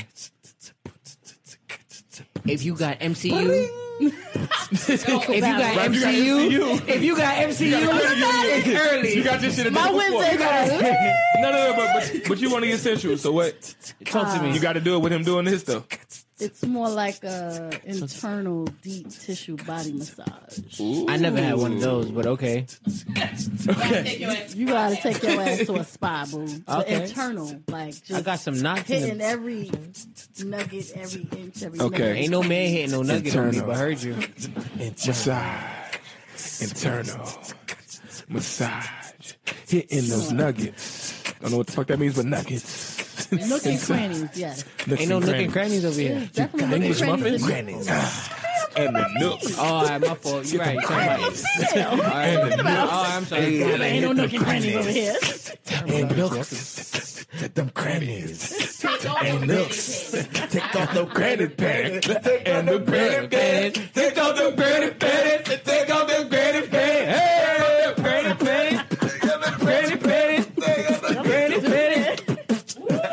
If you got MCU, if you got
Right, you got
MCU,
MCU.
if you got MCU, it's
You
early.
got this shit in
My Wednesday night.
No, no, no, but, but, but you want to get sensual, so what?
Talk to
You
me.
got to do it with him doing this, though.
It's more like a internal deep tissue body massage.
I never had one of those, but okay.
You gotta take your ass to a spa, boo. To
Okay.
internal, like just
I got some knots in
hitting
the.
every nugget, every inch, every
Okay.
minute.
Ain't no man hitting no nugget on me,
Internal.
but I heard you.
Massage. Internal. Massage. Hitting those nuggets. Don't know what the fuck that means, but nuggets.
Nook and crannies, yes.
Ain't no nook and crannies over here.
Definitely nook and
English
crannies
muffins?
in-
Grannies.
And the nooks.
Oh, all right, my fault. You're right. You're right. All right. Oh, I'm sorry.
Ain't no nook and crannies over here.
And nooks. Them crannies. And nooks. Take off the credit pad.
And the granny pan. Take off the granny pan. Take off the granny pan. Hey, granny pan. Granny pan. Granny pan.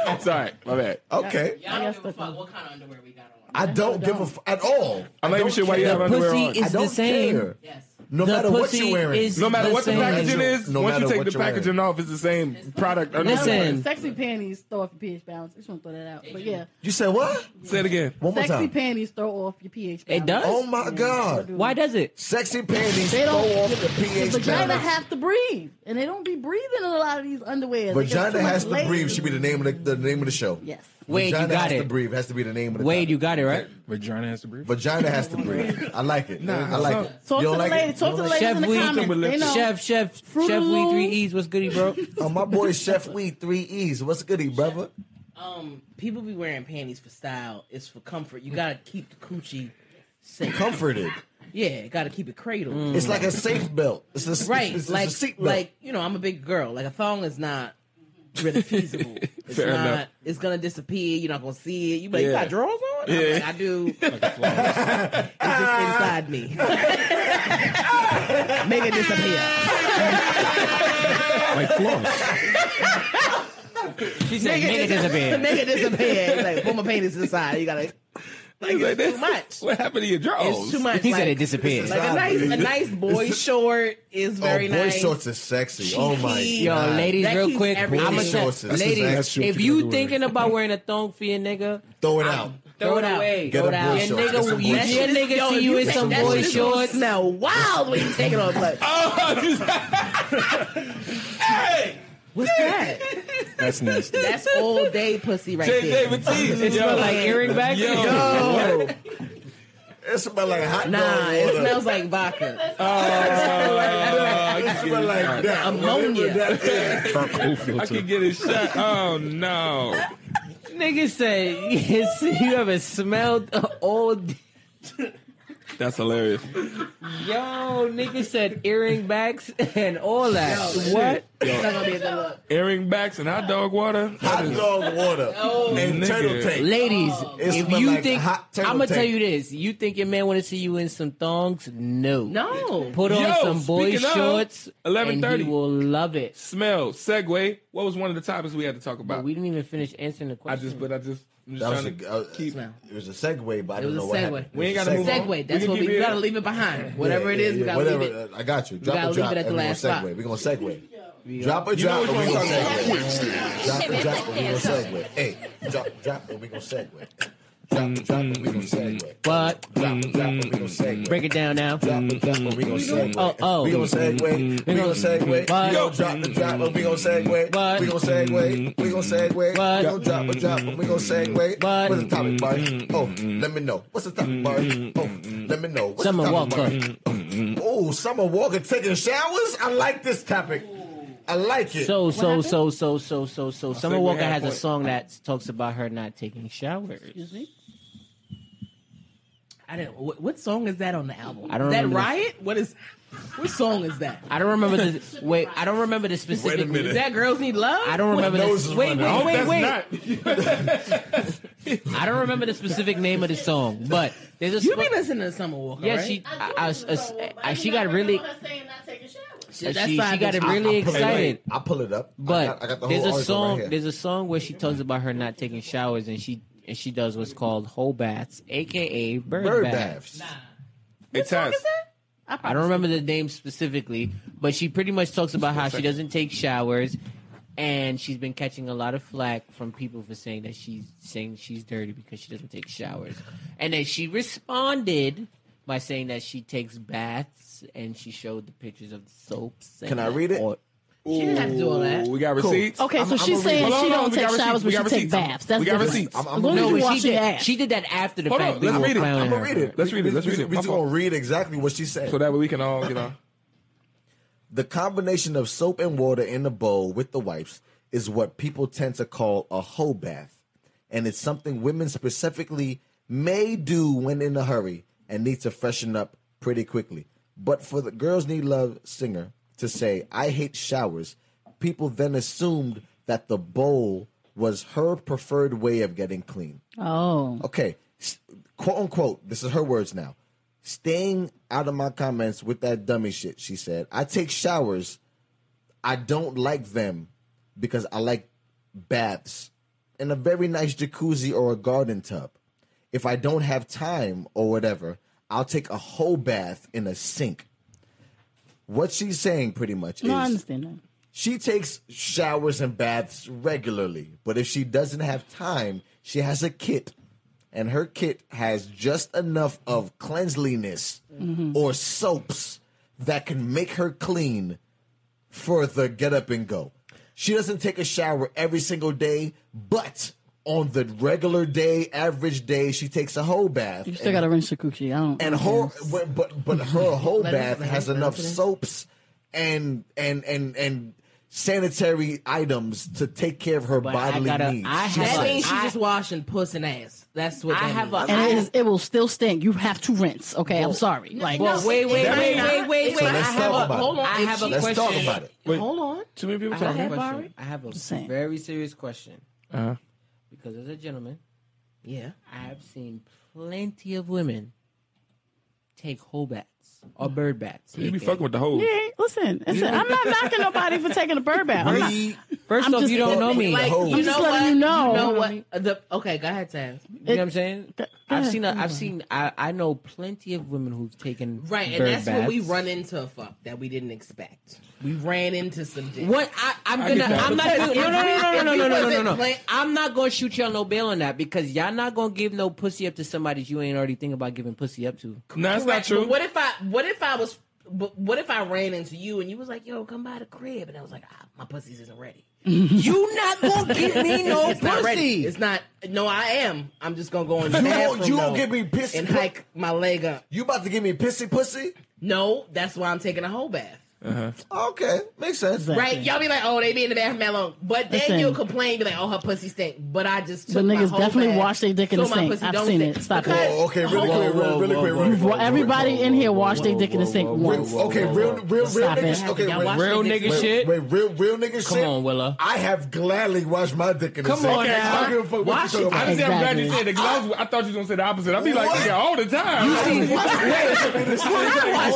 I'm sorry. My bad.
Okay.
Y'all don't
guess
give a
the-
fuck what kind of underwear we got on.
I don't give a f- at all.
I'm not even sure why you have underwear on.
Pussy
I
is the
don't
same.
care.
Yes.
No
The
matter what you're
pussy
wearing.
is
No matter what the
same.
packaging is,
No
once
matter
you take
what
the
you're wearing.
packaging off, it's the same product. under-
Listen.
Sexy panties throw off your pH balance. Just want to throw that out. But yeah,
You said what?
Say it again.
One more
sexy
time.
panties throw off your pH balance.
It does?
Oh my God.
Why does it?
Sexy panties
They
throw
don't-
off the
The
pH
vagina
balance.
have to breathe, and they don't be breathing in a lot of these underwear. They get
Vagina
too much
has to
lace.
breathe should be the name of the, the name of the show.
Yes.
Wade, you
Vagina
got
has to
it.
breathe has to be the name of the.
Wade,
topic.
you got it right.
Vagina has to breathe.
Vagina has to breathe. I like it. I like
no.
it.
Talk
You
to
don't
the
like
ladies.
it?
Talk to the ladies in the
Chef Weed
comments. They know.
Chef, chef,
Fruit
chef, we
Loops.
three E's. What's goody, bro?
Oh, my boy Chef Weed Three E's. What's goody, brother?
Um, people be wearing panties for style. It's for comfort. You gotta keep the coochie safe.
Comforted.
Yeah, gotta keep it cradled.
It's like a safe belt. It's a,
Right,
Mm. It's, it's
like
a seat belt.
like you know, I'm a big girl. Like a thong is not really feasible. It's
Fair
not.
enough.
It's gonna disappear. You're not gonna see it. You be like, you
Yeah.
got drawers on? I'm
Yeah.
like, I do. it's just inside me. Make it disappear.
Like floss.
She said, make it disappear.
Make it disappear. It's like put my panties to the side. You gotta. Like it's too much.
What happened to your drawers?
It's too much.
Oh, He said
like-
it disappeared.
Like a nice, a nice boy short is very
oh, boy
nice.
shorts is sexy. oh my
Cheeky.
Yo,
god.
ladies,
That
real
keeps
quick.
everything-
I'ma
That's
tell-
shorts. That's the
ladies,
best shit
if
you
you
can do.
thinking about wearing a thong for your nigga,
Throw it out.
throw it out.
away.
Get
Throw
a
it
boy
out.
short.
Your
Get
nigga,
some boy
your
shorts.
shit- yo,
nigga see
if
you
you
in
take
some
that
boy
shit, it's gonna
shorts.
smell wild when you take it off. Like, what's that?
That's nasty.
That's all day pussy right
J.
there.
David Tees.
It smell like Eric back.
Yo.
Yo,
It smell like hot
nah,
dog
it
water.
smells like vodka.
It smell like that.
Ammonia.
Whatever that is.
Charcoal
I
filter.
could get it shot. Oh no!
Nigga said, yes, you haven't smelled all day.
That's hilarious.
Yo, nigga said earring backs and all that. what?
It's not gonna be a good look.
Earring backs and hot dog water.
Hot dog water and
Nigga.
turtle tape.
Ladies,
Oh.
It
if
smell
you
like
think
hot turtle
I'm gonna
tape.
tell you this, you think your man want to see you in some thongs? No,
No.
Put on
Yo,
some boy
speaking of,
shorts.
11:30.
and he will love it.
Smell. Segue. What was one of the topics we had to talk
But
about?
we didn't even finish answering the
I
question.
just, but I just, I'm
That was
just trying
a,
to
uh,
keep.
Smell.
it was a segue, but I
was a
don't know what
segue.
happened.
We ain't
It was
gotta
a
move on.
Segway. That's
We can
what we,
keep it-
we gotta leave it behind. Whatever it is, we
Yeah, yeah,
gotta leave it.
whatever. I got you. Drop
gotta
a
leave
drop
it at the
and we're
last
gonna
spot.
segue. We're gonna segue. Drop a drop and
which one
we're
we
gonna
talking about?
segue. Drop a drop and we're gonna segue. Hey, drop drop and we're gonna segue. Drop drop and we're gonna segue.
But
Drop drop and we're gonna
mm,
segue.
break it down now.
Drop and drop and we gon' segue.
Oh, oh. Mm-hmm.
We gon' segue. We gon' segue. We
What?
gon' drop and drop and we gon' segue.
What?
We gon' segue. We gon' segue.
What?
Drop drop and drop and we gon' segue.
What? Mm-hmm.
What's the topic, Barry? Oh, let me know. What's the topic, Barry? Oh, let me know. What's
Summer
the topic,
Walker.
Barry? Oh, Summer Walker taking showers. I like this topic. I like it.
So so so so so so so Summer
think we
Walker
had
has
a
a
point.
song that talks about her not taking showers.
I didn't. What, what song is that on the album?
I don't
Is that
remember the-
riot. What is? What song is that?
I don't remember the wait. I don't remember the specific.
Is that girls need love?
I don't remember.
nose
The,
is
wait,
running
wait,
out.
wait,
That's
wait.
not.
I don't remember the specific name of the song, but there's a.
You
sp-
be listening to Summer Walker,
yeah,
right?
she.
I
I,
do
I,
listen to Summer
I,
Walker.
I,
I
she
do not
got
remember
really.
her saying not taking showers.
That's
she, she
side
got
bitch.
really
Hey, wait,
excited.
I pull it up. I
But
got, I got the whole
there's a
article
song.
Right here.
there's a song where she talks about her not taking showers, and she and she does what's called whole baths, aka bird,
Bird
bath.
baths.
Hey, Taz.
I don't remember the name specifically, but she pretty much talks about how she doesn't take showers, and she's been catching a lot of flack from people for saying that she's saying she's dirty because she doesn't take showers, and then she responded by saying that she takes baths and she showed the pictures of the soaps. and
Can I read it?
all-
She didn't have to do all that.
Ooh, we got
Cool.
receipts.
Okay, so
I'm-
she's
I'm
saying
Hold on,
she
hold on,
don't
we
take
got receipts,
showers, but
we
she
got
take
receipts.
baths. That's
We got
different.
receipts.
I'm,
As
I'm
long as
No,
you
but
wash
she
your
did.
ass.
She did that after the
Hold
fact.
on,
We
let's
were
read it.
clowning
I'ma
her
read
for
it. Let's read it. Let's read it.
We
My
just gonna
fault.
read exactly what she said.
So that way we can all get on.
The combination of soap and water in the bowl with the wipes is what people tend to call a hoe bath. And it's something women specifically may do when in a hurry and need to freshen up pretty quickly. But for the Girls Need Love singer to say, I hate showers, people then assumed that the bowl was her preferred way of getting clean.
Oh,
Okay, S- quote unquote, this is her words now. Staying out of my comments with that dummy shit, she said. I take showers. I don't like them because I like baths in a very nice jacuzzi or a garden tub. If I don't have time or whatever, I'll take a whole bath in a sink. What she's saying pretty much
no, I
is
understand that.
she takes showers and baths regularly, but if she doesn't have time, she has a kit, and her kit has just enough of cleanliness or soaps that can make her clean for the get up and go. She doesn't take a shower every single day, but on the regular day, average day, she takes a whole bath.
You still
and-
gotta rinse your coochie. I don't.
and her but but, but her whole
Let it-
bath
let it-
has
let it
enough
sit in.
soaps and and and and sanitary items to take care of her
But I
bodily
gotta-
needs.
I
she
have
That
a-
said.
means she's
I-
just washing puss and ass. That's what
I
that
have a-
means.
and it, is, it will still stink. You have to rinse. Okay, I'm sorry. Like
Well, wait, wait,
That
wait,
means-
wait, wait,
So
wait. I
let's
have
talk
a,
about it.
hold on. I have a
Let's
question.
talk about it.
Wait,
Hold on.
Too many people
I have a
talking.
question. I have a
saying.
very serious question
Uh-huh.
because as a gentleman,
Yeah.
I have seen plenty of women take whole bats or bird bats.
You be
aka.
fucking with the whole.
Yeah, listen, listen, I'm not knocking nobody for taking a bird bath. I'm not-
Read-
First
I'm
off,
just
you don't
saying,
know me.
Like,
Oh.
you
I'm
know
just letting
what?
you know.
You know what? The, okay, go ahead, Taz.
You know what I'm saying?
Th-
I've
yeah,
seen. A,
you
I've seen. I, I know plenty of women who've taken
Right, and
bird
that's
baths.
when we run into a fuck that we didn't expect. We ran into some dick.
What I, I'm
I
gonna.
get that.
I'm not. Gonna, no, no, no, no, no, no, no, no, no, no.
Play-
I'm not gonna shoot y'all no bail on that because y'all not gonna give no pussy up to somebody you ain't already thinking about giving pussy up to.
No, that's not
Right, but
true.
What if I? What if I was? But what if I ran into you and you was like, "Yo, come by the crib," and I was like, ah, "My pussy's isn't ready."
You not gonna give me no
It's not ready.
pussy.
It's not. No, I am. I'm just gonna go in the
You
bathroom
gon' you
mode
gonna give me pissy?
and
pu-
hike my leg up.
You about to give me pissy pussy?
No, that's why I'm taking a whole bath.
Okay, makes sense.
Right? Y'all be like, "Oh, they be in the bathroom that long," but then
Listen.
you'll complain, be like, "Oh, her pussy stink." But I just took
But
my
niggas
whole
definitely
bath,
wash their dick in
so
the
my
sink.
pussy
I've
don't
seen
stink.
it. Stop
Because-
it.
Oh, okay, really quick, really, really quick, really quick.
Well, everybody in here wash their dick in the
whoa,
sink
whoa,
Real,
once.
okay, real, real, real
Stop it.
niggas. Okay,
Y'all
wait,
watch
Real
their dicks
nigga
first.
shit.
Wait, wait, real, real nigga
Come
shit.
on, Willa.
I have gladly washed my dick in the
Come
sink.
on now.
I don't give a fuck what you talking
I
about.
just, I'm glad you
Exactly.
said it. 'cause I, was, I thought you was gonna say the opposite. I'd be like,
What?
nigga, all the time.
I wash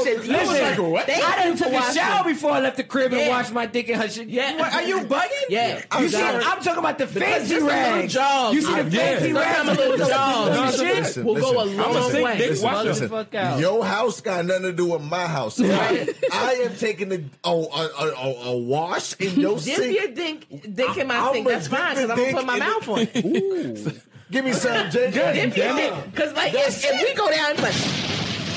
it.
I was like, what?
They
I done took a
wash
shower
it.
before I left the crib and
Yeah.
washed my dick and her shit.
Yeah.
What, are you bugging?
Yeah.
You
I'm
see,
sorry.
I'm talking about the fancy
just a little
rags.
jog.
You see the
Yeah.
fancy rags.
Sometimes a little jog.
Some
Listen,
shit?
listen,
will go a
listen.
I'm a
long
sick
way.
dick watcher.
Listen. Fuck out.
Your house got nothing to do with my house. I, I am taking a, a, a, a, a wash in your
Dip
sink.
your dick, dick in my
I'ma
sink. That's
dip
fine
the
because I'm gonna
dick
put my
in the-
mouth on it.
Give me some, Jay.
Dip your dick because like if, if we go down, and like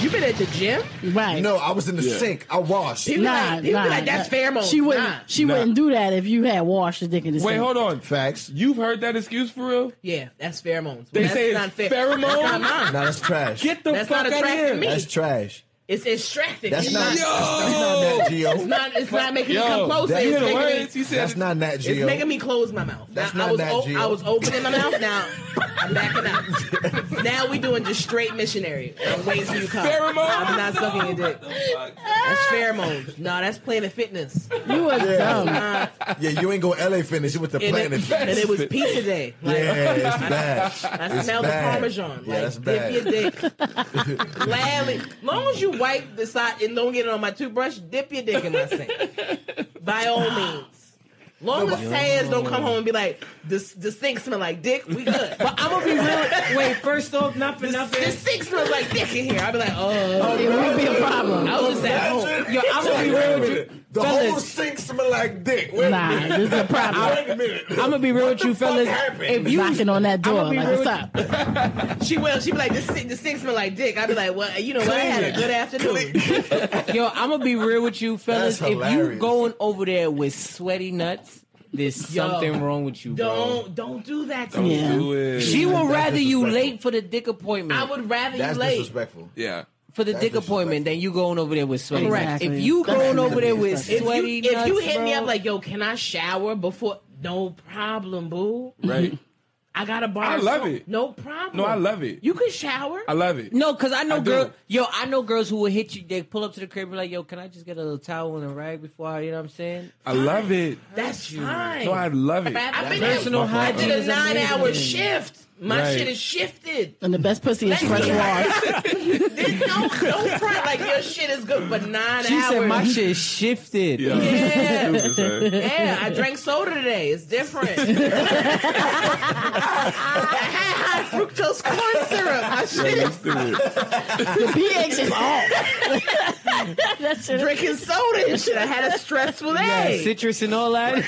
you been at the gym.
Right.
No, I was in the sink. I washed.
People
Nah,
like, people
nah,
like that's
nah.
pheromones.
She wouldn't.
Nah.
She
Nah.
wouldn't do that if you had washed your dick in the sink.
Wait, hold on.
Facts.
You've heard that excuse for real?
Yeah, that's pheromones.
They
that's
say it's
not fair.
pheromone?
That's not mine.
Now that's trash.
Get the
That's
fuck
not
out of
attracting
here.
me.
that's trash.
It's extracting.
That's
it's
not,
Not,
that's, that's not Nat
it's
Geo.
not. It's not making me come
Yo,
closer.
you hear
It's
the
making me.
words? He said,
That's not Nat
It's
Geo.
making me close my mouth.
That's
now,
not
I was
Nat Geo.
I was opening my mouth. Now I'm backing up. now we doing just straight missionary. I'm waiting for you to come.
Pheromones?
I'm not sucking your dick. That's pheromones. No, that's Planet Fitness.
You are dumb.
Uh,
Yeah, you ain't go LA finish. It was the
and, it,
planet.
and it was pizza day. Like,
Yeah, it's bad.
I smell the
bad.
parmesan.
Yeah,
like,
that's
dip
bad.
your dick. Gladly. Long as you wipe the side and don't get it on my toothbrush, dip your dick in my sink. By all means. Long as Taz don't come home and be like, this the sink smell like dick, we good. But
I'm gonna be real. Wait, first off, not for nothing.
this sink smells like dick in here. I'll be like, oh,
It would be a problem.
I was just at home.
Yo,
I'm gonna be real with you.
The whole
Fellas.
sink smell like dick. Wait
Nah,
a minute.
this is a problem.
Wait a minute.
I'm gonna be real with you,
fuck
fellas.
happened?
If you
Knocking on that door,
I'ma be
like
real
what's up?
She will. She be like, this sink, the sink smell like dick. I'll be like, well, you know what? I had a good afternoon.
Yo, I'm gonna be real with you, fellas.
That's
If you
hilarious.
going over there with sweaty nuts, there's
Yo,
something wrong with you, bro.
Don't don't do that to me.
Yeah.
Do it.
She would rather you
disrespectful.
late for the dick appointment.
I would rather
That's
you late.
disrespectful.
yeah.
for the dick appointment than you going over there with sweaty.
Correct.
nuts. If you going over there with
If
sweaty,
you, if you
nuts,
hit me
bro,
up like, yo, can I shower before? No problem, boo.
Right.
I got a bar.
I love it.
No problem.
No, I love it.
You can shower.
I love it.
No, cause I know
I do.
girl, yo, I know girls who will hit you. They pull up to the crib and be like, yo, can I just get a little towel and a rag before I, you know what I'm saying?
I love it.
That's fine.
No, Oh, I love it.
I've been
Personal
there. I did
hygiene
a
is
nine hour
amazing.
shift. My
Right.
shit is shifted.
And the best pussy is fresh washed.
There's no no front like your shit is good, but nine
She
hours.
said my shit shifted.
Yeah.
Yeah.
Stupid, son.
yeah, I drank soda today. It's different. I had high fructose corn syrup. My shit is
Stupid.
The pH is off. that shit is
drinking soda and shit. I had a stressful
Yeah,
day.
citrus and all that.
Yo,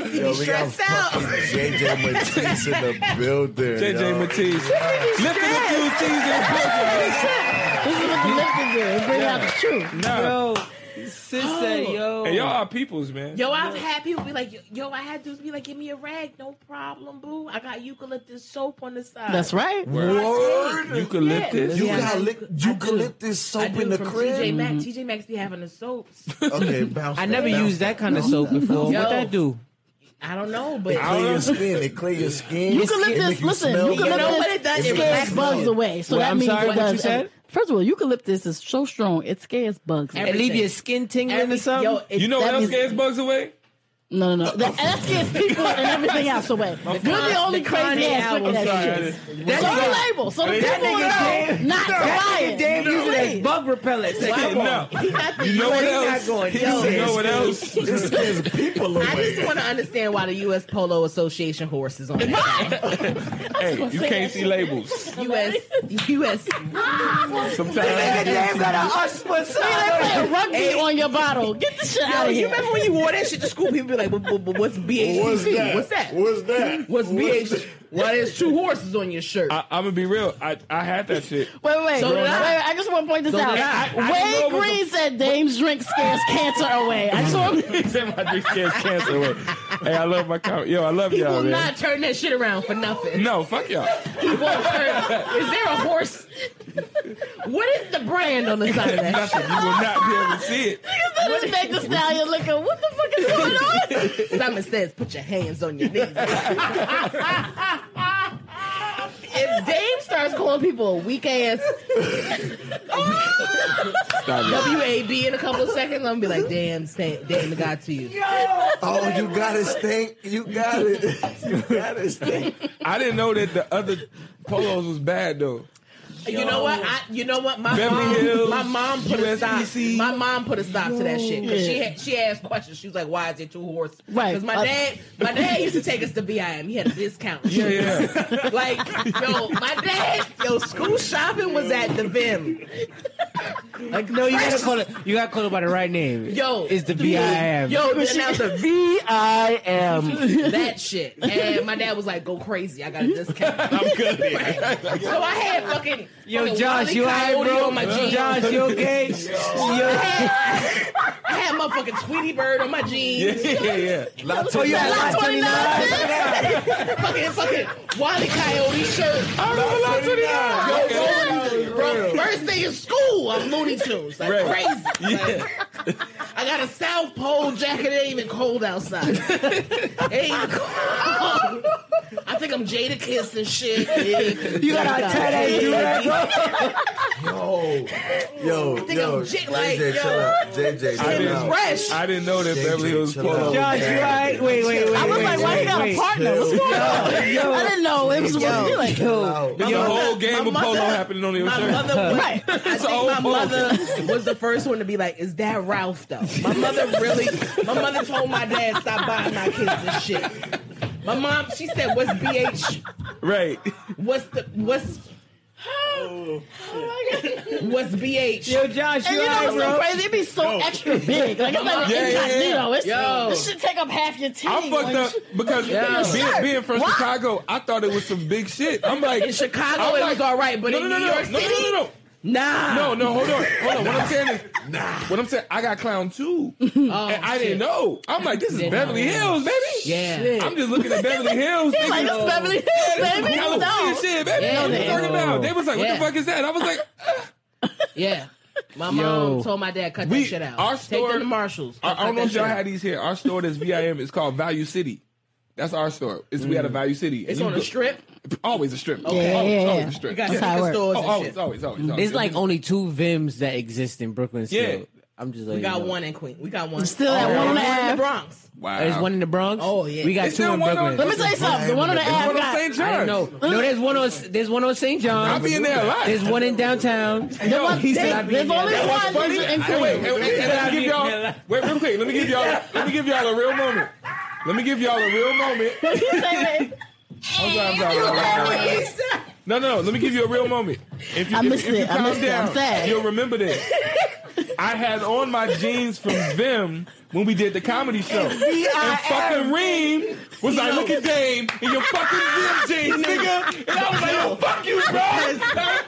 we got
stressed out.
fucking JJ Matisse in the building.
JJ
yo.
Matisse. Lift the two T's in the building.
This is what the lip can do. It brings out the truth.
Nah.
Yo,
Oh.
sister, yo.
And y'all are peoples, man.
Yo, I've had people be like, yo, I had dudes be like, give me a rag, no problem, boo. I got eucalyptus soap on the side.
That's right.
Eucalyptus.
You
Yeah.
got lick,
I
you
do.
could lick this
I
soap
do
in the
from
crib.
TJ Maxx. TJ Maxx be having the soaps.
Okay, bounce.
I
that,
never
bounce
used that kind of soap before.
Yo.
What that do?
I don't know, but
Clear your skin. It clear your skin. It make
Eucalyptus,
you
listen,
smell
eucalyptus
You know what
better.
it does? It
scares
relaxes
bugs
you.
away. So
Well,
that
I'm
means
sorry,
it
what
does
you said?
First of all, eucalyptus is so strong, it scares bugs. away.
It leave your skin tingling
Every-
or something?
yo, it-
You know
That
what else
means-
scares bugs away?
No, no, no. That, that scares people and everything else away. You're the only
the
crazy
Kanye
ass looking
album.
at
I'm
sorry, I
shit.
didn't-
That's
That
on
nigga-
the label, so
That
the people
nigga
know
damn-
not to buy
That nigga
it.
damn using it as
Please.
bug repellent.
No. You know what else? You know what else?
It scares people away.
I just want to understand why the U.S. Polo Association horse is on it.
Hey, you can't see labels.
U.S. U.S.
Sometimes
Damn, got an Oxford sign.
Put a rugby on your bottle. Get the shit out
Yo,
of
you
here.
remember when you wore that shit to school? People be like, "But- but- but what's BHTC?
What's that?
What's that?
What's that?
What's BH? Why there's two horses on your shirt?
I, I'm gonna be real. I, I had that shit.
Wait, wait, wait.
So did
wait,
I.
wait, I just want to point this
So
out.
did I.
I didn't know
Wade
it was a-
Green said Dame's drink scares cancer away. I just want
he said my dick scares cancer away. Hey, I love my comment. Yo, I love
he
y'all,
will
man.
not turn that shit around for nothing.
No, fuck y'all.
He won't turn. Is there a horse? What is the brand on the side of that?
Nothing. You will not be able to see it.
to make the stallion look at what the fuck is going on.
shit? Simon says, "Put your hands on your knees." if Dave starts calling people a weak ass
Stop
WAB in a couple of seconds, I'm gonna be like, "Damn, stay, damn, the guy to you."
Oh, you got it, stink. You got it. You got it, stink.
it. I didn't know that the other polos was bad though.
You know what? I, you know what? My
Beverly
mom,
Hills,
my mom put a stop.
USPC.
My mom put a stop to that shit because she
Yeah.
had, she asked questions. She was like, "Why is there two horses?"
Right.
Because
Uh,
my dad, my dad used to take us to BIM. He had a discount.
Yeah, yeah.
Like yo, my dad, yo, school shopping was at the Vim.
Like, no, you gotta call it. You gotta call it by the right name.
Yo,
it's the VIM.
Yo, then out the
V I M.
that shit, and my dad was like, "Go crazy! I got a discount."
I'm good.
so I had fucking
Yo,
fucking
Josh,
Wile E.
you alright,
Coyote
bro?
on my jeans.
Josh, you okay? Yo.
I had motherfucking Tweety Bird on my jeans.
Yeah, yeah, yeah.
Oh, you had lot 29?
fucking fucking Wally Coyote shirt. Bro, first day of school, I'm Looney Tunes. Like
Right.
crazy.
Yeah.
I got a South Pole jacket. It ain't even cold outside. It ain't even cold. I think I'm Jada Kiss and shit.
You got a tight ass dude.
Yo, yo,
think
yo.
I'm j- like,
JJ,
yo.
chill out. JJ,
I
chill
It
didn't-
was
out.
fresh.
I didn't know that
Jay,
Beverly
Jay,
Hills
chill
polo.
out.
was
Josh, you
bad.
alright? Wait, wait, wait.
I was like, why he got a partner? What's going on? I didn't know. It was supposed to be like,
Yo,
There's a whole game
my
of polo
mother-
happening on your
My
shirt.
mother was,
Right.
I think
old
my
folk.
mother was the first one to be like, "Is that Ralph?" Though my mother really, my mother told my dad, "Stop buying my kids this shit." My mom, she said, "What's BH?
Right.
What's the what's what's BH?"
Yo, Josh,
and
you
you know
alright,
what's so
bro?
crazy? It be so extra big. Like, it's like an
Yeah, yeah,
incognito. It's,
Yo.
This should take up half your team.
I'm fucked
Like,
up because being,
Sure.
being from
Why?
Chicago, I thought it was some big shit. I'm like,
In Chicago,
I'm
it
like-
was all right, but
no,
in
no, no,
New
no,
York
no,
City, Ah. nah.
no, no, no, no, no, hold on, hold on. What I'm saying is, what I'm saying, I got clown too,
Oh,
and I didn't know. I'm like, this is
Didn't
Beverly Hills, baby.
Yeah.
I'm just looking at Beverly Hills. thinking,
Like, it's Beverly Hills, baby.
California
No.
shit, baby.
Yeah,
What you
they-
talking about? They was like, what
Yeah.
the fuck is that? I was like,
Yeah. My mom told my dad, cut
We-
that shit out.
our
Take
store-
them to Marshallls.
I, I
Cut
don't know
that
if y'all
shit out.
had these here. Our store that's VIM is called Value City. That's our store. Mm. It's we had a Value City. And
It's
you
on
go-
a strip.
Always a strip.
Yeah,
always,
yeah,
always
yeah.
a strip.
You got
That's how it
liquor
works.
stores
Oh,
and
always,
shit.
always, always, always.
There's like only two Vims that exist in Brooklyn still.
Yeah.
I'm just like,
We got
yo.
one in Queen. We got one.
Still at
Oh,
one and a
in
half.
the Bronx.
wow.
There's one in the Bronx.
Oh, yeah.
we got
It's
two
still
in
one
Brooklyn.
on-
Let me tell you something. The one on the
It's
ad
one on
got.
St.
I didn't
John's.
know. No, there's one on there's one on St. John's.
I be in there a lot.
There's one in downtown.
There
Yo,
was-
he
there-
said I be in
There's
there.
only
That was
one
funny.
who's
Wait,
in
wait,
Queens.
wait, and let me give y'all. Wait, real quick. Let me give y'all. Let me give y'all a real moment. Let me give y'all a real moment. I'm sorry, I'm sorry, I'm sorry, I'm sorry. No, no, no. Let me give you a real moment. If you,
I
if-
missed
if you
it. I
calm
missed it. I'm
down,
sad.
You'll remember this. I had on my jeans from Vim when we did the comedy show. And fucking Reem was like, look at Dame and your fucking Jim jeans, nigga. And I was like, yo, fuck you, bro. How the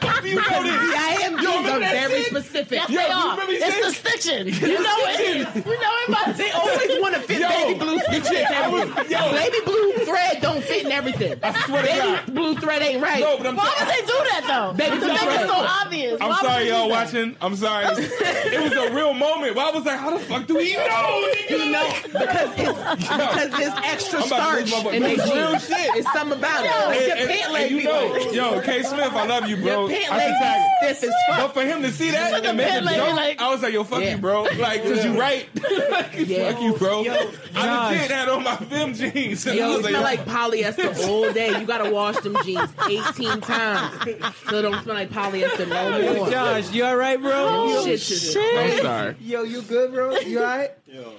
fuck do you know this?
I am
Yo,
being
remember that
very
shit?
specific.
Yo, you remember he said-
It's the stitching. You know it. You know it. By
They always want to fit
Yo,
baby blue stitches.
legit, I was-
everything.
yo.
Baby blue thread don't fit in everything.
I swear to
Baby
God.
blue thread ain't right.
No, but I'm
Why would they do that though?
Baby
to
blue
make
thread.
it so obvious.
I'm
Why would
sorry,
they do
y'all
that?
watching. I'm sorry. it was a real moment. Why was like, how the fuck do we know, nigga?
You know, because it's because there's extra
I'm about to lose
starch
my voice.
in
That's
their
real
shoes. It's something about it.
And-
Like your
and-
pant
and
leg
you
be
know,
like-
yo, K. Smith, I love you, bro.
your pant
I
leg
should tag it.
is stiff as
But
fuck.
for him to see that and make
bed
a
lady,
joke,
like-
I was like, "Yo, fuck
Yeah.
you, bro." Like, cause you right. like,
Yeah.
fuck you, bro.
Yo,
I
Josh.
legit had on my film jeans. And I
Yo,
was
it smell like polyester all day. You gotta wash them jeans 18 times so it don't smell like polyester no more.
Josh, you all right, bro?
shit, shit.
I'm sorry.
Yo, you good, bro? You all right?
Yo,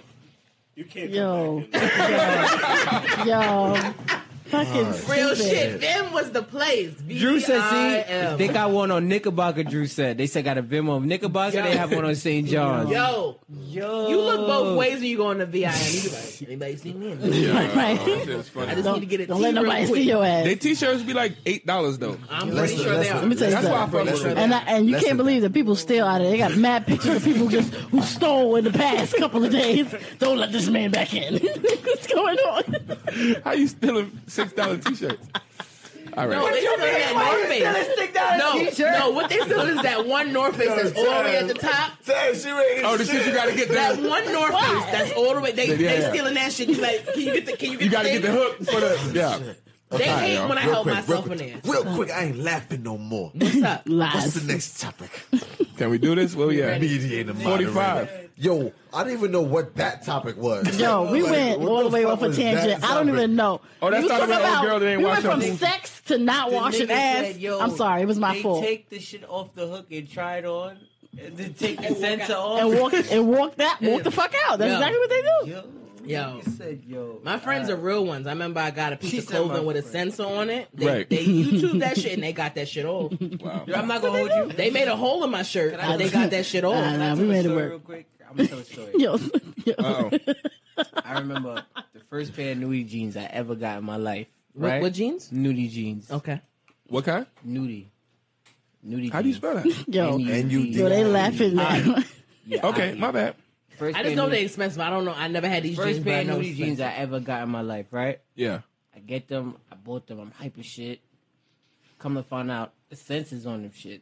you can't.
Yo, yo, fucking
Real
stupid.
shit. Them was the place.
Drew said,
VIM.
see, they got one on Knickerbocker, Drew said. They said got a Venmo of Knickerbocker, they have one on St. John's.
Yo,
Yo.
you look both ways when you go in the VIM. You be like, anybody see me?
Right.
I just need to get a
Don't
tea
let nobody
real quick.
see your
They
ass.
t-shirts be like eight dollars though.
I'm
Let's-
pretty sure
let's-
they
let
are.
me
tell you
That's why I fuck
Listen,
with them.
And I, and you
Listen.
can't believe that people still out of it. They got mad pictures of people just who stole in the past couple of days. Don't let this man back in. What's going on?
How you stealing six dollar t-shirts? All right.
No, they still in that North Face. No, no, what they still is that one North Face that's all the way at the top.
Damn, she ready to
oh, the shit you gotta get
That
the
one North Face that's all the way. They
Yeah, yeah.
they stealing that shit. You like, can you get the? Can you get?
you gotta
the
get the
thing?
hook for the yeah.
They
Okay,
hate
yo.
when I
Real
help
quick, real
myself in
quick,
there.
real quick, I ain't laughing no more.
What's up?
What's the
Lies.
next topic?
Can we do this? Well, yeah.
Mediator, moderator.
45.
Yo, I didn't even know what that topic was.
Yo, we
Like,
went
what
all the way
fuck
off a
was that
tangent. I don't
topic?
even know.
Oh, that's
We
not
talking
about old
about-
girl that ain't
We
wash
went
her
from
hands.
sex to not washing
nigga
ass.
said, yo,
I'm sorry, it was my
they
fault.
take the shit off the hook and try it on, and then take the sensor
and
off.
walk and walk that walk the fuck out. That's
Yeah.
exactly what they do.
Yo,
Yo.
he said, yo. Uh,
My friends are real ones. I remember I got a piece
She
of
said my
clothing with a
friend.
sensor on it. They,
Right.
they YouTube that shit and they got that shit off.
Wow.
I'm not gonna hold you.
They made a hole in my shirt,
I
but they got that shit
Nah,
off.
nah,
Can I
we
tell a
made it
story
work.
Real quick, I'm gonna tell a story.
Yo, yo.
Oh,
I remember the first pair of nudie jeans I ever got in my life.
What,
Right?
what jeans?
Nudie jeans.
Okay.
what kind?
Nudie. Nudie.
How do you spell that?
yo,
N-U-D.
yo, they laughing now.
Okay, my bad.
First
I
pair
just know
of
they expensive. I don't know. I never had these
First
jeans.
pair of
but I know
nudie jeans I ever got in my life, right?
Yeah.
I get them, I bought them, I'm hype as shit. Come to find out, the sensors on them shits.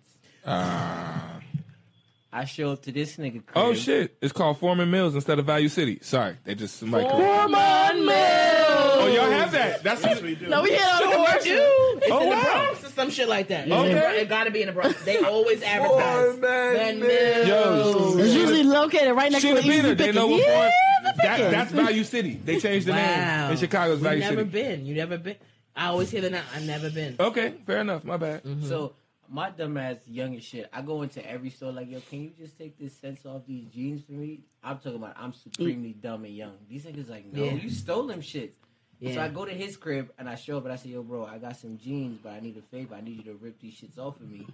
I show up to this nigga crib.
Uh. Oh shit! It's called Foreman Mills instead of Value City. Sorry, they just somebody. called-
Foreman Mills.
Oh, y'all have that. That's
That's what you do.
No, we had all the
Or
commercial.
do. It's
Oh,
in the
wow.
Bronx or some shit like that.
Okay.
Okay. It gotta be in the Bronx. They always advertise. Ben
man,
Mills.
man.
yo.
It's usually located right next to
Should
the
have been
easy
there. They
pickings.
know what
Yeah.
Foreign- that, That's Value City. They changed the name
Wow.
in Chicago's
You've
Value
never
City.
been. You never been. I always hear that. now, I've never been.
Okay, fair enough. My bad.
So my dumb ass young as shit. I go into every store like, yo, can you just take this sensor off these jeans for me? I'm talking about I'm supremely dumb and young. These niggas like, no,
Yeah.
you stole them shits.
Yeah.
So I go to his crib and I show up and I say, yo, bro, I got some jeans, but I need a favor. I need you to rip these shits off of me.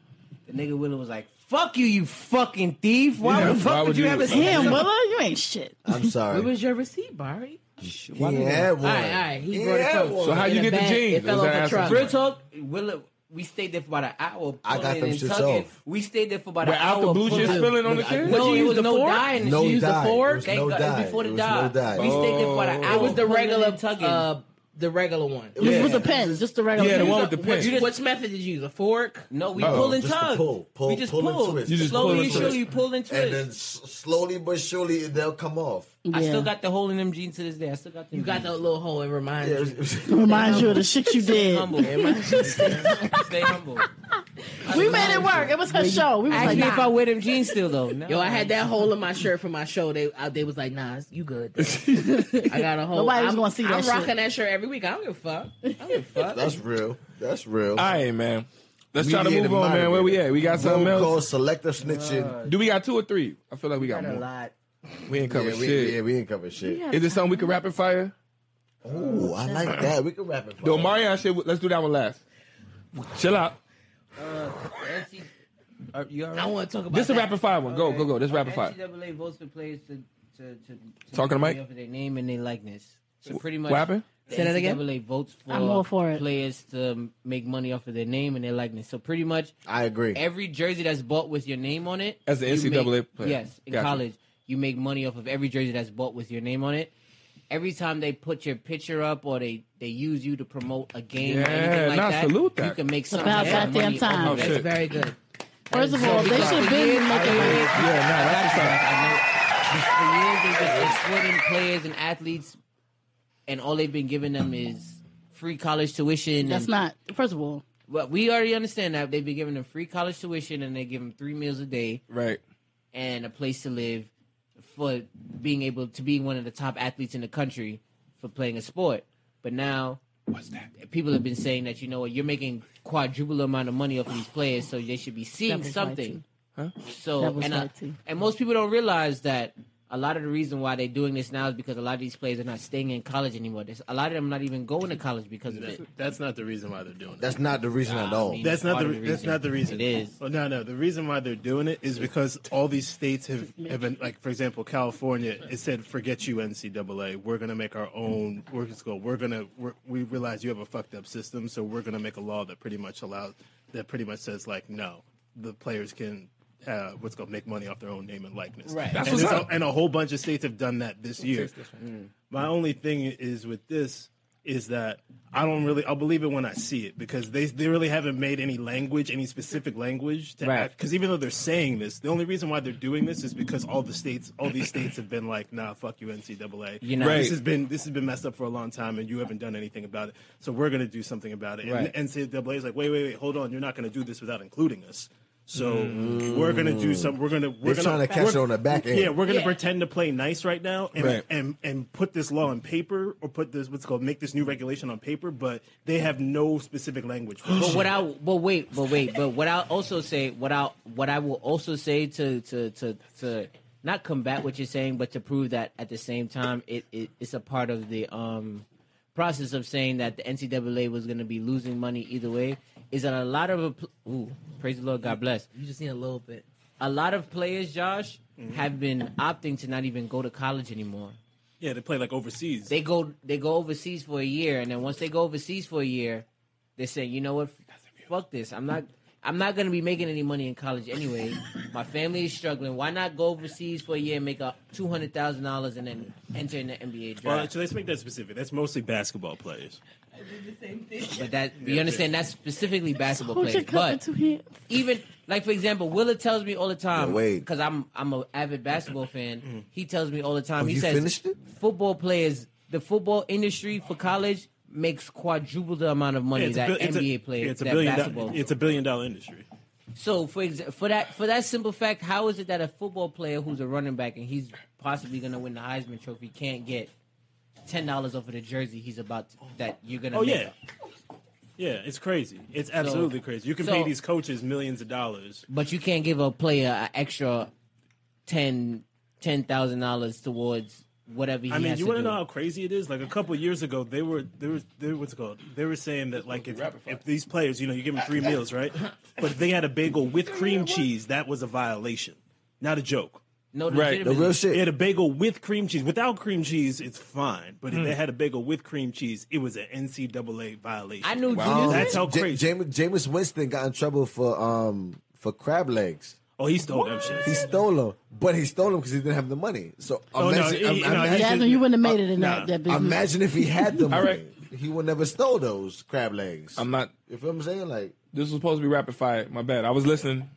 The nigga Willow was like, fuck you, you fucking thief. Why
Yeah,
the fuck
why
would
would
you
you-
have a
Damn,
sensor?"
Willa, you ain't shit.
I'm sorry.
Where was your receipt, Barry?
He had one.
All right, all right. He
He
brought it
had
home.
one.
So how
In
you
a
get the
bag.
jeans?
It fell
Was
off
that
a
ass
truck.
Real talk, Willow, we stayed there for about an hour.
I got
pulling
them
and
shits
tugging.
off.
We stayed there for about an
Without
hour.
the blue shit
pulling.
spilling on the shit?
No,
What, you
it
used
was
the
no
fork?
dye in it.
No
She used
dye.
the fork.
It was no
God,
dye.
Before the
It was
dye.
no dye.
We stayed there for an
Oh.
hour.
It was the
pulling
regular
and tugging.
uh, the regular one.
It was with the pens, just the regular.
Yeah, the
pens.
one with the
Which,
pen.
which method did you use? A fork?
no, we
Uh-oh.
pull and
Just to
tug.
pull, pull,
we just
pull and
pull.
twist.
You just pull
Slowly
and
and
twist.
surely you pull and twist.
And then s- slowly but surely they'll come off.
Yeah.
I still got the hole in them jeans to this day. I still got them.
You got
jeans.
that little hole. It reminds
Yeah, it
you.
was- it was-
Reminds you of the shit you did.
humble. Stay humble.
We made it work. It was her show. We was
Ask
like,
me if I
nah.
wear them jeans still though. No.
Yo, I had that hole in my shirt for my show. They I, they was like, nah, it's- you good. I got a hole.
Nobody was
I'm-
gonna see that
I'm
shit.
rocking that shirt every week. I don't give a fuck. I don't give a fuck.
That's real. That's real.
All right, man. Let's try to
Mediator,
move on, man. Where we
moderator.
at? We got
Roll
something
call,
else.
selective snitching.
Do we got two or three? I feel like we got
a
more.
lot.
We ain't
Yeah,
covered
we, yeah,
shit.
we ain't covered shit.
Is it something we can rapid fire?
Ooh, I like that. We can wrap it.
The Omarion shit. Let's do that one last. Chill out.
NC Are you all
I
right?
want to talk about
This a
that.
rapid fire one. Go, go, go. This rapid fire.
NCAA votes for players to to, to, to
Talking to Mike?
for their name and their likeness. So pretty much
What happened?
The
Say that again?
NCAA votes for,
I'm all for it.
players to make money off of their name and their likeness. So pretty much
I agree.
every jersey that's bought with your name on it
As a
you
NCAA
make-
player.
Yes, in
Gotcha.
college, you make money off of every jersey that's bought with your name on it. Every time they put your picture up or they, they use you to promote a game or
Yeah,
anything like
nah,
that,
salute
you
that.
can make some
about
extra
goddamn
money off
time.
of
Oh,
it.
shit.
very good.
First of
So
all, they
because
should have
for
been
years-
making money.
I-
Yeah, nah,
I
that's
got you.
what's up.
I know. For years, they've been exploiting players and athletes, and all they've been giving them is free college tuition.
That's
and,
not. First of all,
Well, we already understand that they've been giving them free college tuition, and they give them three meals a day
Right.
and a place to live for being able to be one of the top athletes in the country for playing a sport. But now
What's that?
people have been saying that you know what you're making quadruple amount of money off these players, so they should be seeing
That was
something. So
That was
and I-
right, too.
and most people don't realize that a lot of the reason why they're doing this now is because a lot of these players are not staying in college anymore. There's, a lot of them not even going to college because of
That-
it.
that's not the reason why they're doing it.
That's not the reason at all.
mean-
That's not
Part
the,
of the
that's
reason.
not the reason.
It is.
Well, no, no. The reason why they're doing it is because all these states have, have been like, for example, California. It said, "Forget you, NCAA. We're gonna make our own. We're just go. We're gonna. We're, we realize you have a fucked up system, so we're gonna make a law that pretty much allows that pretty much says like, no, the players can." Uh, what's called make money off their own name and likeness,
Right.
That's
and,
what's
there's
up.
a, and a whole bunch of states have done that this year.
Mm.
My only thing is with this is that I don't really I'll believe it when I see it because they they really haven't made any language any specific language to
Right.
because even though they're saying this the only reason why they're doing this is because all the states all these states have been like nah fuck you NCAA
You know.
this
Right.
has been this has been messed up for a long time and you haven't done anything about it so we're gonna do something about it
Right.
and NCAA is like wait wait wait hold on you're not gonna do this without including us. So
Mm.
we're gonna do some. We're gonna we're
They're
gonna
trying to catch
we're-
it on the back end.
Yeah, we're gonna
Yeah.
pretend to play nice right now and,
Right.
and and put this law on paper or put this what's called make this new regulation on paper, but they have no specific language. For
But
it.
what I but wait, but wait, but what I'll also say, what I what I will also say to to to to not combat what you're saying, but to prove that at the same time it, it it's a part of the um process of saying that the NCAA was going to be losing money either way is that a lot of a pl- ooh praise the Lord, God bless
You just need a little bit. Mm-hmm.
a lot of players, Josh, have been opting to not even go to college anymore.
yeah, they play like overseas.
They go they go overseas for a year, and then once they go overseas for a year, they say, you know what, fuck this. I'm not I'm not gonna be making any money in college anyway. My family is struggling. Why not go overseas for a year, and make up two hundred thousand dollars, and then enter in the NBA
well,
draft?
actually, let's make that specific. That's mostly basketball players.
but that you understand that's specifically basketball
hold your
players.
cup
But
into here.
even like for example, Willa tells me all the time
Yeah, wait.
because I'm I'm an avid basketball fan. He tells me all the time.
Oh,
he
you
says
finished it?
football players, the football industry for college makes quadruple the amount of money
Yeah, it's a
that
bill- it's a-
NBA
yeah,
players
It's a
that
billion.
basketball.
Do- it's a billion dollar industry.
so for exa- for that for that simple fact, how is it that a football player who's a running back and he's possibly going to win the Heisman Trophy can't get ten dollars off of the jersey he's about to, that you're going to?
Oh yeah, yeah. It's crazy. It's absolutely crazy. You can
so-
pay these coaches millions of dollars.
But you can't give a player an extra ten ten thousand dollars towards whatever he
I mean,
has
you
to
want to
do.
know how crazy it is? Like a couple years ago, they were they were they were, what's it called? They were saying that like if, if these players, you know, you give them three meals, right? But if they had a bagel with cream cheese, that was a violation. Not a joke.
no,
Right,
The
legitimately.
real
They
shit.
had a bagel with cream cheese. Without cream cheese, it's fine. But if they had a bagel with cream cheese, it was an NCAA violation.
I knew
Wow.
dudes-
That's how
J-
crazy.
James, James Winston got in trouble for um for crab legs.
oh, he stole them shit.
He stole them, but he stole them because he didn't have the money. So
Oh, no,
imagine,
he-
im-
no, he
imagine,
Jasmine, you wouldn't have made
Oh,
it in
Uh,
that, that business.
imagine if he had the money,
right. Um,
he would never stole those crab legs.
I'm not.
You feel what I'm saying? Like
This was supposed to be rapid fire. My bad. I was listening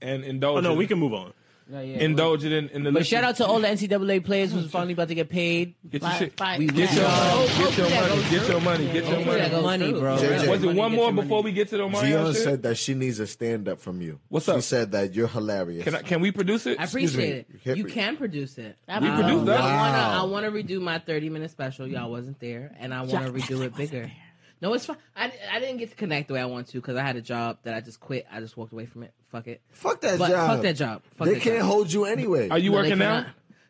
and
Oh
indulging.
no, we can move on.
No, yeah, well,
indulging in, in the.
But
listening.
shout out to all the NCAA players who's finally about to get paid.
Get your
Fight-
shit.
fight
We
back.
Get your,
Oh,
get your
Hopefully that
money.
goes
Get your money. Get your
Hopefully that
money.
Oh, goes money, bro.
JJ.
Was
Money,
it
get
one more
your money.
before we get to the Mario
Gion
shit?
said that she needs a stand up from you.
What's
She
up?
said that you're hilarious.
Can I, can we produce it?
I
Excuse me,
appreciate
hit
it. You
me.
can produce it.
I
We
mean,
produced that?
I wanna
Wow.
I wanna redo my thirty minute special. Y'all wasn't there, and I
Y'all
wanna redo
definitely
it bigger. No, it's fine. I, I didn't get to connect the way I want to because I had a job that I just quit. I just walked away from it. Fuck it.
Fuck that
But
job.
fuck that job. Fuck
they
that
can't
job.
hold you anyway.
Are you
No, they
working now?
cannot.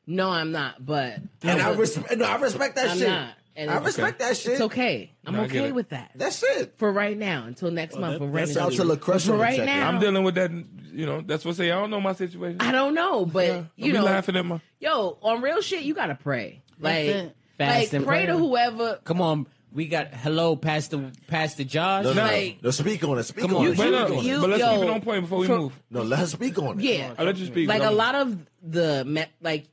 No, I'm not. But
and I,
was-
respect. No, I respect that
I'm
shit.
not. And
I
it's-
respect that shit.
It's okay. I'm
No, I get
okay
it.
with that.
That's it.
for right now until next month.
that-
when
that's
Brandon
Shout out
leaves.
to La
But
Crush
for
on the
right
check-in.
now,
I'm dealing with that. You know, that's what I say. I don't know my situation.
I don't know, but
Yeah. Don't
you
be
know,
laughing at my.
yo, on real shit, you gotta pray. Like,
it.
Fast
like
and
pray to
prayer.
whoever.
Come on,
We got hello, Pastor Pastor Josh.
No, no, no,
Like-
no, speak on it. Speak
Come
on
on,
it.
But,
speak
no,
on it.
you-
but let's
yo,
keep it on point before we
for-
move.
No, let her speak on it.
Yeah.
I'll let you speak.
like a
but I'm-
lot of the me- like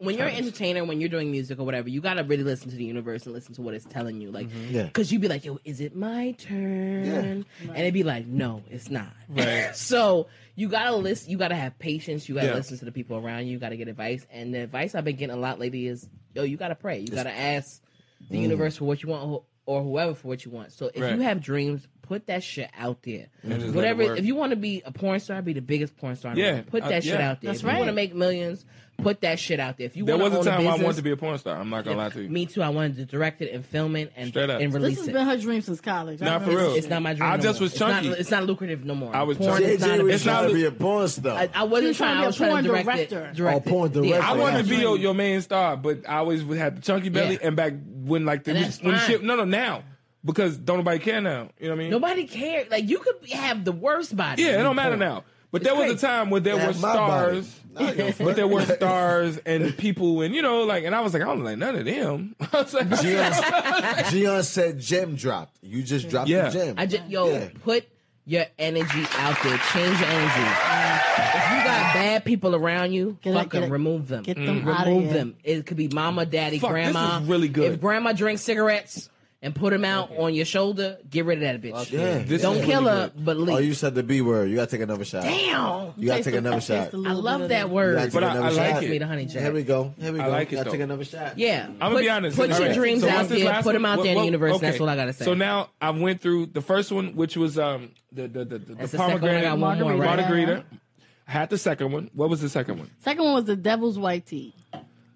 when you're an entertainer when you're doing music or whatever you gotta really listen to the universe and listen to what it's telling you like
Mm-hmm.
Yeah.
because you'd be like yo is it my turn and it'd be like no it's not
Right.
so you gotta listen you gotta have patience you gotta
Yeah.
listen to the people around you you gotta get advice and the advice i've been getting a lot lately is yo you gotta pray you gotta ask the universe for what you want or- or whoever for what you want so if
Mm. Right.
you have dreams put that shit out there
just let it
whatever
work.
if you want to be a porn star be the biggest porn star in the
Yeah.
world. put
Uh,
that shit
yeah.
out there
That's
if you want
right.
to make millions put that shit out there if you
There
want
was a time
business,
I wanted to be a porn star. I'm not gonna lie to you.
me too i wanted to direct it and film it and,
Straight up.
and
This
release
has
it
been her dream since college. I
Nah, for
remember
real.
this
it's not my dream
I
no
just
more.
was
it's not,
chunky.
it's not lucrative no more
I was
porn
chunky.
is not
JJ
a
was
business.
trying
not-
to be a porn star.
I, I
She
wasn't
was
trying,
trying to
i was
be a
trying to
porn
direct
director.
it direct
Oh, porn
it. Yeah,
director.
I
was
wanted to
trying
be your, your main star, but I always would have the chunky belly.
Yeah.
And back when like the,
And that's
when
fine.
shit, no, no, now because don't nobody care now. You know what I mean?
nobody cared like you could be- have the worst body
Yeah, it
in
don't matter
porn.
now. But
It's
there was a
crazy.
time where there
Have
were
my body.
stars.
Nah, I don't fuck.
But there were stars and people and you know like and I was like I don't like none of them. I was like,
Gian, Gian said gem dropped. You just dropped
Yeah.
the gem.
I just yo
Yeah.
put your energy out there. Change your energy. If you got bad people around you,
Get it,
fuck
get
them.
it.
remove them.
Get them
remove
outta here.
them. It could be mama, daddy,
Fuck, this
grandma.
is really good.
If grandma drinks cigarettes and put them out on your shoulder, get rid of that bitch.
yeah.
This
Don't
is
kill
really
her, but leave.
oh, you said the B word. You gotta take another shot.
Damn.
You gotta
Taste
take
the-
another
taste
shot.
the
You
I
little bit
love
of
that
it.
gotta
word.
take
But I-
another
I like
shot.
it.
Me the honey jack.
Here we go. Here we go.
I like it,
gotta
though.
take another shot.
Yeah.
I'm gonna
Put-
be honest.
Put
All
your
right.
dreams
So what's
out
this
there.
last
Put them
one?
out there in
What-
the universe.
okay.
That's all I gotta say.
So now I went through the first one, which was um the the the, the,
That's the second one. I
pomegranate
got one more,
margarita.
right?
I had the second one. What was the second one?
Second one was the devil's white tea.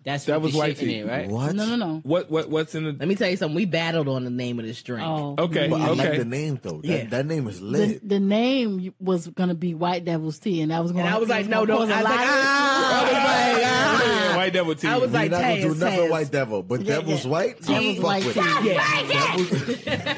That's
That
what
was
the
white
shit in
tea.
it, right?
What?
No, no, no.
What what what's in the?
Let me tell you something. We battled on the name of this drink.
Oh,
Okay,
But I like the
okay.
name though. That,
Yeah.
that name is
The,
lit.
the name was gonna be White Devil's Tea, and I was going.
And I was like, no, don't. I was like, ah. I was like, ah.
Yeah, White devil tea.
I was
We're
like,
not gonna do
Taz,
nothing
Taz.
white devil, but devil's
yeah.
white.
Devil's
fuck
white
with
tea.
it.
Yeah.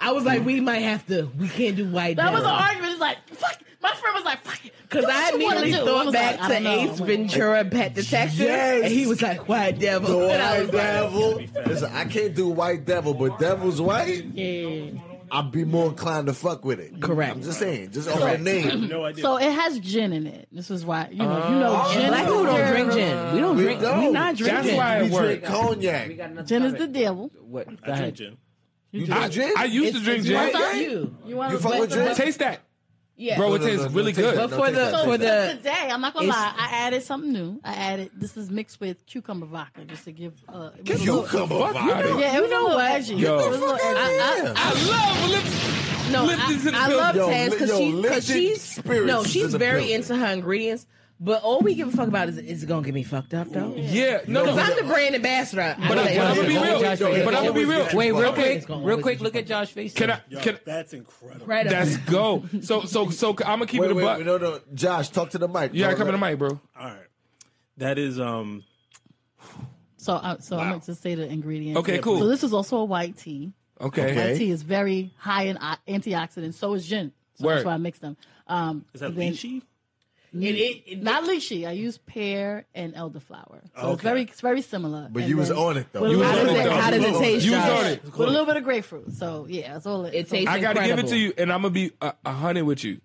I was like, we might have to. We can't do white.
That was an
devil.
argument. It's like, fuck. My friend was like, fuck it.
Cause
Do what
I
you wanna
immediately
do. I
thought
was
back
like, I
to
don't know.
Ace Ventura, Pet Detective,
Yes.
and he was like, "White Devil."
The
and I
white
was like,
devil. Listen, I can't do white devil, but devil's white.
Yeah.
I'd be more inclined to fuck with it.
Correct.
I'm just saying, just off the name.
No idea.
So it has gin in it. This is why you know you know gin.
Oh, "Black
is the
people don't drink
devil.
gin. We don't
We
drink.
don't.
We not drink
That's
gin."
why
We
it
drink
worked.
cognac.
Gin is the devil.
What? Go
I drink
ahead.
gin.
You
I,
drink gin?
I used to drink gin.
right.
Fuck you.
You want
You fuck with gin?
Taste that,
Yeah.
bro.
No,
It
no, no,
tastes
no,
really
taste that.
good.
But
No,
for
taste
the-
that, taste
for
that.
the-
today, I'm not gonna
It's-
lie. I added something new. I added this is mixed with cucumber vodka just to give. Uh, it was a little-
cucumber
Fuck, you
vodka.
know-
Yeah, it was a little edgy.
Yo.
It was a little edgy.
Yeah.
I love lips.
No,
Lipton's in
I,
the
I
building.
love
Yo,
Taz
li-
because
yo,
she, 'cause
Lipton
she's
spirits
no,
is in
she's
the
very
building.
into her ingredients. But all we give a fuck about is is it gonna get me fucked up though?
Yeah, no, no.
Because I'm the brand ambassador.
But,
I
but
say,
I'm gonna be
"Oh,
real.
Josh,
But I'm gonna be real.
Wait, real
Okay.
quick,
gonna
real
always
quick.
be
Look at Josh's face.
Can I?
Yo,
Can
that's incredible.
Right up.
that's go. So so so I'm gonna keep
Wait,
it a
wait,
buck.
wait, no, no. Josh, talk to the mic.
Yeah,
No,
come
no.
to the mic, bro.
All right. That is um
So, I, so I'm gonna just say the ingredients.
Okay,
So
cool.
this is also a white tea.
Okay.
White tea is very high in o- antioxidants. So is gin. So
Word.
that's why I mix them. Um,
is that
then-
lychee?
It, it, it,
Not lychee. I use pear and elderflower. So it's
Okay.
very, it's very similar.
But
And
you was
then
on it, though.
with a
You
how,
little
was
does
on
bit-
it,
it,
how does it
though.
taste?
You was
Josh?
on it.
With a little bit of grapefruit. So yeah, that's all. It,
It
it's all-
tastes
I gotta give it
incredible.
to you, and I'm gonna be a, a hundred with you.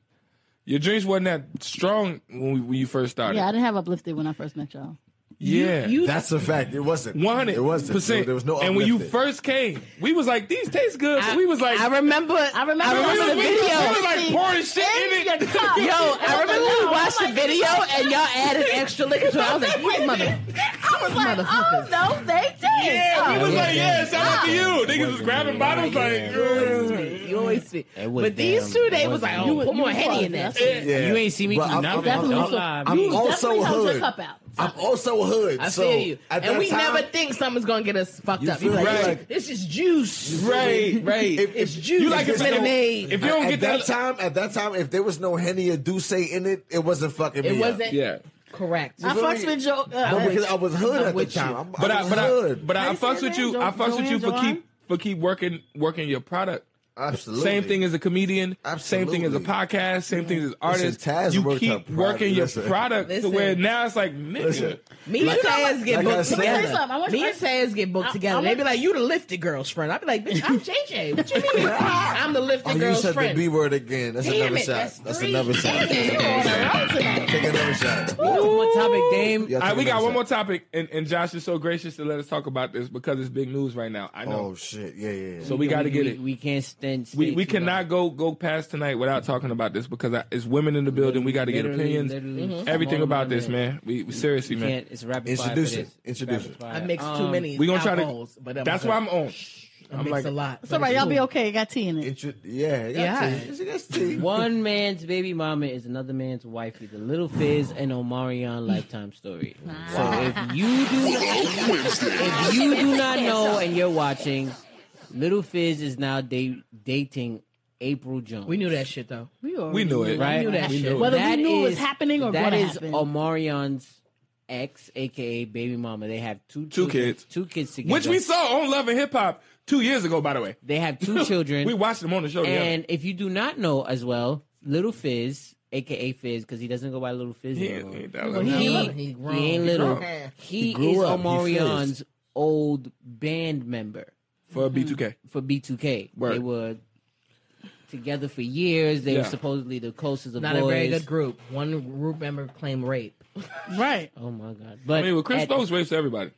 Your drinks wasn't that strong when, we, when you first started.
Yeah, I didn't have uplifted when I first met y'all.
yeah.
you-
That's a fact. It wasn't.
one hundred
It wasn't.
percent.
There was no
And when you
uplifted.
first came, we was like, "These taste good." So we was like,
I remember, I
remember
I
we,
remember
was,
the
we was- we
video.
was like pouring shit in it.
Yo, I remember we
oh
watched the video and y'all added extra liquor to it. I was like, these mother,
I was like, oh no, they did.
Yeah, we was
Oh.
like, "Yeah, it sound like you." Niggas was grabbing bottles like, yeah.
you always speak.
It was
But these
damn-
two, they
it
was
was
like,
damn-
oh, put more
you
Henny
was-
in that.
that's-
You ain't see me
But
come
I'm,
down.
I'm,
Definitely
I'm,
so-
I'm,
you
also
definitely held your
hood.
cup out.
I'm also hood.
I
so
feel you.
At
And
that
we
time,
never think someone's gonna get us fucked
You
up. You
feel
like,
like-
this is juice.
Right, right.
If-
It's
if-
juice.
you like
it's
if-
lemonade.
If you don't
at
get
that
that,
time, at that time, if there was no Henny or Douce in it, it wasn't fucking
it
me.
wasn't
Up.
yeah.
correct.
I
feel
fucks
me?
with Joe. Uh,
But because I was hood at the
with you.
time. I'm,
But
I
I,
was
but I,
hood.
but I, I
How you say
fucks
her
with
name?
you.
Jo-
I fucks with you
Joanne,
for
Joanne?
keep for keep working working your product.
Absolutely.
Same thing as a comedian. Same thing as a
Absolutely.
podcast. Same thing as an artist.
Taz
you
worked her
keep
product.
working your
Listen.
product
Listen.
to where now it's like, nigga,
Listen.
Me and Taz get
like I
booked
said-
together.
Let me tell you
something. I want
Me
you-
and Taz get booked
I-
together.
I
They
want-
be like, "You the lifted girl's friend." I be like, "Bitch, I'm JJ. What you mean? I'm the
Oh,
lifted
you
girl's
said
friend."
the B word again. That's
Damn
another
it,
shot.
that's
That's,
three.
another shot. That's another shot. Take another shot.
One more topic, Dame.
Yeah,
All right,
take
we got
another
one more
shot.
topic, and, and Josh is so gracious to let us talk about this because it's big news right now. I know.
Oh shit! Yeah, yeah. yeah.
so we got to get
we,
it.
We can't stand.
We, we cannot go go past tonight without talking about this because I, it's women in the building. We got to get opinions,
Mm-hmm.
everything about this, man. We, we seriously, man.
Can't, it's rapid
Introduce
fire. Um,
it. Introduce it.
I mixed too many.
We gonna try to.
alcohols, but that
That's
was
why
a-
I'm on.
I
I'm
mixed
like,
a lot.
It's all right. Y'all be okay. It got tea in it.
Intro- yeah, I got
Yeah.
tea. She got tea.
One man's baby mama is another man's wifey. The Little Fizz and Omarion lifetime story. So if you do if you do not know and you're watching, Little Fizz is now date, dating April Jones.
We knew that shit though.
we knew it.
We
Right?
knew that
We
shit.
knew it.
Whether
That
we knew it was
is-
happening or
That
gonna
is
happen.
Omarion's ex, aka baby mama. They have two
Two
children-
kids.
two kids together.
Which we saw on Love and Hip Hop two years ago, by the way.
They have two children.
we watched them on the show. together.
And if you do not know as well, Little Fizz, aka Fizz, because he doesn't go by Little Fizz
Yeah,
anymore.
yeah, that was-
he,
he-
he
he grown.
ain't
He
little.
grown.
He,
grew
is
up. He
Omarion's old band member
for B2K.
for B2K. They
Word.
were together for years. They were
Yeah.
supposedly the closest of
Not
boys.
a very good group. One group member claimed rape.
Right.
Oh my god! But
I mean, with Chris
at,
Stokes rapes everybody.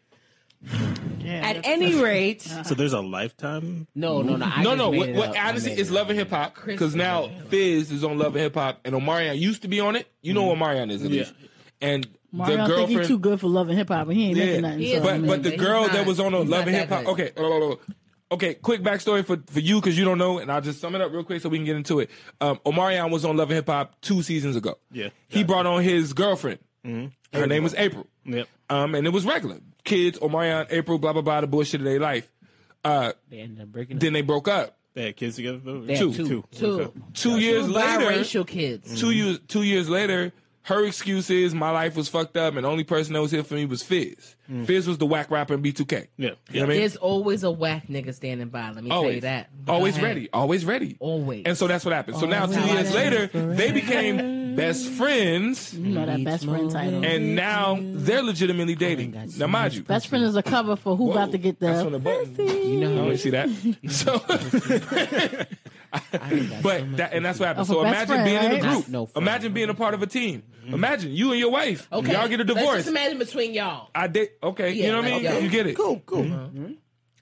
Yeah.
at any rate,
So there's a lifetime.
no, no, no. I
no,
just
no.
made
What,
it
what
up. I
honestly
made
is
it
Love
up.
and Hip Hop
Chris
because
is
now
Love and Hip Hop.
Fizz is on Love and Hip Hop, and Omarion used to be on it. You know
Mm-hmm.
Omarion is at
Yeah.
least, and
Mario
the
think he
girlfriend.
too good for love and hip hop, but he ain't
yeah,
making nothing.
He
so,
is.
I
but
mean,
but the
he's
girl that
not-
was on
he's
Love
not
and Hip
that
Hop.
good.
Okay, hold on, hold on, hold on. Okay, quick backstory for, for you because you don't know, and I'll just sum it up real quick so we can get into it. Um, Omarion was on Love and Hip Hop two seasons ago.
Yeah. Mm-hmm.
he brought on his girlfriend. Her name was April.
Yep.
Um, and it was regular kids, Omarion, April, blah blah blah, the bullshit of their life. Uh,
They ended up breaking.
then they broke up.
They had kids together. Though?
had
two,
two.
two,
Two.
Okay.
Two years
Two
later,
biracial kids.
Mm-hmm.
two years two years later, her excuse is my life was fucked up, and the only person that was here for me was Fizz. Fizz was the whack rapper in B2K.
Mm. Yeah.
You know what I mean?
There's always a whack nigga standing by. Let me tell you
Always
that.
Always
Go ahead.
ready. Always ready.
Always.
And so that's what happened. So now two
Always
years
ready
later, they became best friends,
you know that best friend title.
and now they're legitimately dating. now mind you,
Best friend is a cover for who about to get
That's on
the
the button. You
know how
know, you see that. So, but that, and that's what
Oh,
happened.
Of a
So
best
imagine
friend,
being in a
right?
group.
No friend.
imagine being a part of a team. Imagine you and your wife.
Mm-hmm. Okay.
Y'all get a
Let's
divorce.
just imagine between y'all.
I did. Okay, you know what I mean.
Yeah, okay.
You get it. Mm-hmm.
Cool, cool.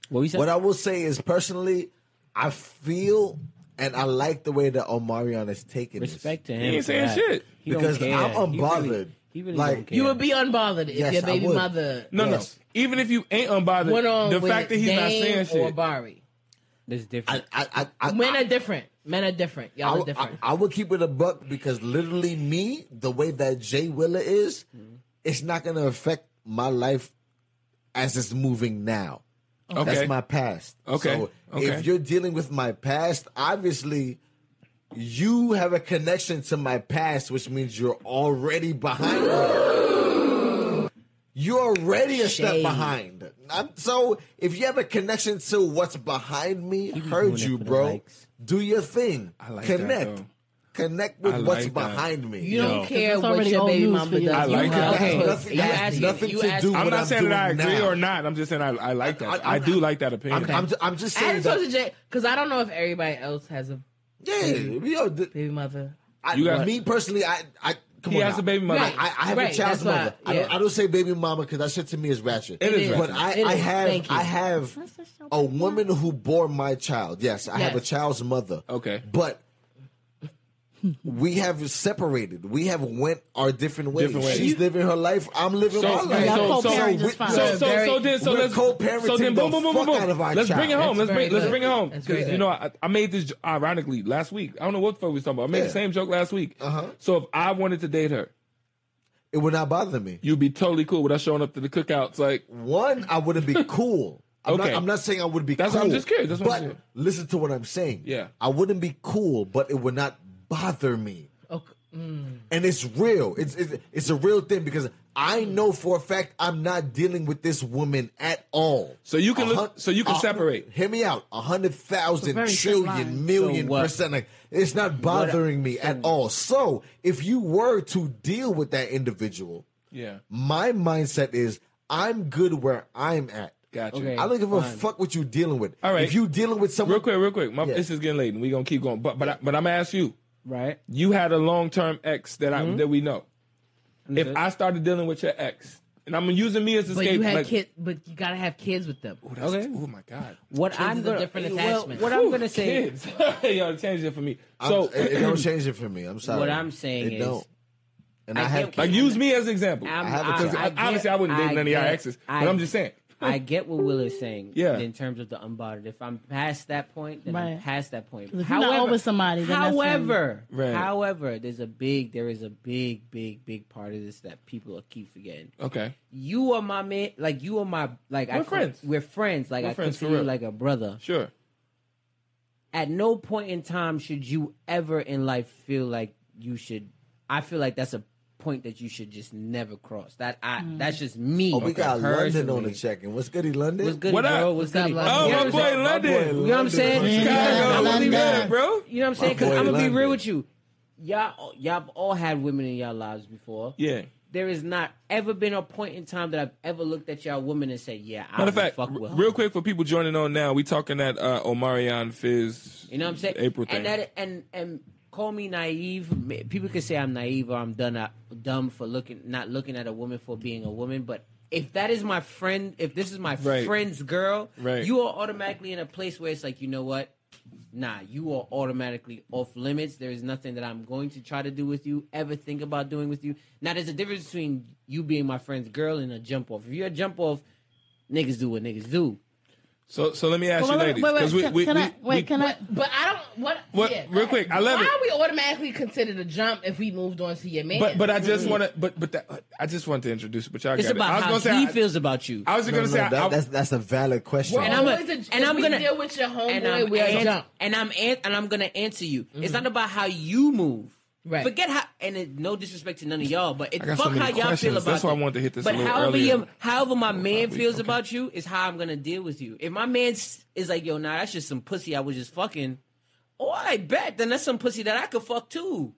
What we said?
What I will say is, personally, I feel and I like the way that Omarion is taking
Respect to him.
He ain't
for
saying
that.
shit.
He don't
Because
care.
I'm
He really-
unbothered.
He really
Like,
don't care.
You would be unbothered if
Yes,
your
I
baby
would.
mother
No,
Yes.
no. Even if you ain't unbothered,
went on
the
with
fact that he's not
Dame
saying
or
shit.
Bari.
That's
this.
different.
I, I, I, I,
Men are different. Men are different. Y'all are
I, I,
different.
I would keep it a buck because literally me, the way that Jay Willer is,
Mm-hmm.
it's not gonna affect my life as it's moving now.
Okay.
That's my past.
Okay.
So
Okay.
if you're dealing with my past, obviously you have a connection to my past, which means you're already behind me. You're already a step
Shade.
behind. I'm, so if you have a connection to what's behind me, heard
doing it
you,
for the
bro.
likes.
Do your thing.
I like that,
Connect.
though.
Connect with
I
what's
like that.
behind me.
You don't
Yo.
care
It's
what
already
your
old
baby
news
mama
for you.
does.
I
You
like
have
that.
her.
Okay.
Nothing-
You
that's
ask-
nothing
you
to
ask-
do with
I'm
what
not
I'm
saying that I
doing
agree
now.
or not. I'm just saying I, I like that.
I-
I,
I-
do like that
I'm,
opinion.
I'm, ju- I'm just
I
saying
just told
that.
you, Jay, because I don't know if everybody else has a
Yeah, yo, th-
baby mother.
I,
You got-
me personally, I, I come
He
on.
has
now.
a baby mother.
Right.
I, I have
Right,
a
that's
child's
why,
mother. I, don't,
yeah.
I don't say baby mama because that shit to me is ratchet.
It is
but
ratchet.
I,
It
I
is.
have
Thank you.
I have
Oh.
a woman who bore my child. Yes, I have a
Yes.
child's mother.
Okay.
but we have separated. We have went our different ways.
Different ways.
She's living her life. I'm living
So,
my
so,
life.
so, so,
Y'all co-parent
so,
just fine.
so,
Very-
so then, so
We're
let's
co-parenting
so then, boom,
the
boom, boom, boom,
fuck
boom.
out of our
let's
child.
bring it home.
That's
Let's bring,
very
let's bring it
good.
home.
That's
'Cause,
very
you know, I, I made this jo- ironically last week. I don't know what the fuck we was talking about. I made
Yeah.
the same joke last week.
Uh-huh.
So if I wanted to date her,
It would not bother me.
you'd be totally cool with us showing up to the cookouts. Like,
One, I wouldn't be cool. I'm,
Okay.
not, I'm not saying I would be
That's-
cool.
I'm just curious. That's what
but
I'm saying.
listen to what I'm saying.
Yeah.
I wouldn't be cool, but it would not bother me.
Okay.
and it's real. It's, it's it's a real thing because I know for a fact I'm not dealing with this woman at all.
So you can
A
look-
hun-
so you can
a hun-
separate.
Hear me out. A hundred thousand
very thin
trillion
line.
million
So what?
percent. Like it's not bothering me at all. So if you were to deal with that individual,
Yeah.
my mindset is I'm good where I'm at.
Gotcha.
Okay.
I don't give a
fine.
fuck what you dealing with.
All right.
If you dealing with someone,
Real quick, real quick. My,
Yeah.
This is getting late, and we gonna keep going. But but I, but I'm gonna ask you.
right?
You had a long term ex that
Mm-hmm.
I that we know. If
Understood.
I started dealing with your ex, and I'm using me as a
But you had
like,
kids, but you gotta have kids with them.
Okay. Oh my god.
What
Kids
I'm
is a
gonna,
different
well,
attachment.
what I'm gonna say,
Kids. Y'all changed it for me.
I'm-
So
it, it don't change it for me. I'm sorry.
What I'm saying
it
is-
don't. And I,
I
have
get-
like use me as an example.
I'm,
I have a
Because
I-
I- obviously I wouldn't date none of y'all
get-
exes, but I'm just saying.
I get what Will is saying.
Yeah.
In terms of the unbothered, if I'm past that point, then I'm
Right.
past that point.
If you're not over somebody, then that's when-
however,
Right.
however, there's a big, there is a big, big, big part of this that people keep forgetting.
Okay.
You are my man. Like you are my like. I
We're
call-
friends.
We're friends. Like
We're
I
friends, for
consider you
real.
like a brother.
Sure.
At no point in time should you ever in life feel like you should. I feel like that's a point that you should just never cross. That I. That's just me.
Oh, we got London on the
personally.
check. And what's good, in London?
What's good,
What up?
bro? What's
What's
good?
up,
Oh,
You
my
know
boy, London.
You know what I'm saying?
Chicago,
Yeah,
what we
London.
got, bro?
You know what I'm saying?
My
Because
boy
I'm gonna be
London.
real with you. Y'all, y'all have all had women in y'all lives before.
Yeah.
There has not ever been a point in time that I've ever looked at y'all woman and said, "Yeah, I
Matter
do
of fact,
fuck
r-
with her."
real quick for people joining on now, we talking that uh, Omarion Fizz.
You know what I'm saying?
April thing.
And that and and call me naive. Ma- People can say I'm naive or I'm done uh, dumb for looking not looking at a woman for being a woman, but if that is my friend, if this is my
Right.
friend's girl,
Right.
you are automatically in a place where it's like, you know what? Nah, you are automatically off limits. There is nothing that I'm going to try to do with you, ever think about doing with you. Now, there's a difference between you being my friend's girl and a jump off. If you're a jump off, niggas do what niggas do.
so so let me ask
Wait,
you,
wait,
ladies,
wait, wait,
because we,
can-
we,
can
we,
I- wait,
we-
can I?
But I don't. What?
What-
yeah,
real quick, I love
why
it.
are we automatically considered a jump if we moved on to your man?
but but I just want to but but that, I just want to introduce, but y'all
It's
got it. I
about
was
how
gonna say
he
I,
feels about you.
I was just
No, no,
gonna
no,
say
that-
I,
that's that's a valid question.
And I'm a-
Always a-
and
if
I'm
we
gonna
deal with your homeboy,
and I'm,
we'll
ans-
jump. Mm-hmm.
and I'm an- and I'm gonna answer you. It's not about how you move.
Right.
Forget how and it, no disrespect to none of y'all, but it
got
fuck
so many
how y'all
questions.
feel about.
That's why I
it.
wanted to hit this a
But
little
however,
earlier.
your- however my man
we-
feels
okay.
about you is how I'm gonna deal with you. If my man s- is like, "Yo, nah, that's just some pussy I was just fucking," oh, I bet then that's some pussy that I could fuck too.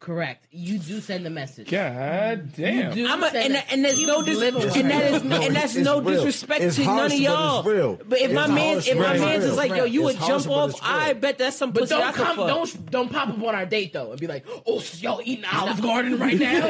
Correct. You do send a message.
God damn.
You
I'm a,
said
and,
that.
and there's
You
no dis-
live with
and that is
No,
and
it's-
that's
it's
no
real.
disrespect
It's
to
harsh,
none
but
of
it's
y'all.
real.
But if
It's
my man
harsh,
if
but
my
it's
man's
real.
is like, yo, you
It's
would
harsh,
jump
but
off,
it's real.
I bet that's some
But
pussy I
don't
could
come,
fuck.
don't don't pop up on our date though, and be like, "Oh, so y'all eating Olive Garden right now?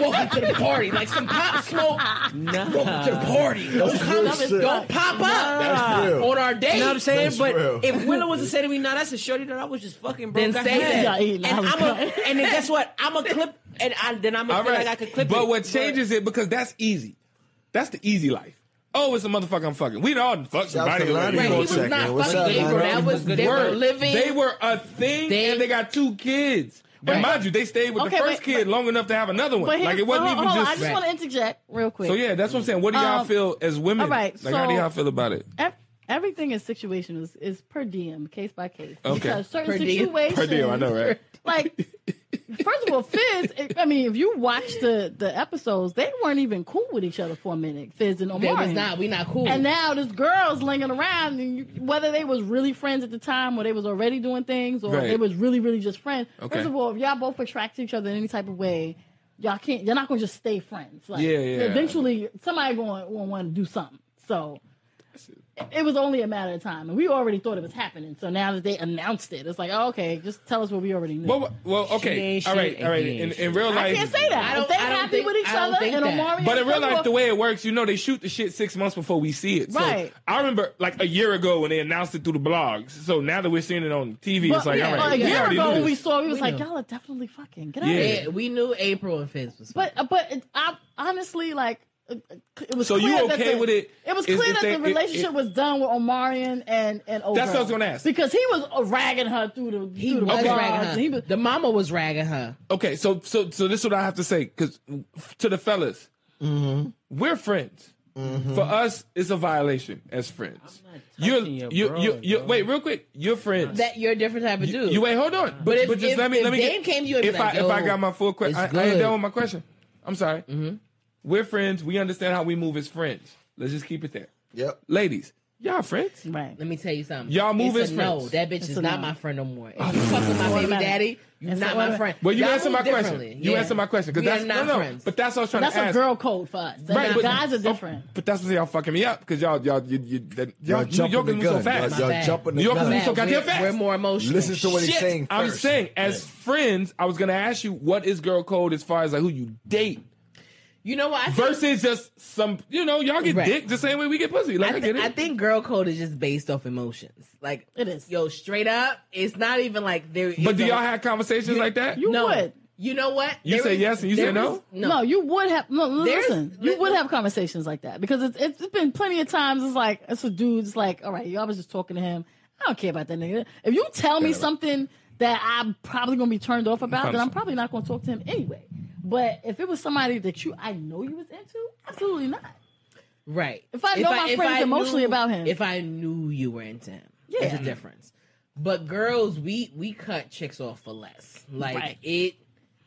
Welcome to the party!" Like some pop smoke. Welcome to the party. Don't come,
real shit.
don't pop
That's
up
real.
on our date.
You know what I'm saying?
That's
but
real.
if Willow was to say to me, "Nah, that's a shorty that I was just fucking," bro,
Then
got
say that.
head."
Y'all eating
And I'm
Olive
a, and then guess what? I'm a clip, and I, then I'm gonna
All
feel
right.
like I could clip
but
it.
what changes it because that's easy. That's the easy life. Oh, it's a motherfucker I'm fucking. We'd all fuck
Shout out
somebody.
to Lonnie.
Right, he
Hold
was
on a
not
second. What's
fucking
up,
April.
Lonnie?
That was
Good
they were
word.
living.
They were a thing,
They-
and they got two kids.
Right.
And mind you, they stayed with
Okay,
the first
but-
kid long enough to have another one.
But
Like
here's-
it wasn't
hold,
even
hold on,
just.
I just want to interject real quick.
So yeah, that's what I'm saying. What do y'all
Um,
feel as women?
all right,
like how do
so-
y'all feel about it?
Ev- everything is situational. Is, is per diem, case by case.
Okay.
Because certain
Per diem.
situations.
Per deal, I know, right?
Like, first of all, Fizz. I mean, if you watch the the episodes, they weren't even cool with each other for a minute. Fizz and Omar.
They was not. We not cool.
And now this girl's lingering around, and you, whether they was really friends at the time, or they was already doing things, or
Right.
they was really, really just friends.
Okay.
First of all, if y'all both attract to each other in any type of way, y'all can't. You're not gonna just stay friends. Like,
Yeah, yeah.
Eventually, somebody going to want to do something. So it- it was only a matter of time, and we already thought it was happening. So now that they announced it, it's like, oh, okay, just tell us what we already knew.
Well, well, okay,
ain't
all right,
shit,
all right.
and he
In,
ain't
in real
I
life,
can't say that.
I don't-
If they
I don't
happy
think-
with each
I don't
other,
think
and
that.
Omari.
But in real
Samoa-
life, the way it works, you know, they shoot the shit six months before we see it. So
Right.
I remember like a year ago when they announced it through the blogs. So now that we're seeing it on TV, it's like,
yeah,
all right,
a
we
year
already
ago
knew
when we
this.
saw, it, we was
We
like,
know.
y'all are definitely fucking. Get out
Yeah.
of here.
Yeah, we knew April and Fizz was.
But uh, but it, I honestly like it, it was.
So you
clear that
okay
the-
with it?
It was
Is-
clear
if
that
they-
the
it-
relationship
it-
was done with Omarion and and Oprah.
That's what I was gonna ask.
because he was uh, ragging her through the
he
through the
was
bars,
ragging her.
and he was-
the mama was ragging her.
Okay, Mm-hmm. so so so this is what I have to say because to the fellas, we're friends. For us, it's a violation as friends.
I'm not
You're,
touching your
you,
bro,
you, you,
bro.
wait, real quick. You're friends.
That you're a different type of dude.
you, you wait, hold on. But,
if-
but just
if-
let me,
if
let me.
Dame came to you and be
if
like,
I, if I
"Yo, Mm-hmm.
got my full question,
it's
I, I ain't
good."
done with my question. I'm sorry. We're friends. We understand how we move as friends. Let's just keep it there,
Yep.
ladies. Y'all friends?
Right.
Let me tell you something.
Y'all move
it's
as
a
friends.
No, that bitch is
a
not
no.
my friend no more.
Oh,
If you fuck with my baby
automatic.
daddy, you're
It's
not
a-
my friend.
Well, you
Y'all
answered my
move
question.
differently.
You
Yeah.
answered my question because
We are
that's
not
no, no.
friends.
But that's what I was trying
That's
to
a
ask.
girl code for us.
Right, but-
guys are
oh,
different.
but that's what y'all fucking me up because y'all y'all you, you, that, y'all,
Y'all
New Yorkers
jumping
move
the
so
gun.
fast.
Y'all, y'all
Fast.
jumping the
New Yorkers
gun.
move so
Bad.
goddamn
We're,
fast.
we're more emotional.
Listen to what he's
Shit,
saying.
I'm
first.
saying as friends, I was gonna ask you what is girl code as far as like who you date
You know what? I think,
versus just some you know y'all get
Right.
dick the same way we get pussy. Like I,
I,
get
thi-
it.
I think girl code is just based off emotions. Like
It is.
Yo, straight up, it's not even like there. is
but do
a-
y'all have conversations like that?
You
no.
would.
You know what?
You
There
say
is-
yes and you
there
say no?
is-
No. you would have no. l-
There's-
Listen, you
li-
would have conversations like that because it's it's been plenty of times. It's like it's a dude. It's like, all right, y'all was just talking to him. I don't care about that nigga. If you tell me something that I'm probably gonna be turned off about, then I'm probably not gonna talk to him anyway. But if it was somebody that you I know you was into, absolutely not.
Right.
If I know my friends emotionally about him.
If I knew you were into him. Yeah. There's a
Yeah.
difference. But girls, we we cut chicks off for less. Like
Right.
it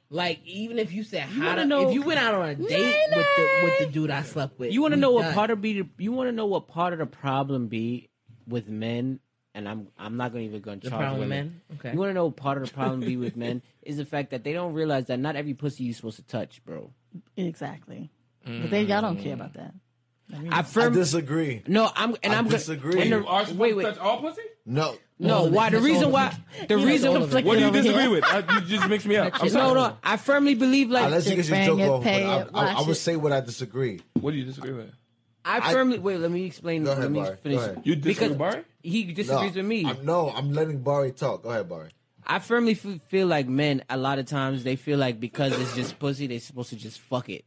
like even if you said how
wanna
to
know-
if you went out on a date with the with the dude I slept with.
You want to
we
know what
done.
part of be? You want to know what part of the problem be with men? And I'm I'm not gonna even going to
the
charge
problem
women.
men? Okay.
You want to know what part of the problem be with men is the fact that they don't realize that not every pussy you supposed to touch, bro.
Exactly. But they y'all don't care about that.
I
I
firm.
disagree.
no, I'm and
I
I'm
disagree.
Gonna,
You
Are
and the,
supposed
wait,
to
wait.
touch all pussy?
No.
No, why? The reason why? The reason.
all of it.
What do you
over here.
disagree with? I, you just mixed me up.
No,
I'm sorry.
no. I firmly believe like
Unless you get
Dick
your
bang
joke
it,
off, but
pay
I,
it,
I, I
wash
would
it.
say what I disagree.
What do you disagree with?
I firmly wait. Let me explain.
Go ahead,
let me
Barry. Go
finish.
ahead.
You disagree
Because
with Barry?
He
No,
disagrees with me.
I'm, no, I'm letting Barry talk. Go ahead, Barry.
I firmly f- feel like men. A lot of times they feel like because it's just pussy, they're supposed to just fuck it.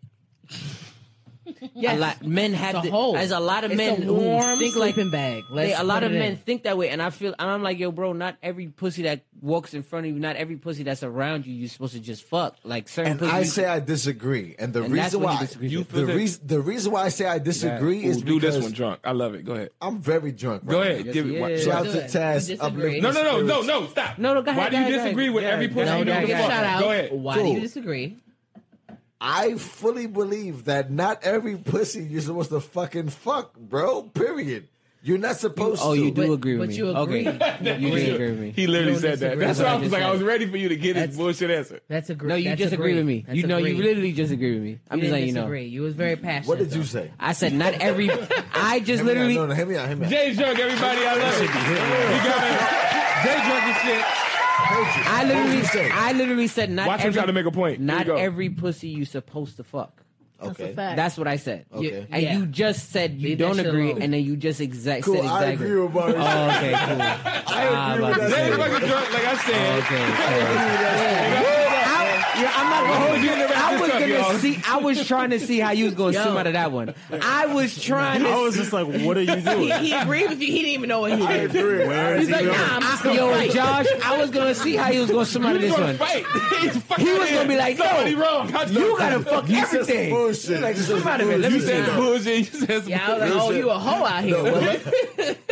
yes.
A lot men have
It's a
the,
whole.
There's a lot of
It's
men
a
who
warm
think like
sleeping bag. Let's
they, a lot
put
of
it
men
in.
think that way, and I feel and I'm like, yo, bro, not every pussy that walks in front of you, not every pussy that's around you, you're supposed to just fuck. Like certain.
And
pussy
I say I disagree. And the
And that's
reason
what
why
he disagrees
with.
the
You-
reason the reason why I say I disagree is
Ooh, do
because
this one drunk. I love it. Go ahead.
I'm very drunk.
Go
right
ahead.
Yes,
Give
he
it.
is.
Shout out
Do
to
it.
Taz.
You disagree.
uplifting
No, no, no,
spirits.
no, no. Stop.
No, no, go
Why
ahead,
do
go
you
ahead, go
disagree
ahead.
with
Yeah,
every
yeah,
pussy
yeah,
you
no,
know
no,
the
no,
fuck?
shout out.
Go ahead.
Why do
Cool.
you disagree?
I fully believe that not every pussy you're supposed to fucking fuck, bro. Period. You're not supposed
oh,
to.
you do
But-
agree with
but
me.
you agree.
Okay, you do agree with me.
He literally
You
said that.
disagree.
That's why I
That's
was
what I
like, I
just
was
said.
ready for you to get his
That's-
bullshit answer.
That's a gr-
No, you
that's
disagree
agree.
with me.
That's
you know,
agree.
you literally just agree with me. I'm
You
just letting
didn't
you know.
disagree. You was very passionate.
What did you
though.
say?
I said not every. I just
Hear me out.
literally.
No, no, hear me out. Hear me out.
Jay Junk, everybody, I love you. You got it. Jay Junk is shit.
I
What
literally.
you say?
I literally said not.
Watch him
every,
try to make a point. Here you
Not
go.
every pussy you supposed to fuck.
That's a
okay.
fact.
That's what I said.
Okay.
You-
And
yeah.
you just said you
Leave that
don't
shit
agree,
alone.
and then you just exact
Cool.
said
I
exactly.
agree with Barry.
Oh, okay, cool.
I agree
Ah,
with
about to
Jay
that.
say.
fucking drunk, like I said.
Okay. cool. I, yeah, I'm not
I'll
gonna
hold you in the rest
I
of
was
this up,
gonna
y'all.
see. I was trying to see how you was gonna
Yo.
swim out of that one. I was trying to.
I was just like, what are you doing?
He, he agreed with you. He didn't even know what he
I
did.
agree.
Where is
He's like,
he
nah,
going?
I'm just
I,
gonna
yo,
fight.
Josh, I was gonna see how you was gonna swim out of
He's
this
gonna
one.
fight. He's fucking
He
out
was
here.
gonna be like,
somebody
no,
wrong. How
You gotta fuck
You said some
everything.
bullshit.
Like,
You said
come
some
out of it. Let me
You
bullshit. Oh,
see.
said some bullshit. You said some
Yeah, I was like, oh,
Listen.
you a hoe out here.
No, what-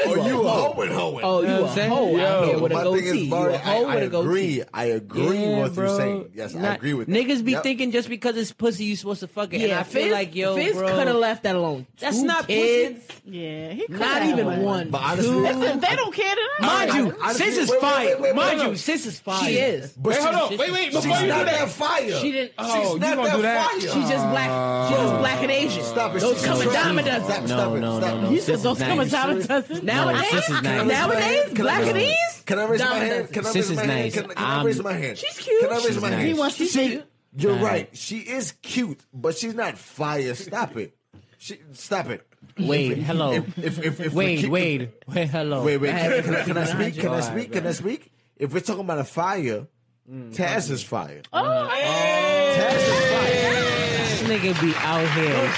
Oh, you a hoeing, hoeing.
Oh, you
know
a
what I'm saying?
hoe out
Yo,
here with a
my thing
goatee.
is,
You
Barry,
a
I,
hoe
I
with a goatee.
agree. I agree
Yeah,
with
bro.
you saying. Yes, I
Not-
agree with that.
Niggas be
Yep.
thinking just because it's pussy, you supposed to fuck it. and I
Yeah,
feel
Fizz,
like yo,
Fizz
bro,
could have left that alone.
That's
Two
not
kids,
yeah, he could
not
have
even
one.
one.
But honestly,
Listen, they don't care. Then I
Mind
don't
you,
care.
honestly,
sis is
wait, wait,
fire.
wait, wait,
Mind
wait,
you,
wait.
sis is fire.
she is.
but
Wait,
she's,
hold on. Wait, wait. Before
she's
you do
not
that.
that fire.
She didn't.
Oh,
she's,
you
not
gonna do that?
fire.
she's just black. She's just black and Asian.
Uh, Stop it.
Those
She's drunk.
Kamadama does
Stop,
that.
stop it.
No, no,
Stop
no,
it.
no. Sis
those
is
coming
nice.
out of doesn't.
Nowadays,
sis is nice.
nowadays,
Can I
black
raise
and
my hand?
East.
Can I raise my
Dama
hand?
doesn't.
Can I
Sis
raise
is
my hand?
nice.
Can can I
Um,
raise my hand?
she's cute.
Can I raise
She's
my
nice.
hand?
He
wants to
She-
say-
You're
Alright.
right. She is cute, but she's not fire. Stop it. She stop it.
Wade, hello.
If, if, if, if we
Wade,
keep-
Wade, wait,
Oh,
hello.
Wait, wait. Can, I- can, I- can I speak? Can I
Alright,
speak? Can I speak? If we're talking about a fire,
Mm.
Taz is fire. Taz is fire.
This nigga be out here.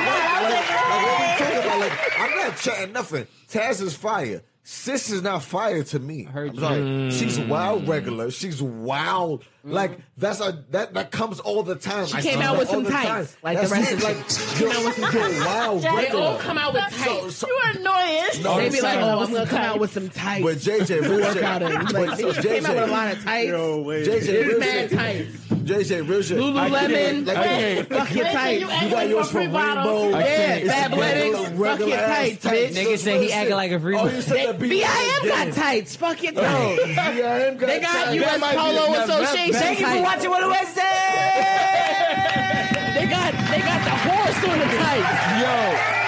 Like, what we talking about? Like, I'm not chatting nothing. Taz is fire. Sis is not fire to me.
Heard
I'm
you.
sorry.
Mm.
She's wild regular. She's wild. Like that's a that that comes all the time. She
came out with some tights, like the rest of
like you're, you're wild
They
regular.
all come out with
so,
tights.
so,
You annoying.
no,
They be like, oh, I'm
With
gonna
some
come out
tights.
with some tights.
but JJ, real shit.
Workout it. Like,
But so
nigga, came out with a
JJ,
line of tights.
Yo, wait.
JJ, real
Mad
shit.
tights.
JJ, real shit.
Lululemon.
I can't- like,
Hey,
Fuck your
Wait till
tights.
you
You
act
got
like
yours
some
from
free
Rainbow.
bottles.
I
Yeah,
can't-
Fab Athletics.
Regular
Fuck your
ass
tights,
tights.
bitch.
Nigga
Those
said he
real
acting
shit.
like a free
Oh,
one.
you said the
BIM got tights. Fuck your tights.
BIM got
They got
tight.
U.S.
might be
Polo
the
Association.
Thank you for
tights.
watching What Do I Say?
They got they got the horse on the tights.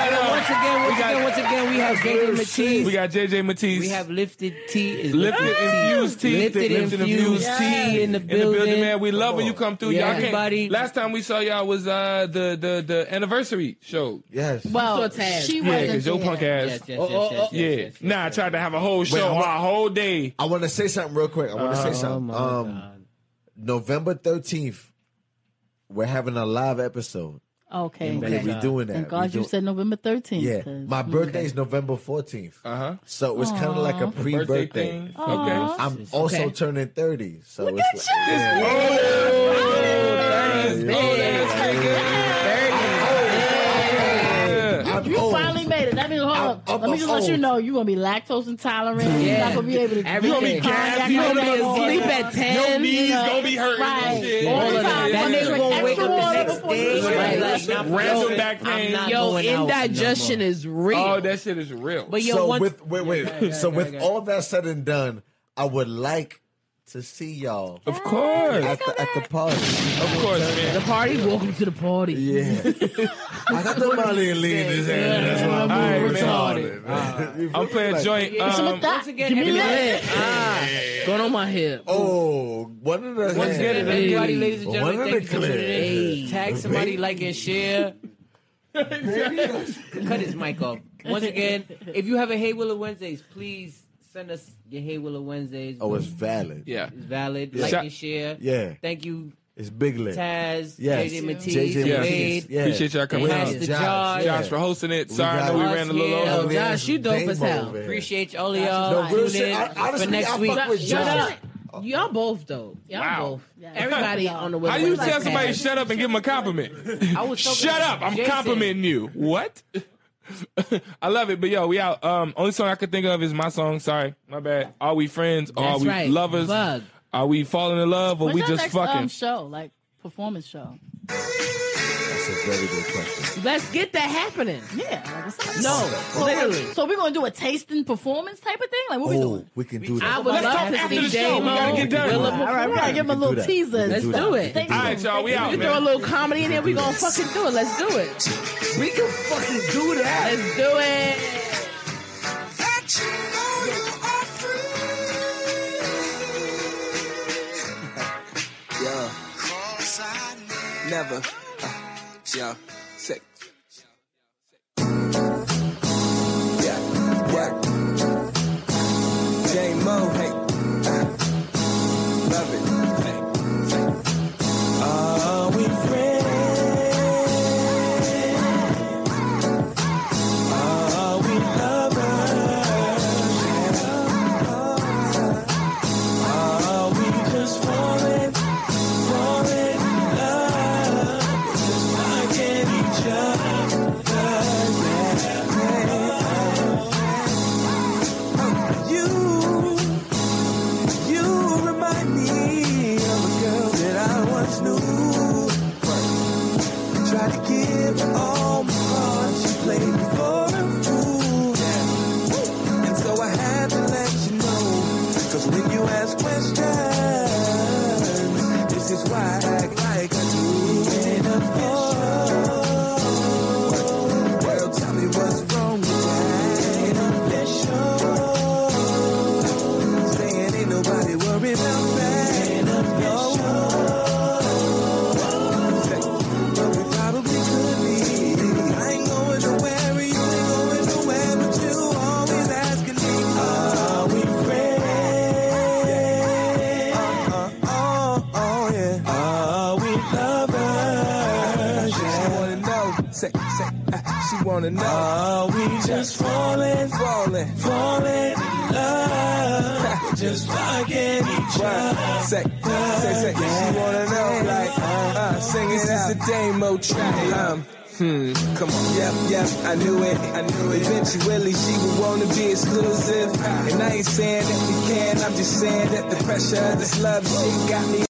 And
uh,
once again, once
we got-
again, once again, we have JJ Matisse.
We got JJ Matisse.
We have lifted tea. Is
Lifted infused tea.
Lifted, infused tea in the
In the
building.
building, man. We love when you come through.
Yeah.
Y'all
Everybody-
can't. Last time we saw y'all was uh the the the anniversary show.
Yes.
So
Well,
Taz.
she
Yeah,
wasn't
because your
there.
punk ass.
Yes, yes, yes,
Oh, oh,
yes,
oh.
yeah.
yes, yes, yes,
nah, I
yes.
tried to have a whole
I
show,
want-
a whole day.
I want to say something real quick. I want to say
Oh
something.
my
Um,
God.
November 13th, we're having a live episode.
Okay.
Thank
Yeah,
okay.
we
Oh, God.
doing that.
Thank
We
God you
do-
said November 13th.
Yeah,
'cause-
my birthday is November 14th.
Uh huh.
So it's kind of like a
Aw.
pre
Birthday
birthday.
thing. Okay.
I'm
Okay.
also turning 30. So it's like, yeah.
Oh, That is big. Oh, that is big. Yeah.
I'm
You
old.
finally made it. That means, hold
I'm-
up.
I'm
Let me just let you
old.
know, you're going to be lactose intolerant. You're
Yeah.
not going to be able to
Everything.
drink
You
gonna be
cognac
gassy. You gonna
no
be
more.
asleep
at
Your
10.
knees gonna be hurting.
Right.
and shit.
All
Yeah,
the time.
yeah,
That
yeah.
nigga gonna wake up
Extra
the next
water
day.
before
Right,
you
like,
sleep.
I'm
Random
not-
back
I'm
pain.
not
Yo,
going out no
indigestion
more.
is real.
Oh, that shit is real.
But yo,
so
once,
with wait, wait. so
yeah,
with
yeah.
all that said and done, I would like to see y'all
of course,
at the, at the party.
of course,
the
man.
party.
Um,
Welcome to the party.
Yeah, I got the Molly and Lee in his hand. That's why I'm
All right,
moving
man.
retarded.
I'm playing joint.
Some of
Um,
that.
once again,
Give me
everybody-
that.
Yeah. Ah, going on my hip.
Oh, one of the
Once again,
hands.
Everybody, ladies and
One
gentlemen,
of
thank
the
you for tuning in.
clears.
Tag somebody, like and share. Cut his mic off. Once again, if you have a Hey Willow Wednesdays, please send us your Hey Willow Wednesdays.
Oh, it's valid.
yeah.
It's valid. Like
Shout-
and share.
Yeah.
Thank you,
It's big lit.
Taz,
Yes.
JJ
Yeah.
Matisse,
JJ
Yes.
Wade,
Matisse. Yeah.
Appreciate y'all coming
Pass
out.
the
Josh,
jar.
yeah.
Josh for hosting it. Sorry,
got
I know we
us
ran a little
here.
over.
Yo, Josh, you dope as hell.
Appreciate all of y'all.
No, real
Tune
shit.
in
I, honestly,
for next
I
week.
fuck with
Shut
Josh.
Y'all both though. Y'all
Wow.
both.
Yeah.
Everybody on the way.
How you
Like
tell somebody
that.
shut up and give them a compliment?
I was talking
Shut
to
up! I'm
Jason.
complimenting you. What? I love it, but yo, we out. Um, only song I could think of is my song. Sorry, my bad. Are we friends? Are
That's
we
right.
lovers?
Bug.
Are we falling in love or
When's
we
our
just
next,
fucking?
um, show, like performance show.
That's a very good question.
Let's get that happening.
Yeah. Like, what's up?
No, literally.
So we're going to do a tasting performance type of thing? Like, what we
Oh,
doing?
we can do
I
that.
would
Let's talk
love to
after
see
the show.
J
We gotta get done.
Mo.
All right, we got to give him a
We can do
little
that.
teaser.
We
Let's do
can that.
it.
We can
All
do
All right,
that.
y'all, we out,
We throw a
man.
little comedy in there. We gonna fucking do it. Let's do it.
We can fucking do that.
Let's do it.
That you know you are free.
Yeah,
'Cause I know
never. Uh, yeah, sick. Yeah, work. J Mo, hey. Uh, love it. Hey, hey. Are we friends? Are we lovers? Are we just falling? falling in love, just liking each other, yeah. You, you remind me of a girl that I once knew. Tried to give her all my heart, she played me for a fool. And so I had to let you know. Cause when you ask questions, this is why I act like I do. Ain't official. Girl, tell me what's wrong with that. Ain't official. Saying ain't nobody worried about that. Ain't official. But we probably could be. I ain't going nowhere, and you ain't going nowhere, but you always asking me, are we friends? Uh, uh, oh, oh, yeah. Are we lovers? She wanna know. Say, say, uh, she wanna know. Are we just falling? Falling falling, falling in love, just fucking each other. Say, say, say, she wanna know, like, uh, uh, sing it out. This is a demo track. Um, Hmm, come on. Yep, yep, I knew it, I knew it. Eventually she would wanna be exclusive. And I ain't saying that we can, I'm just saying that the pressure of this love shit got me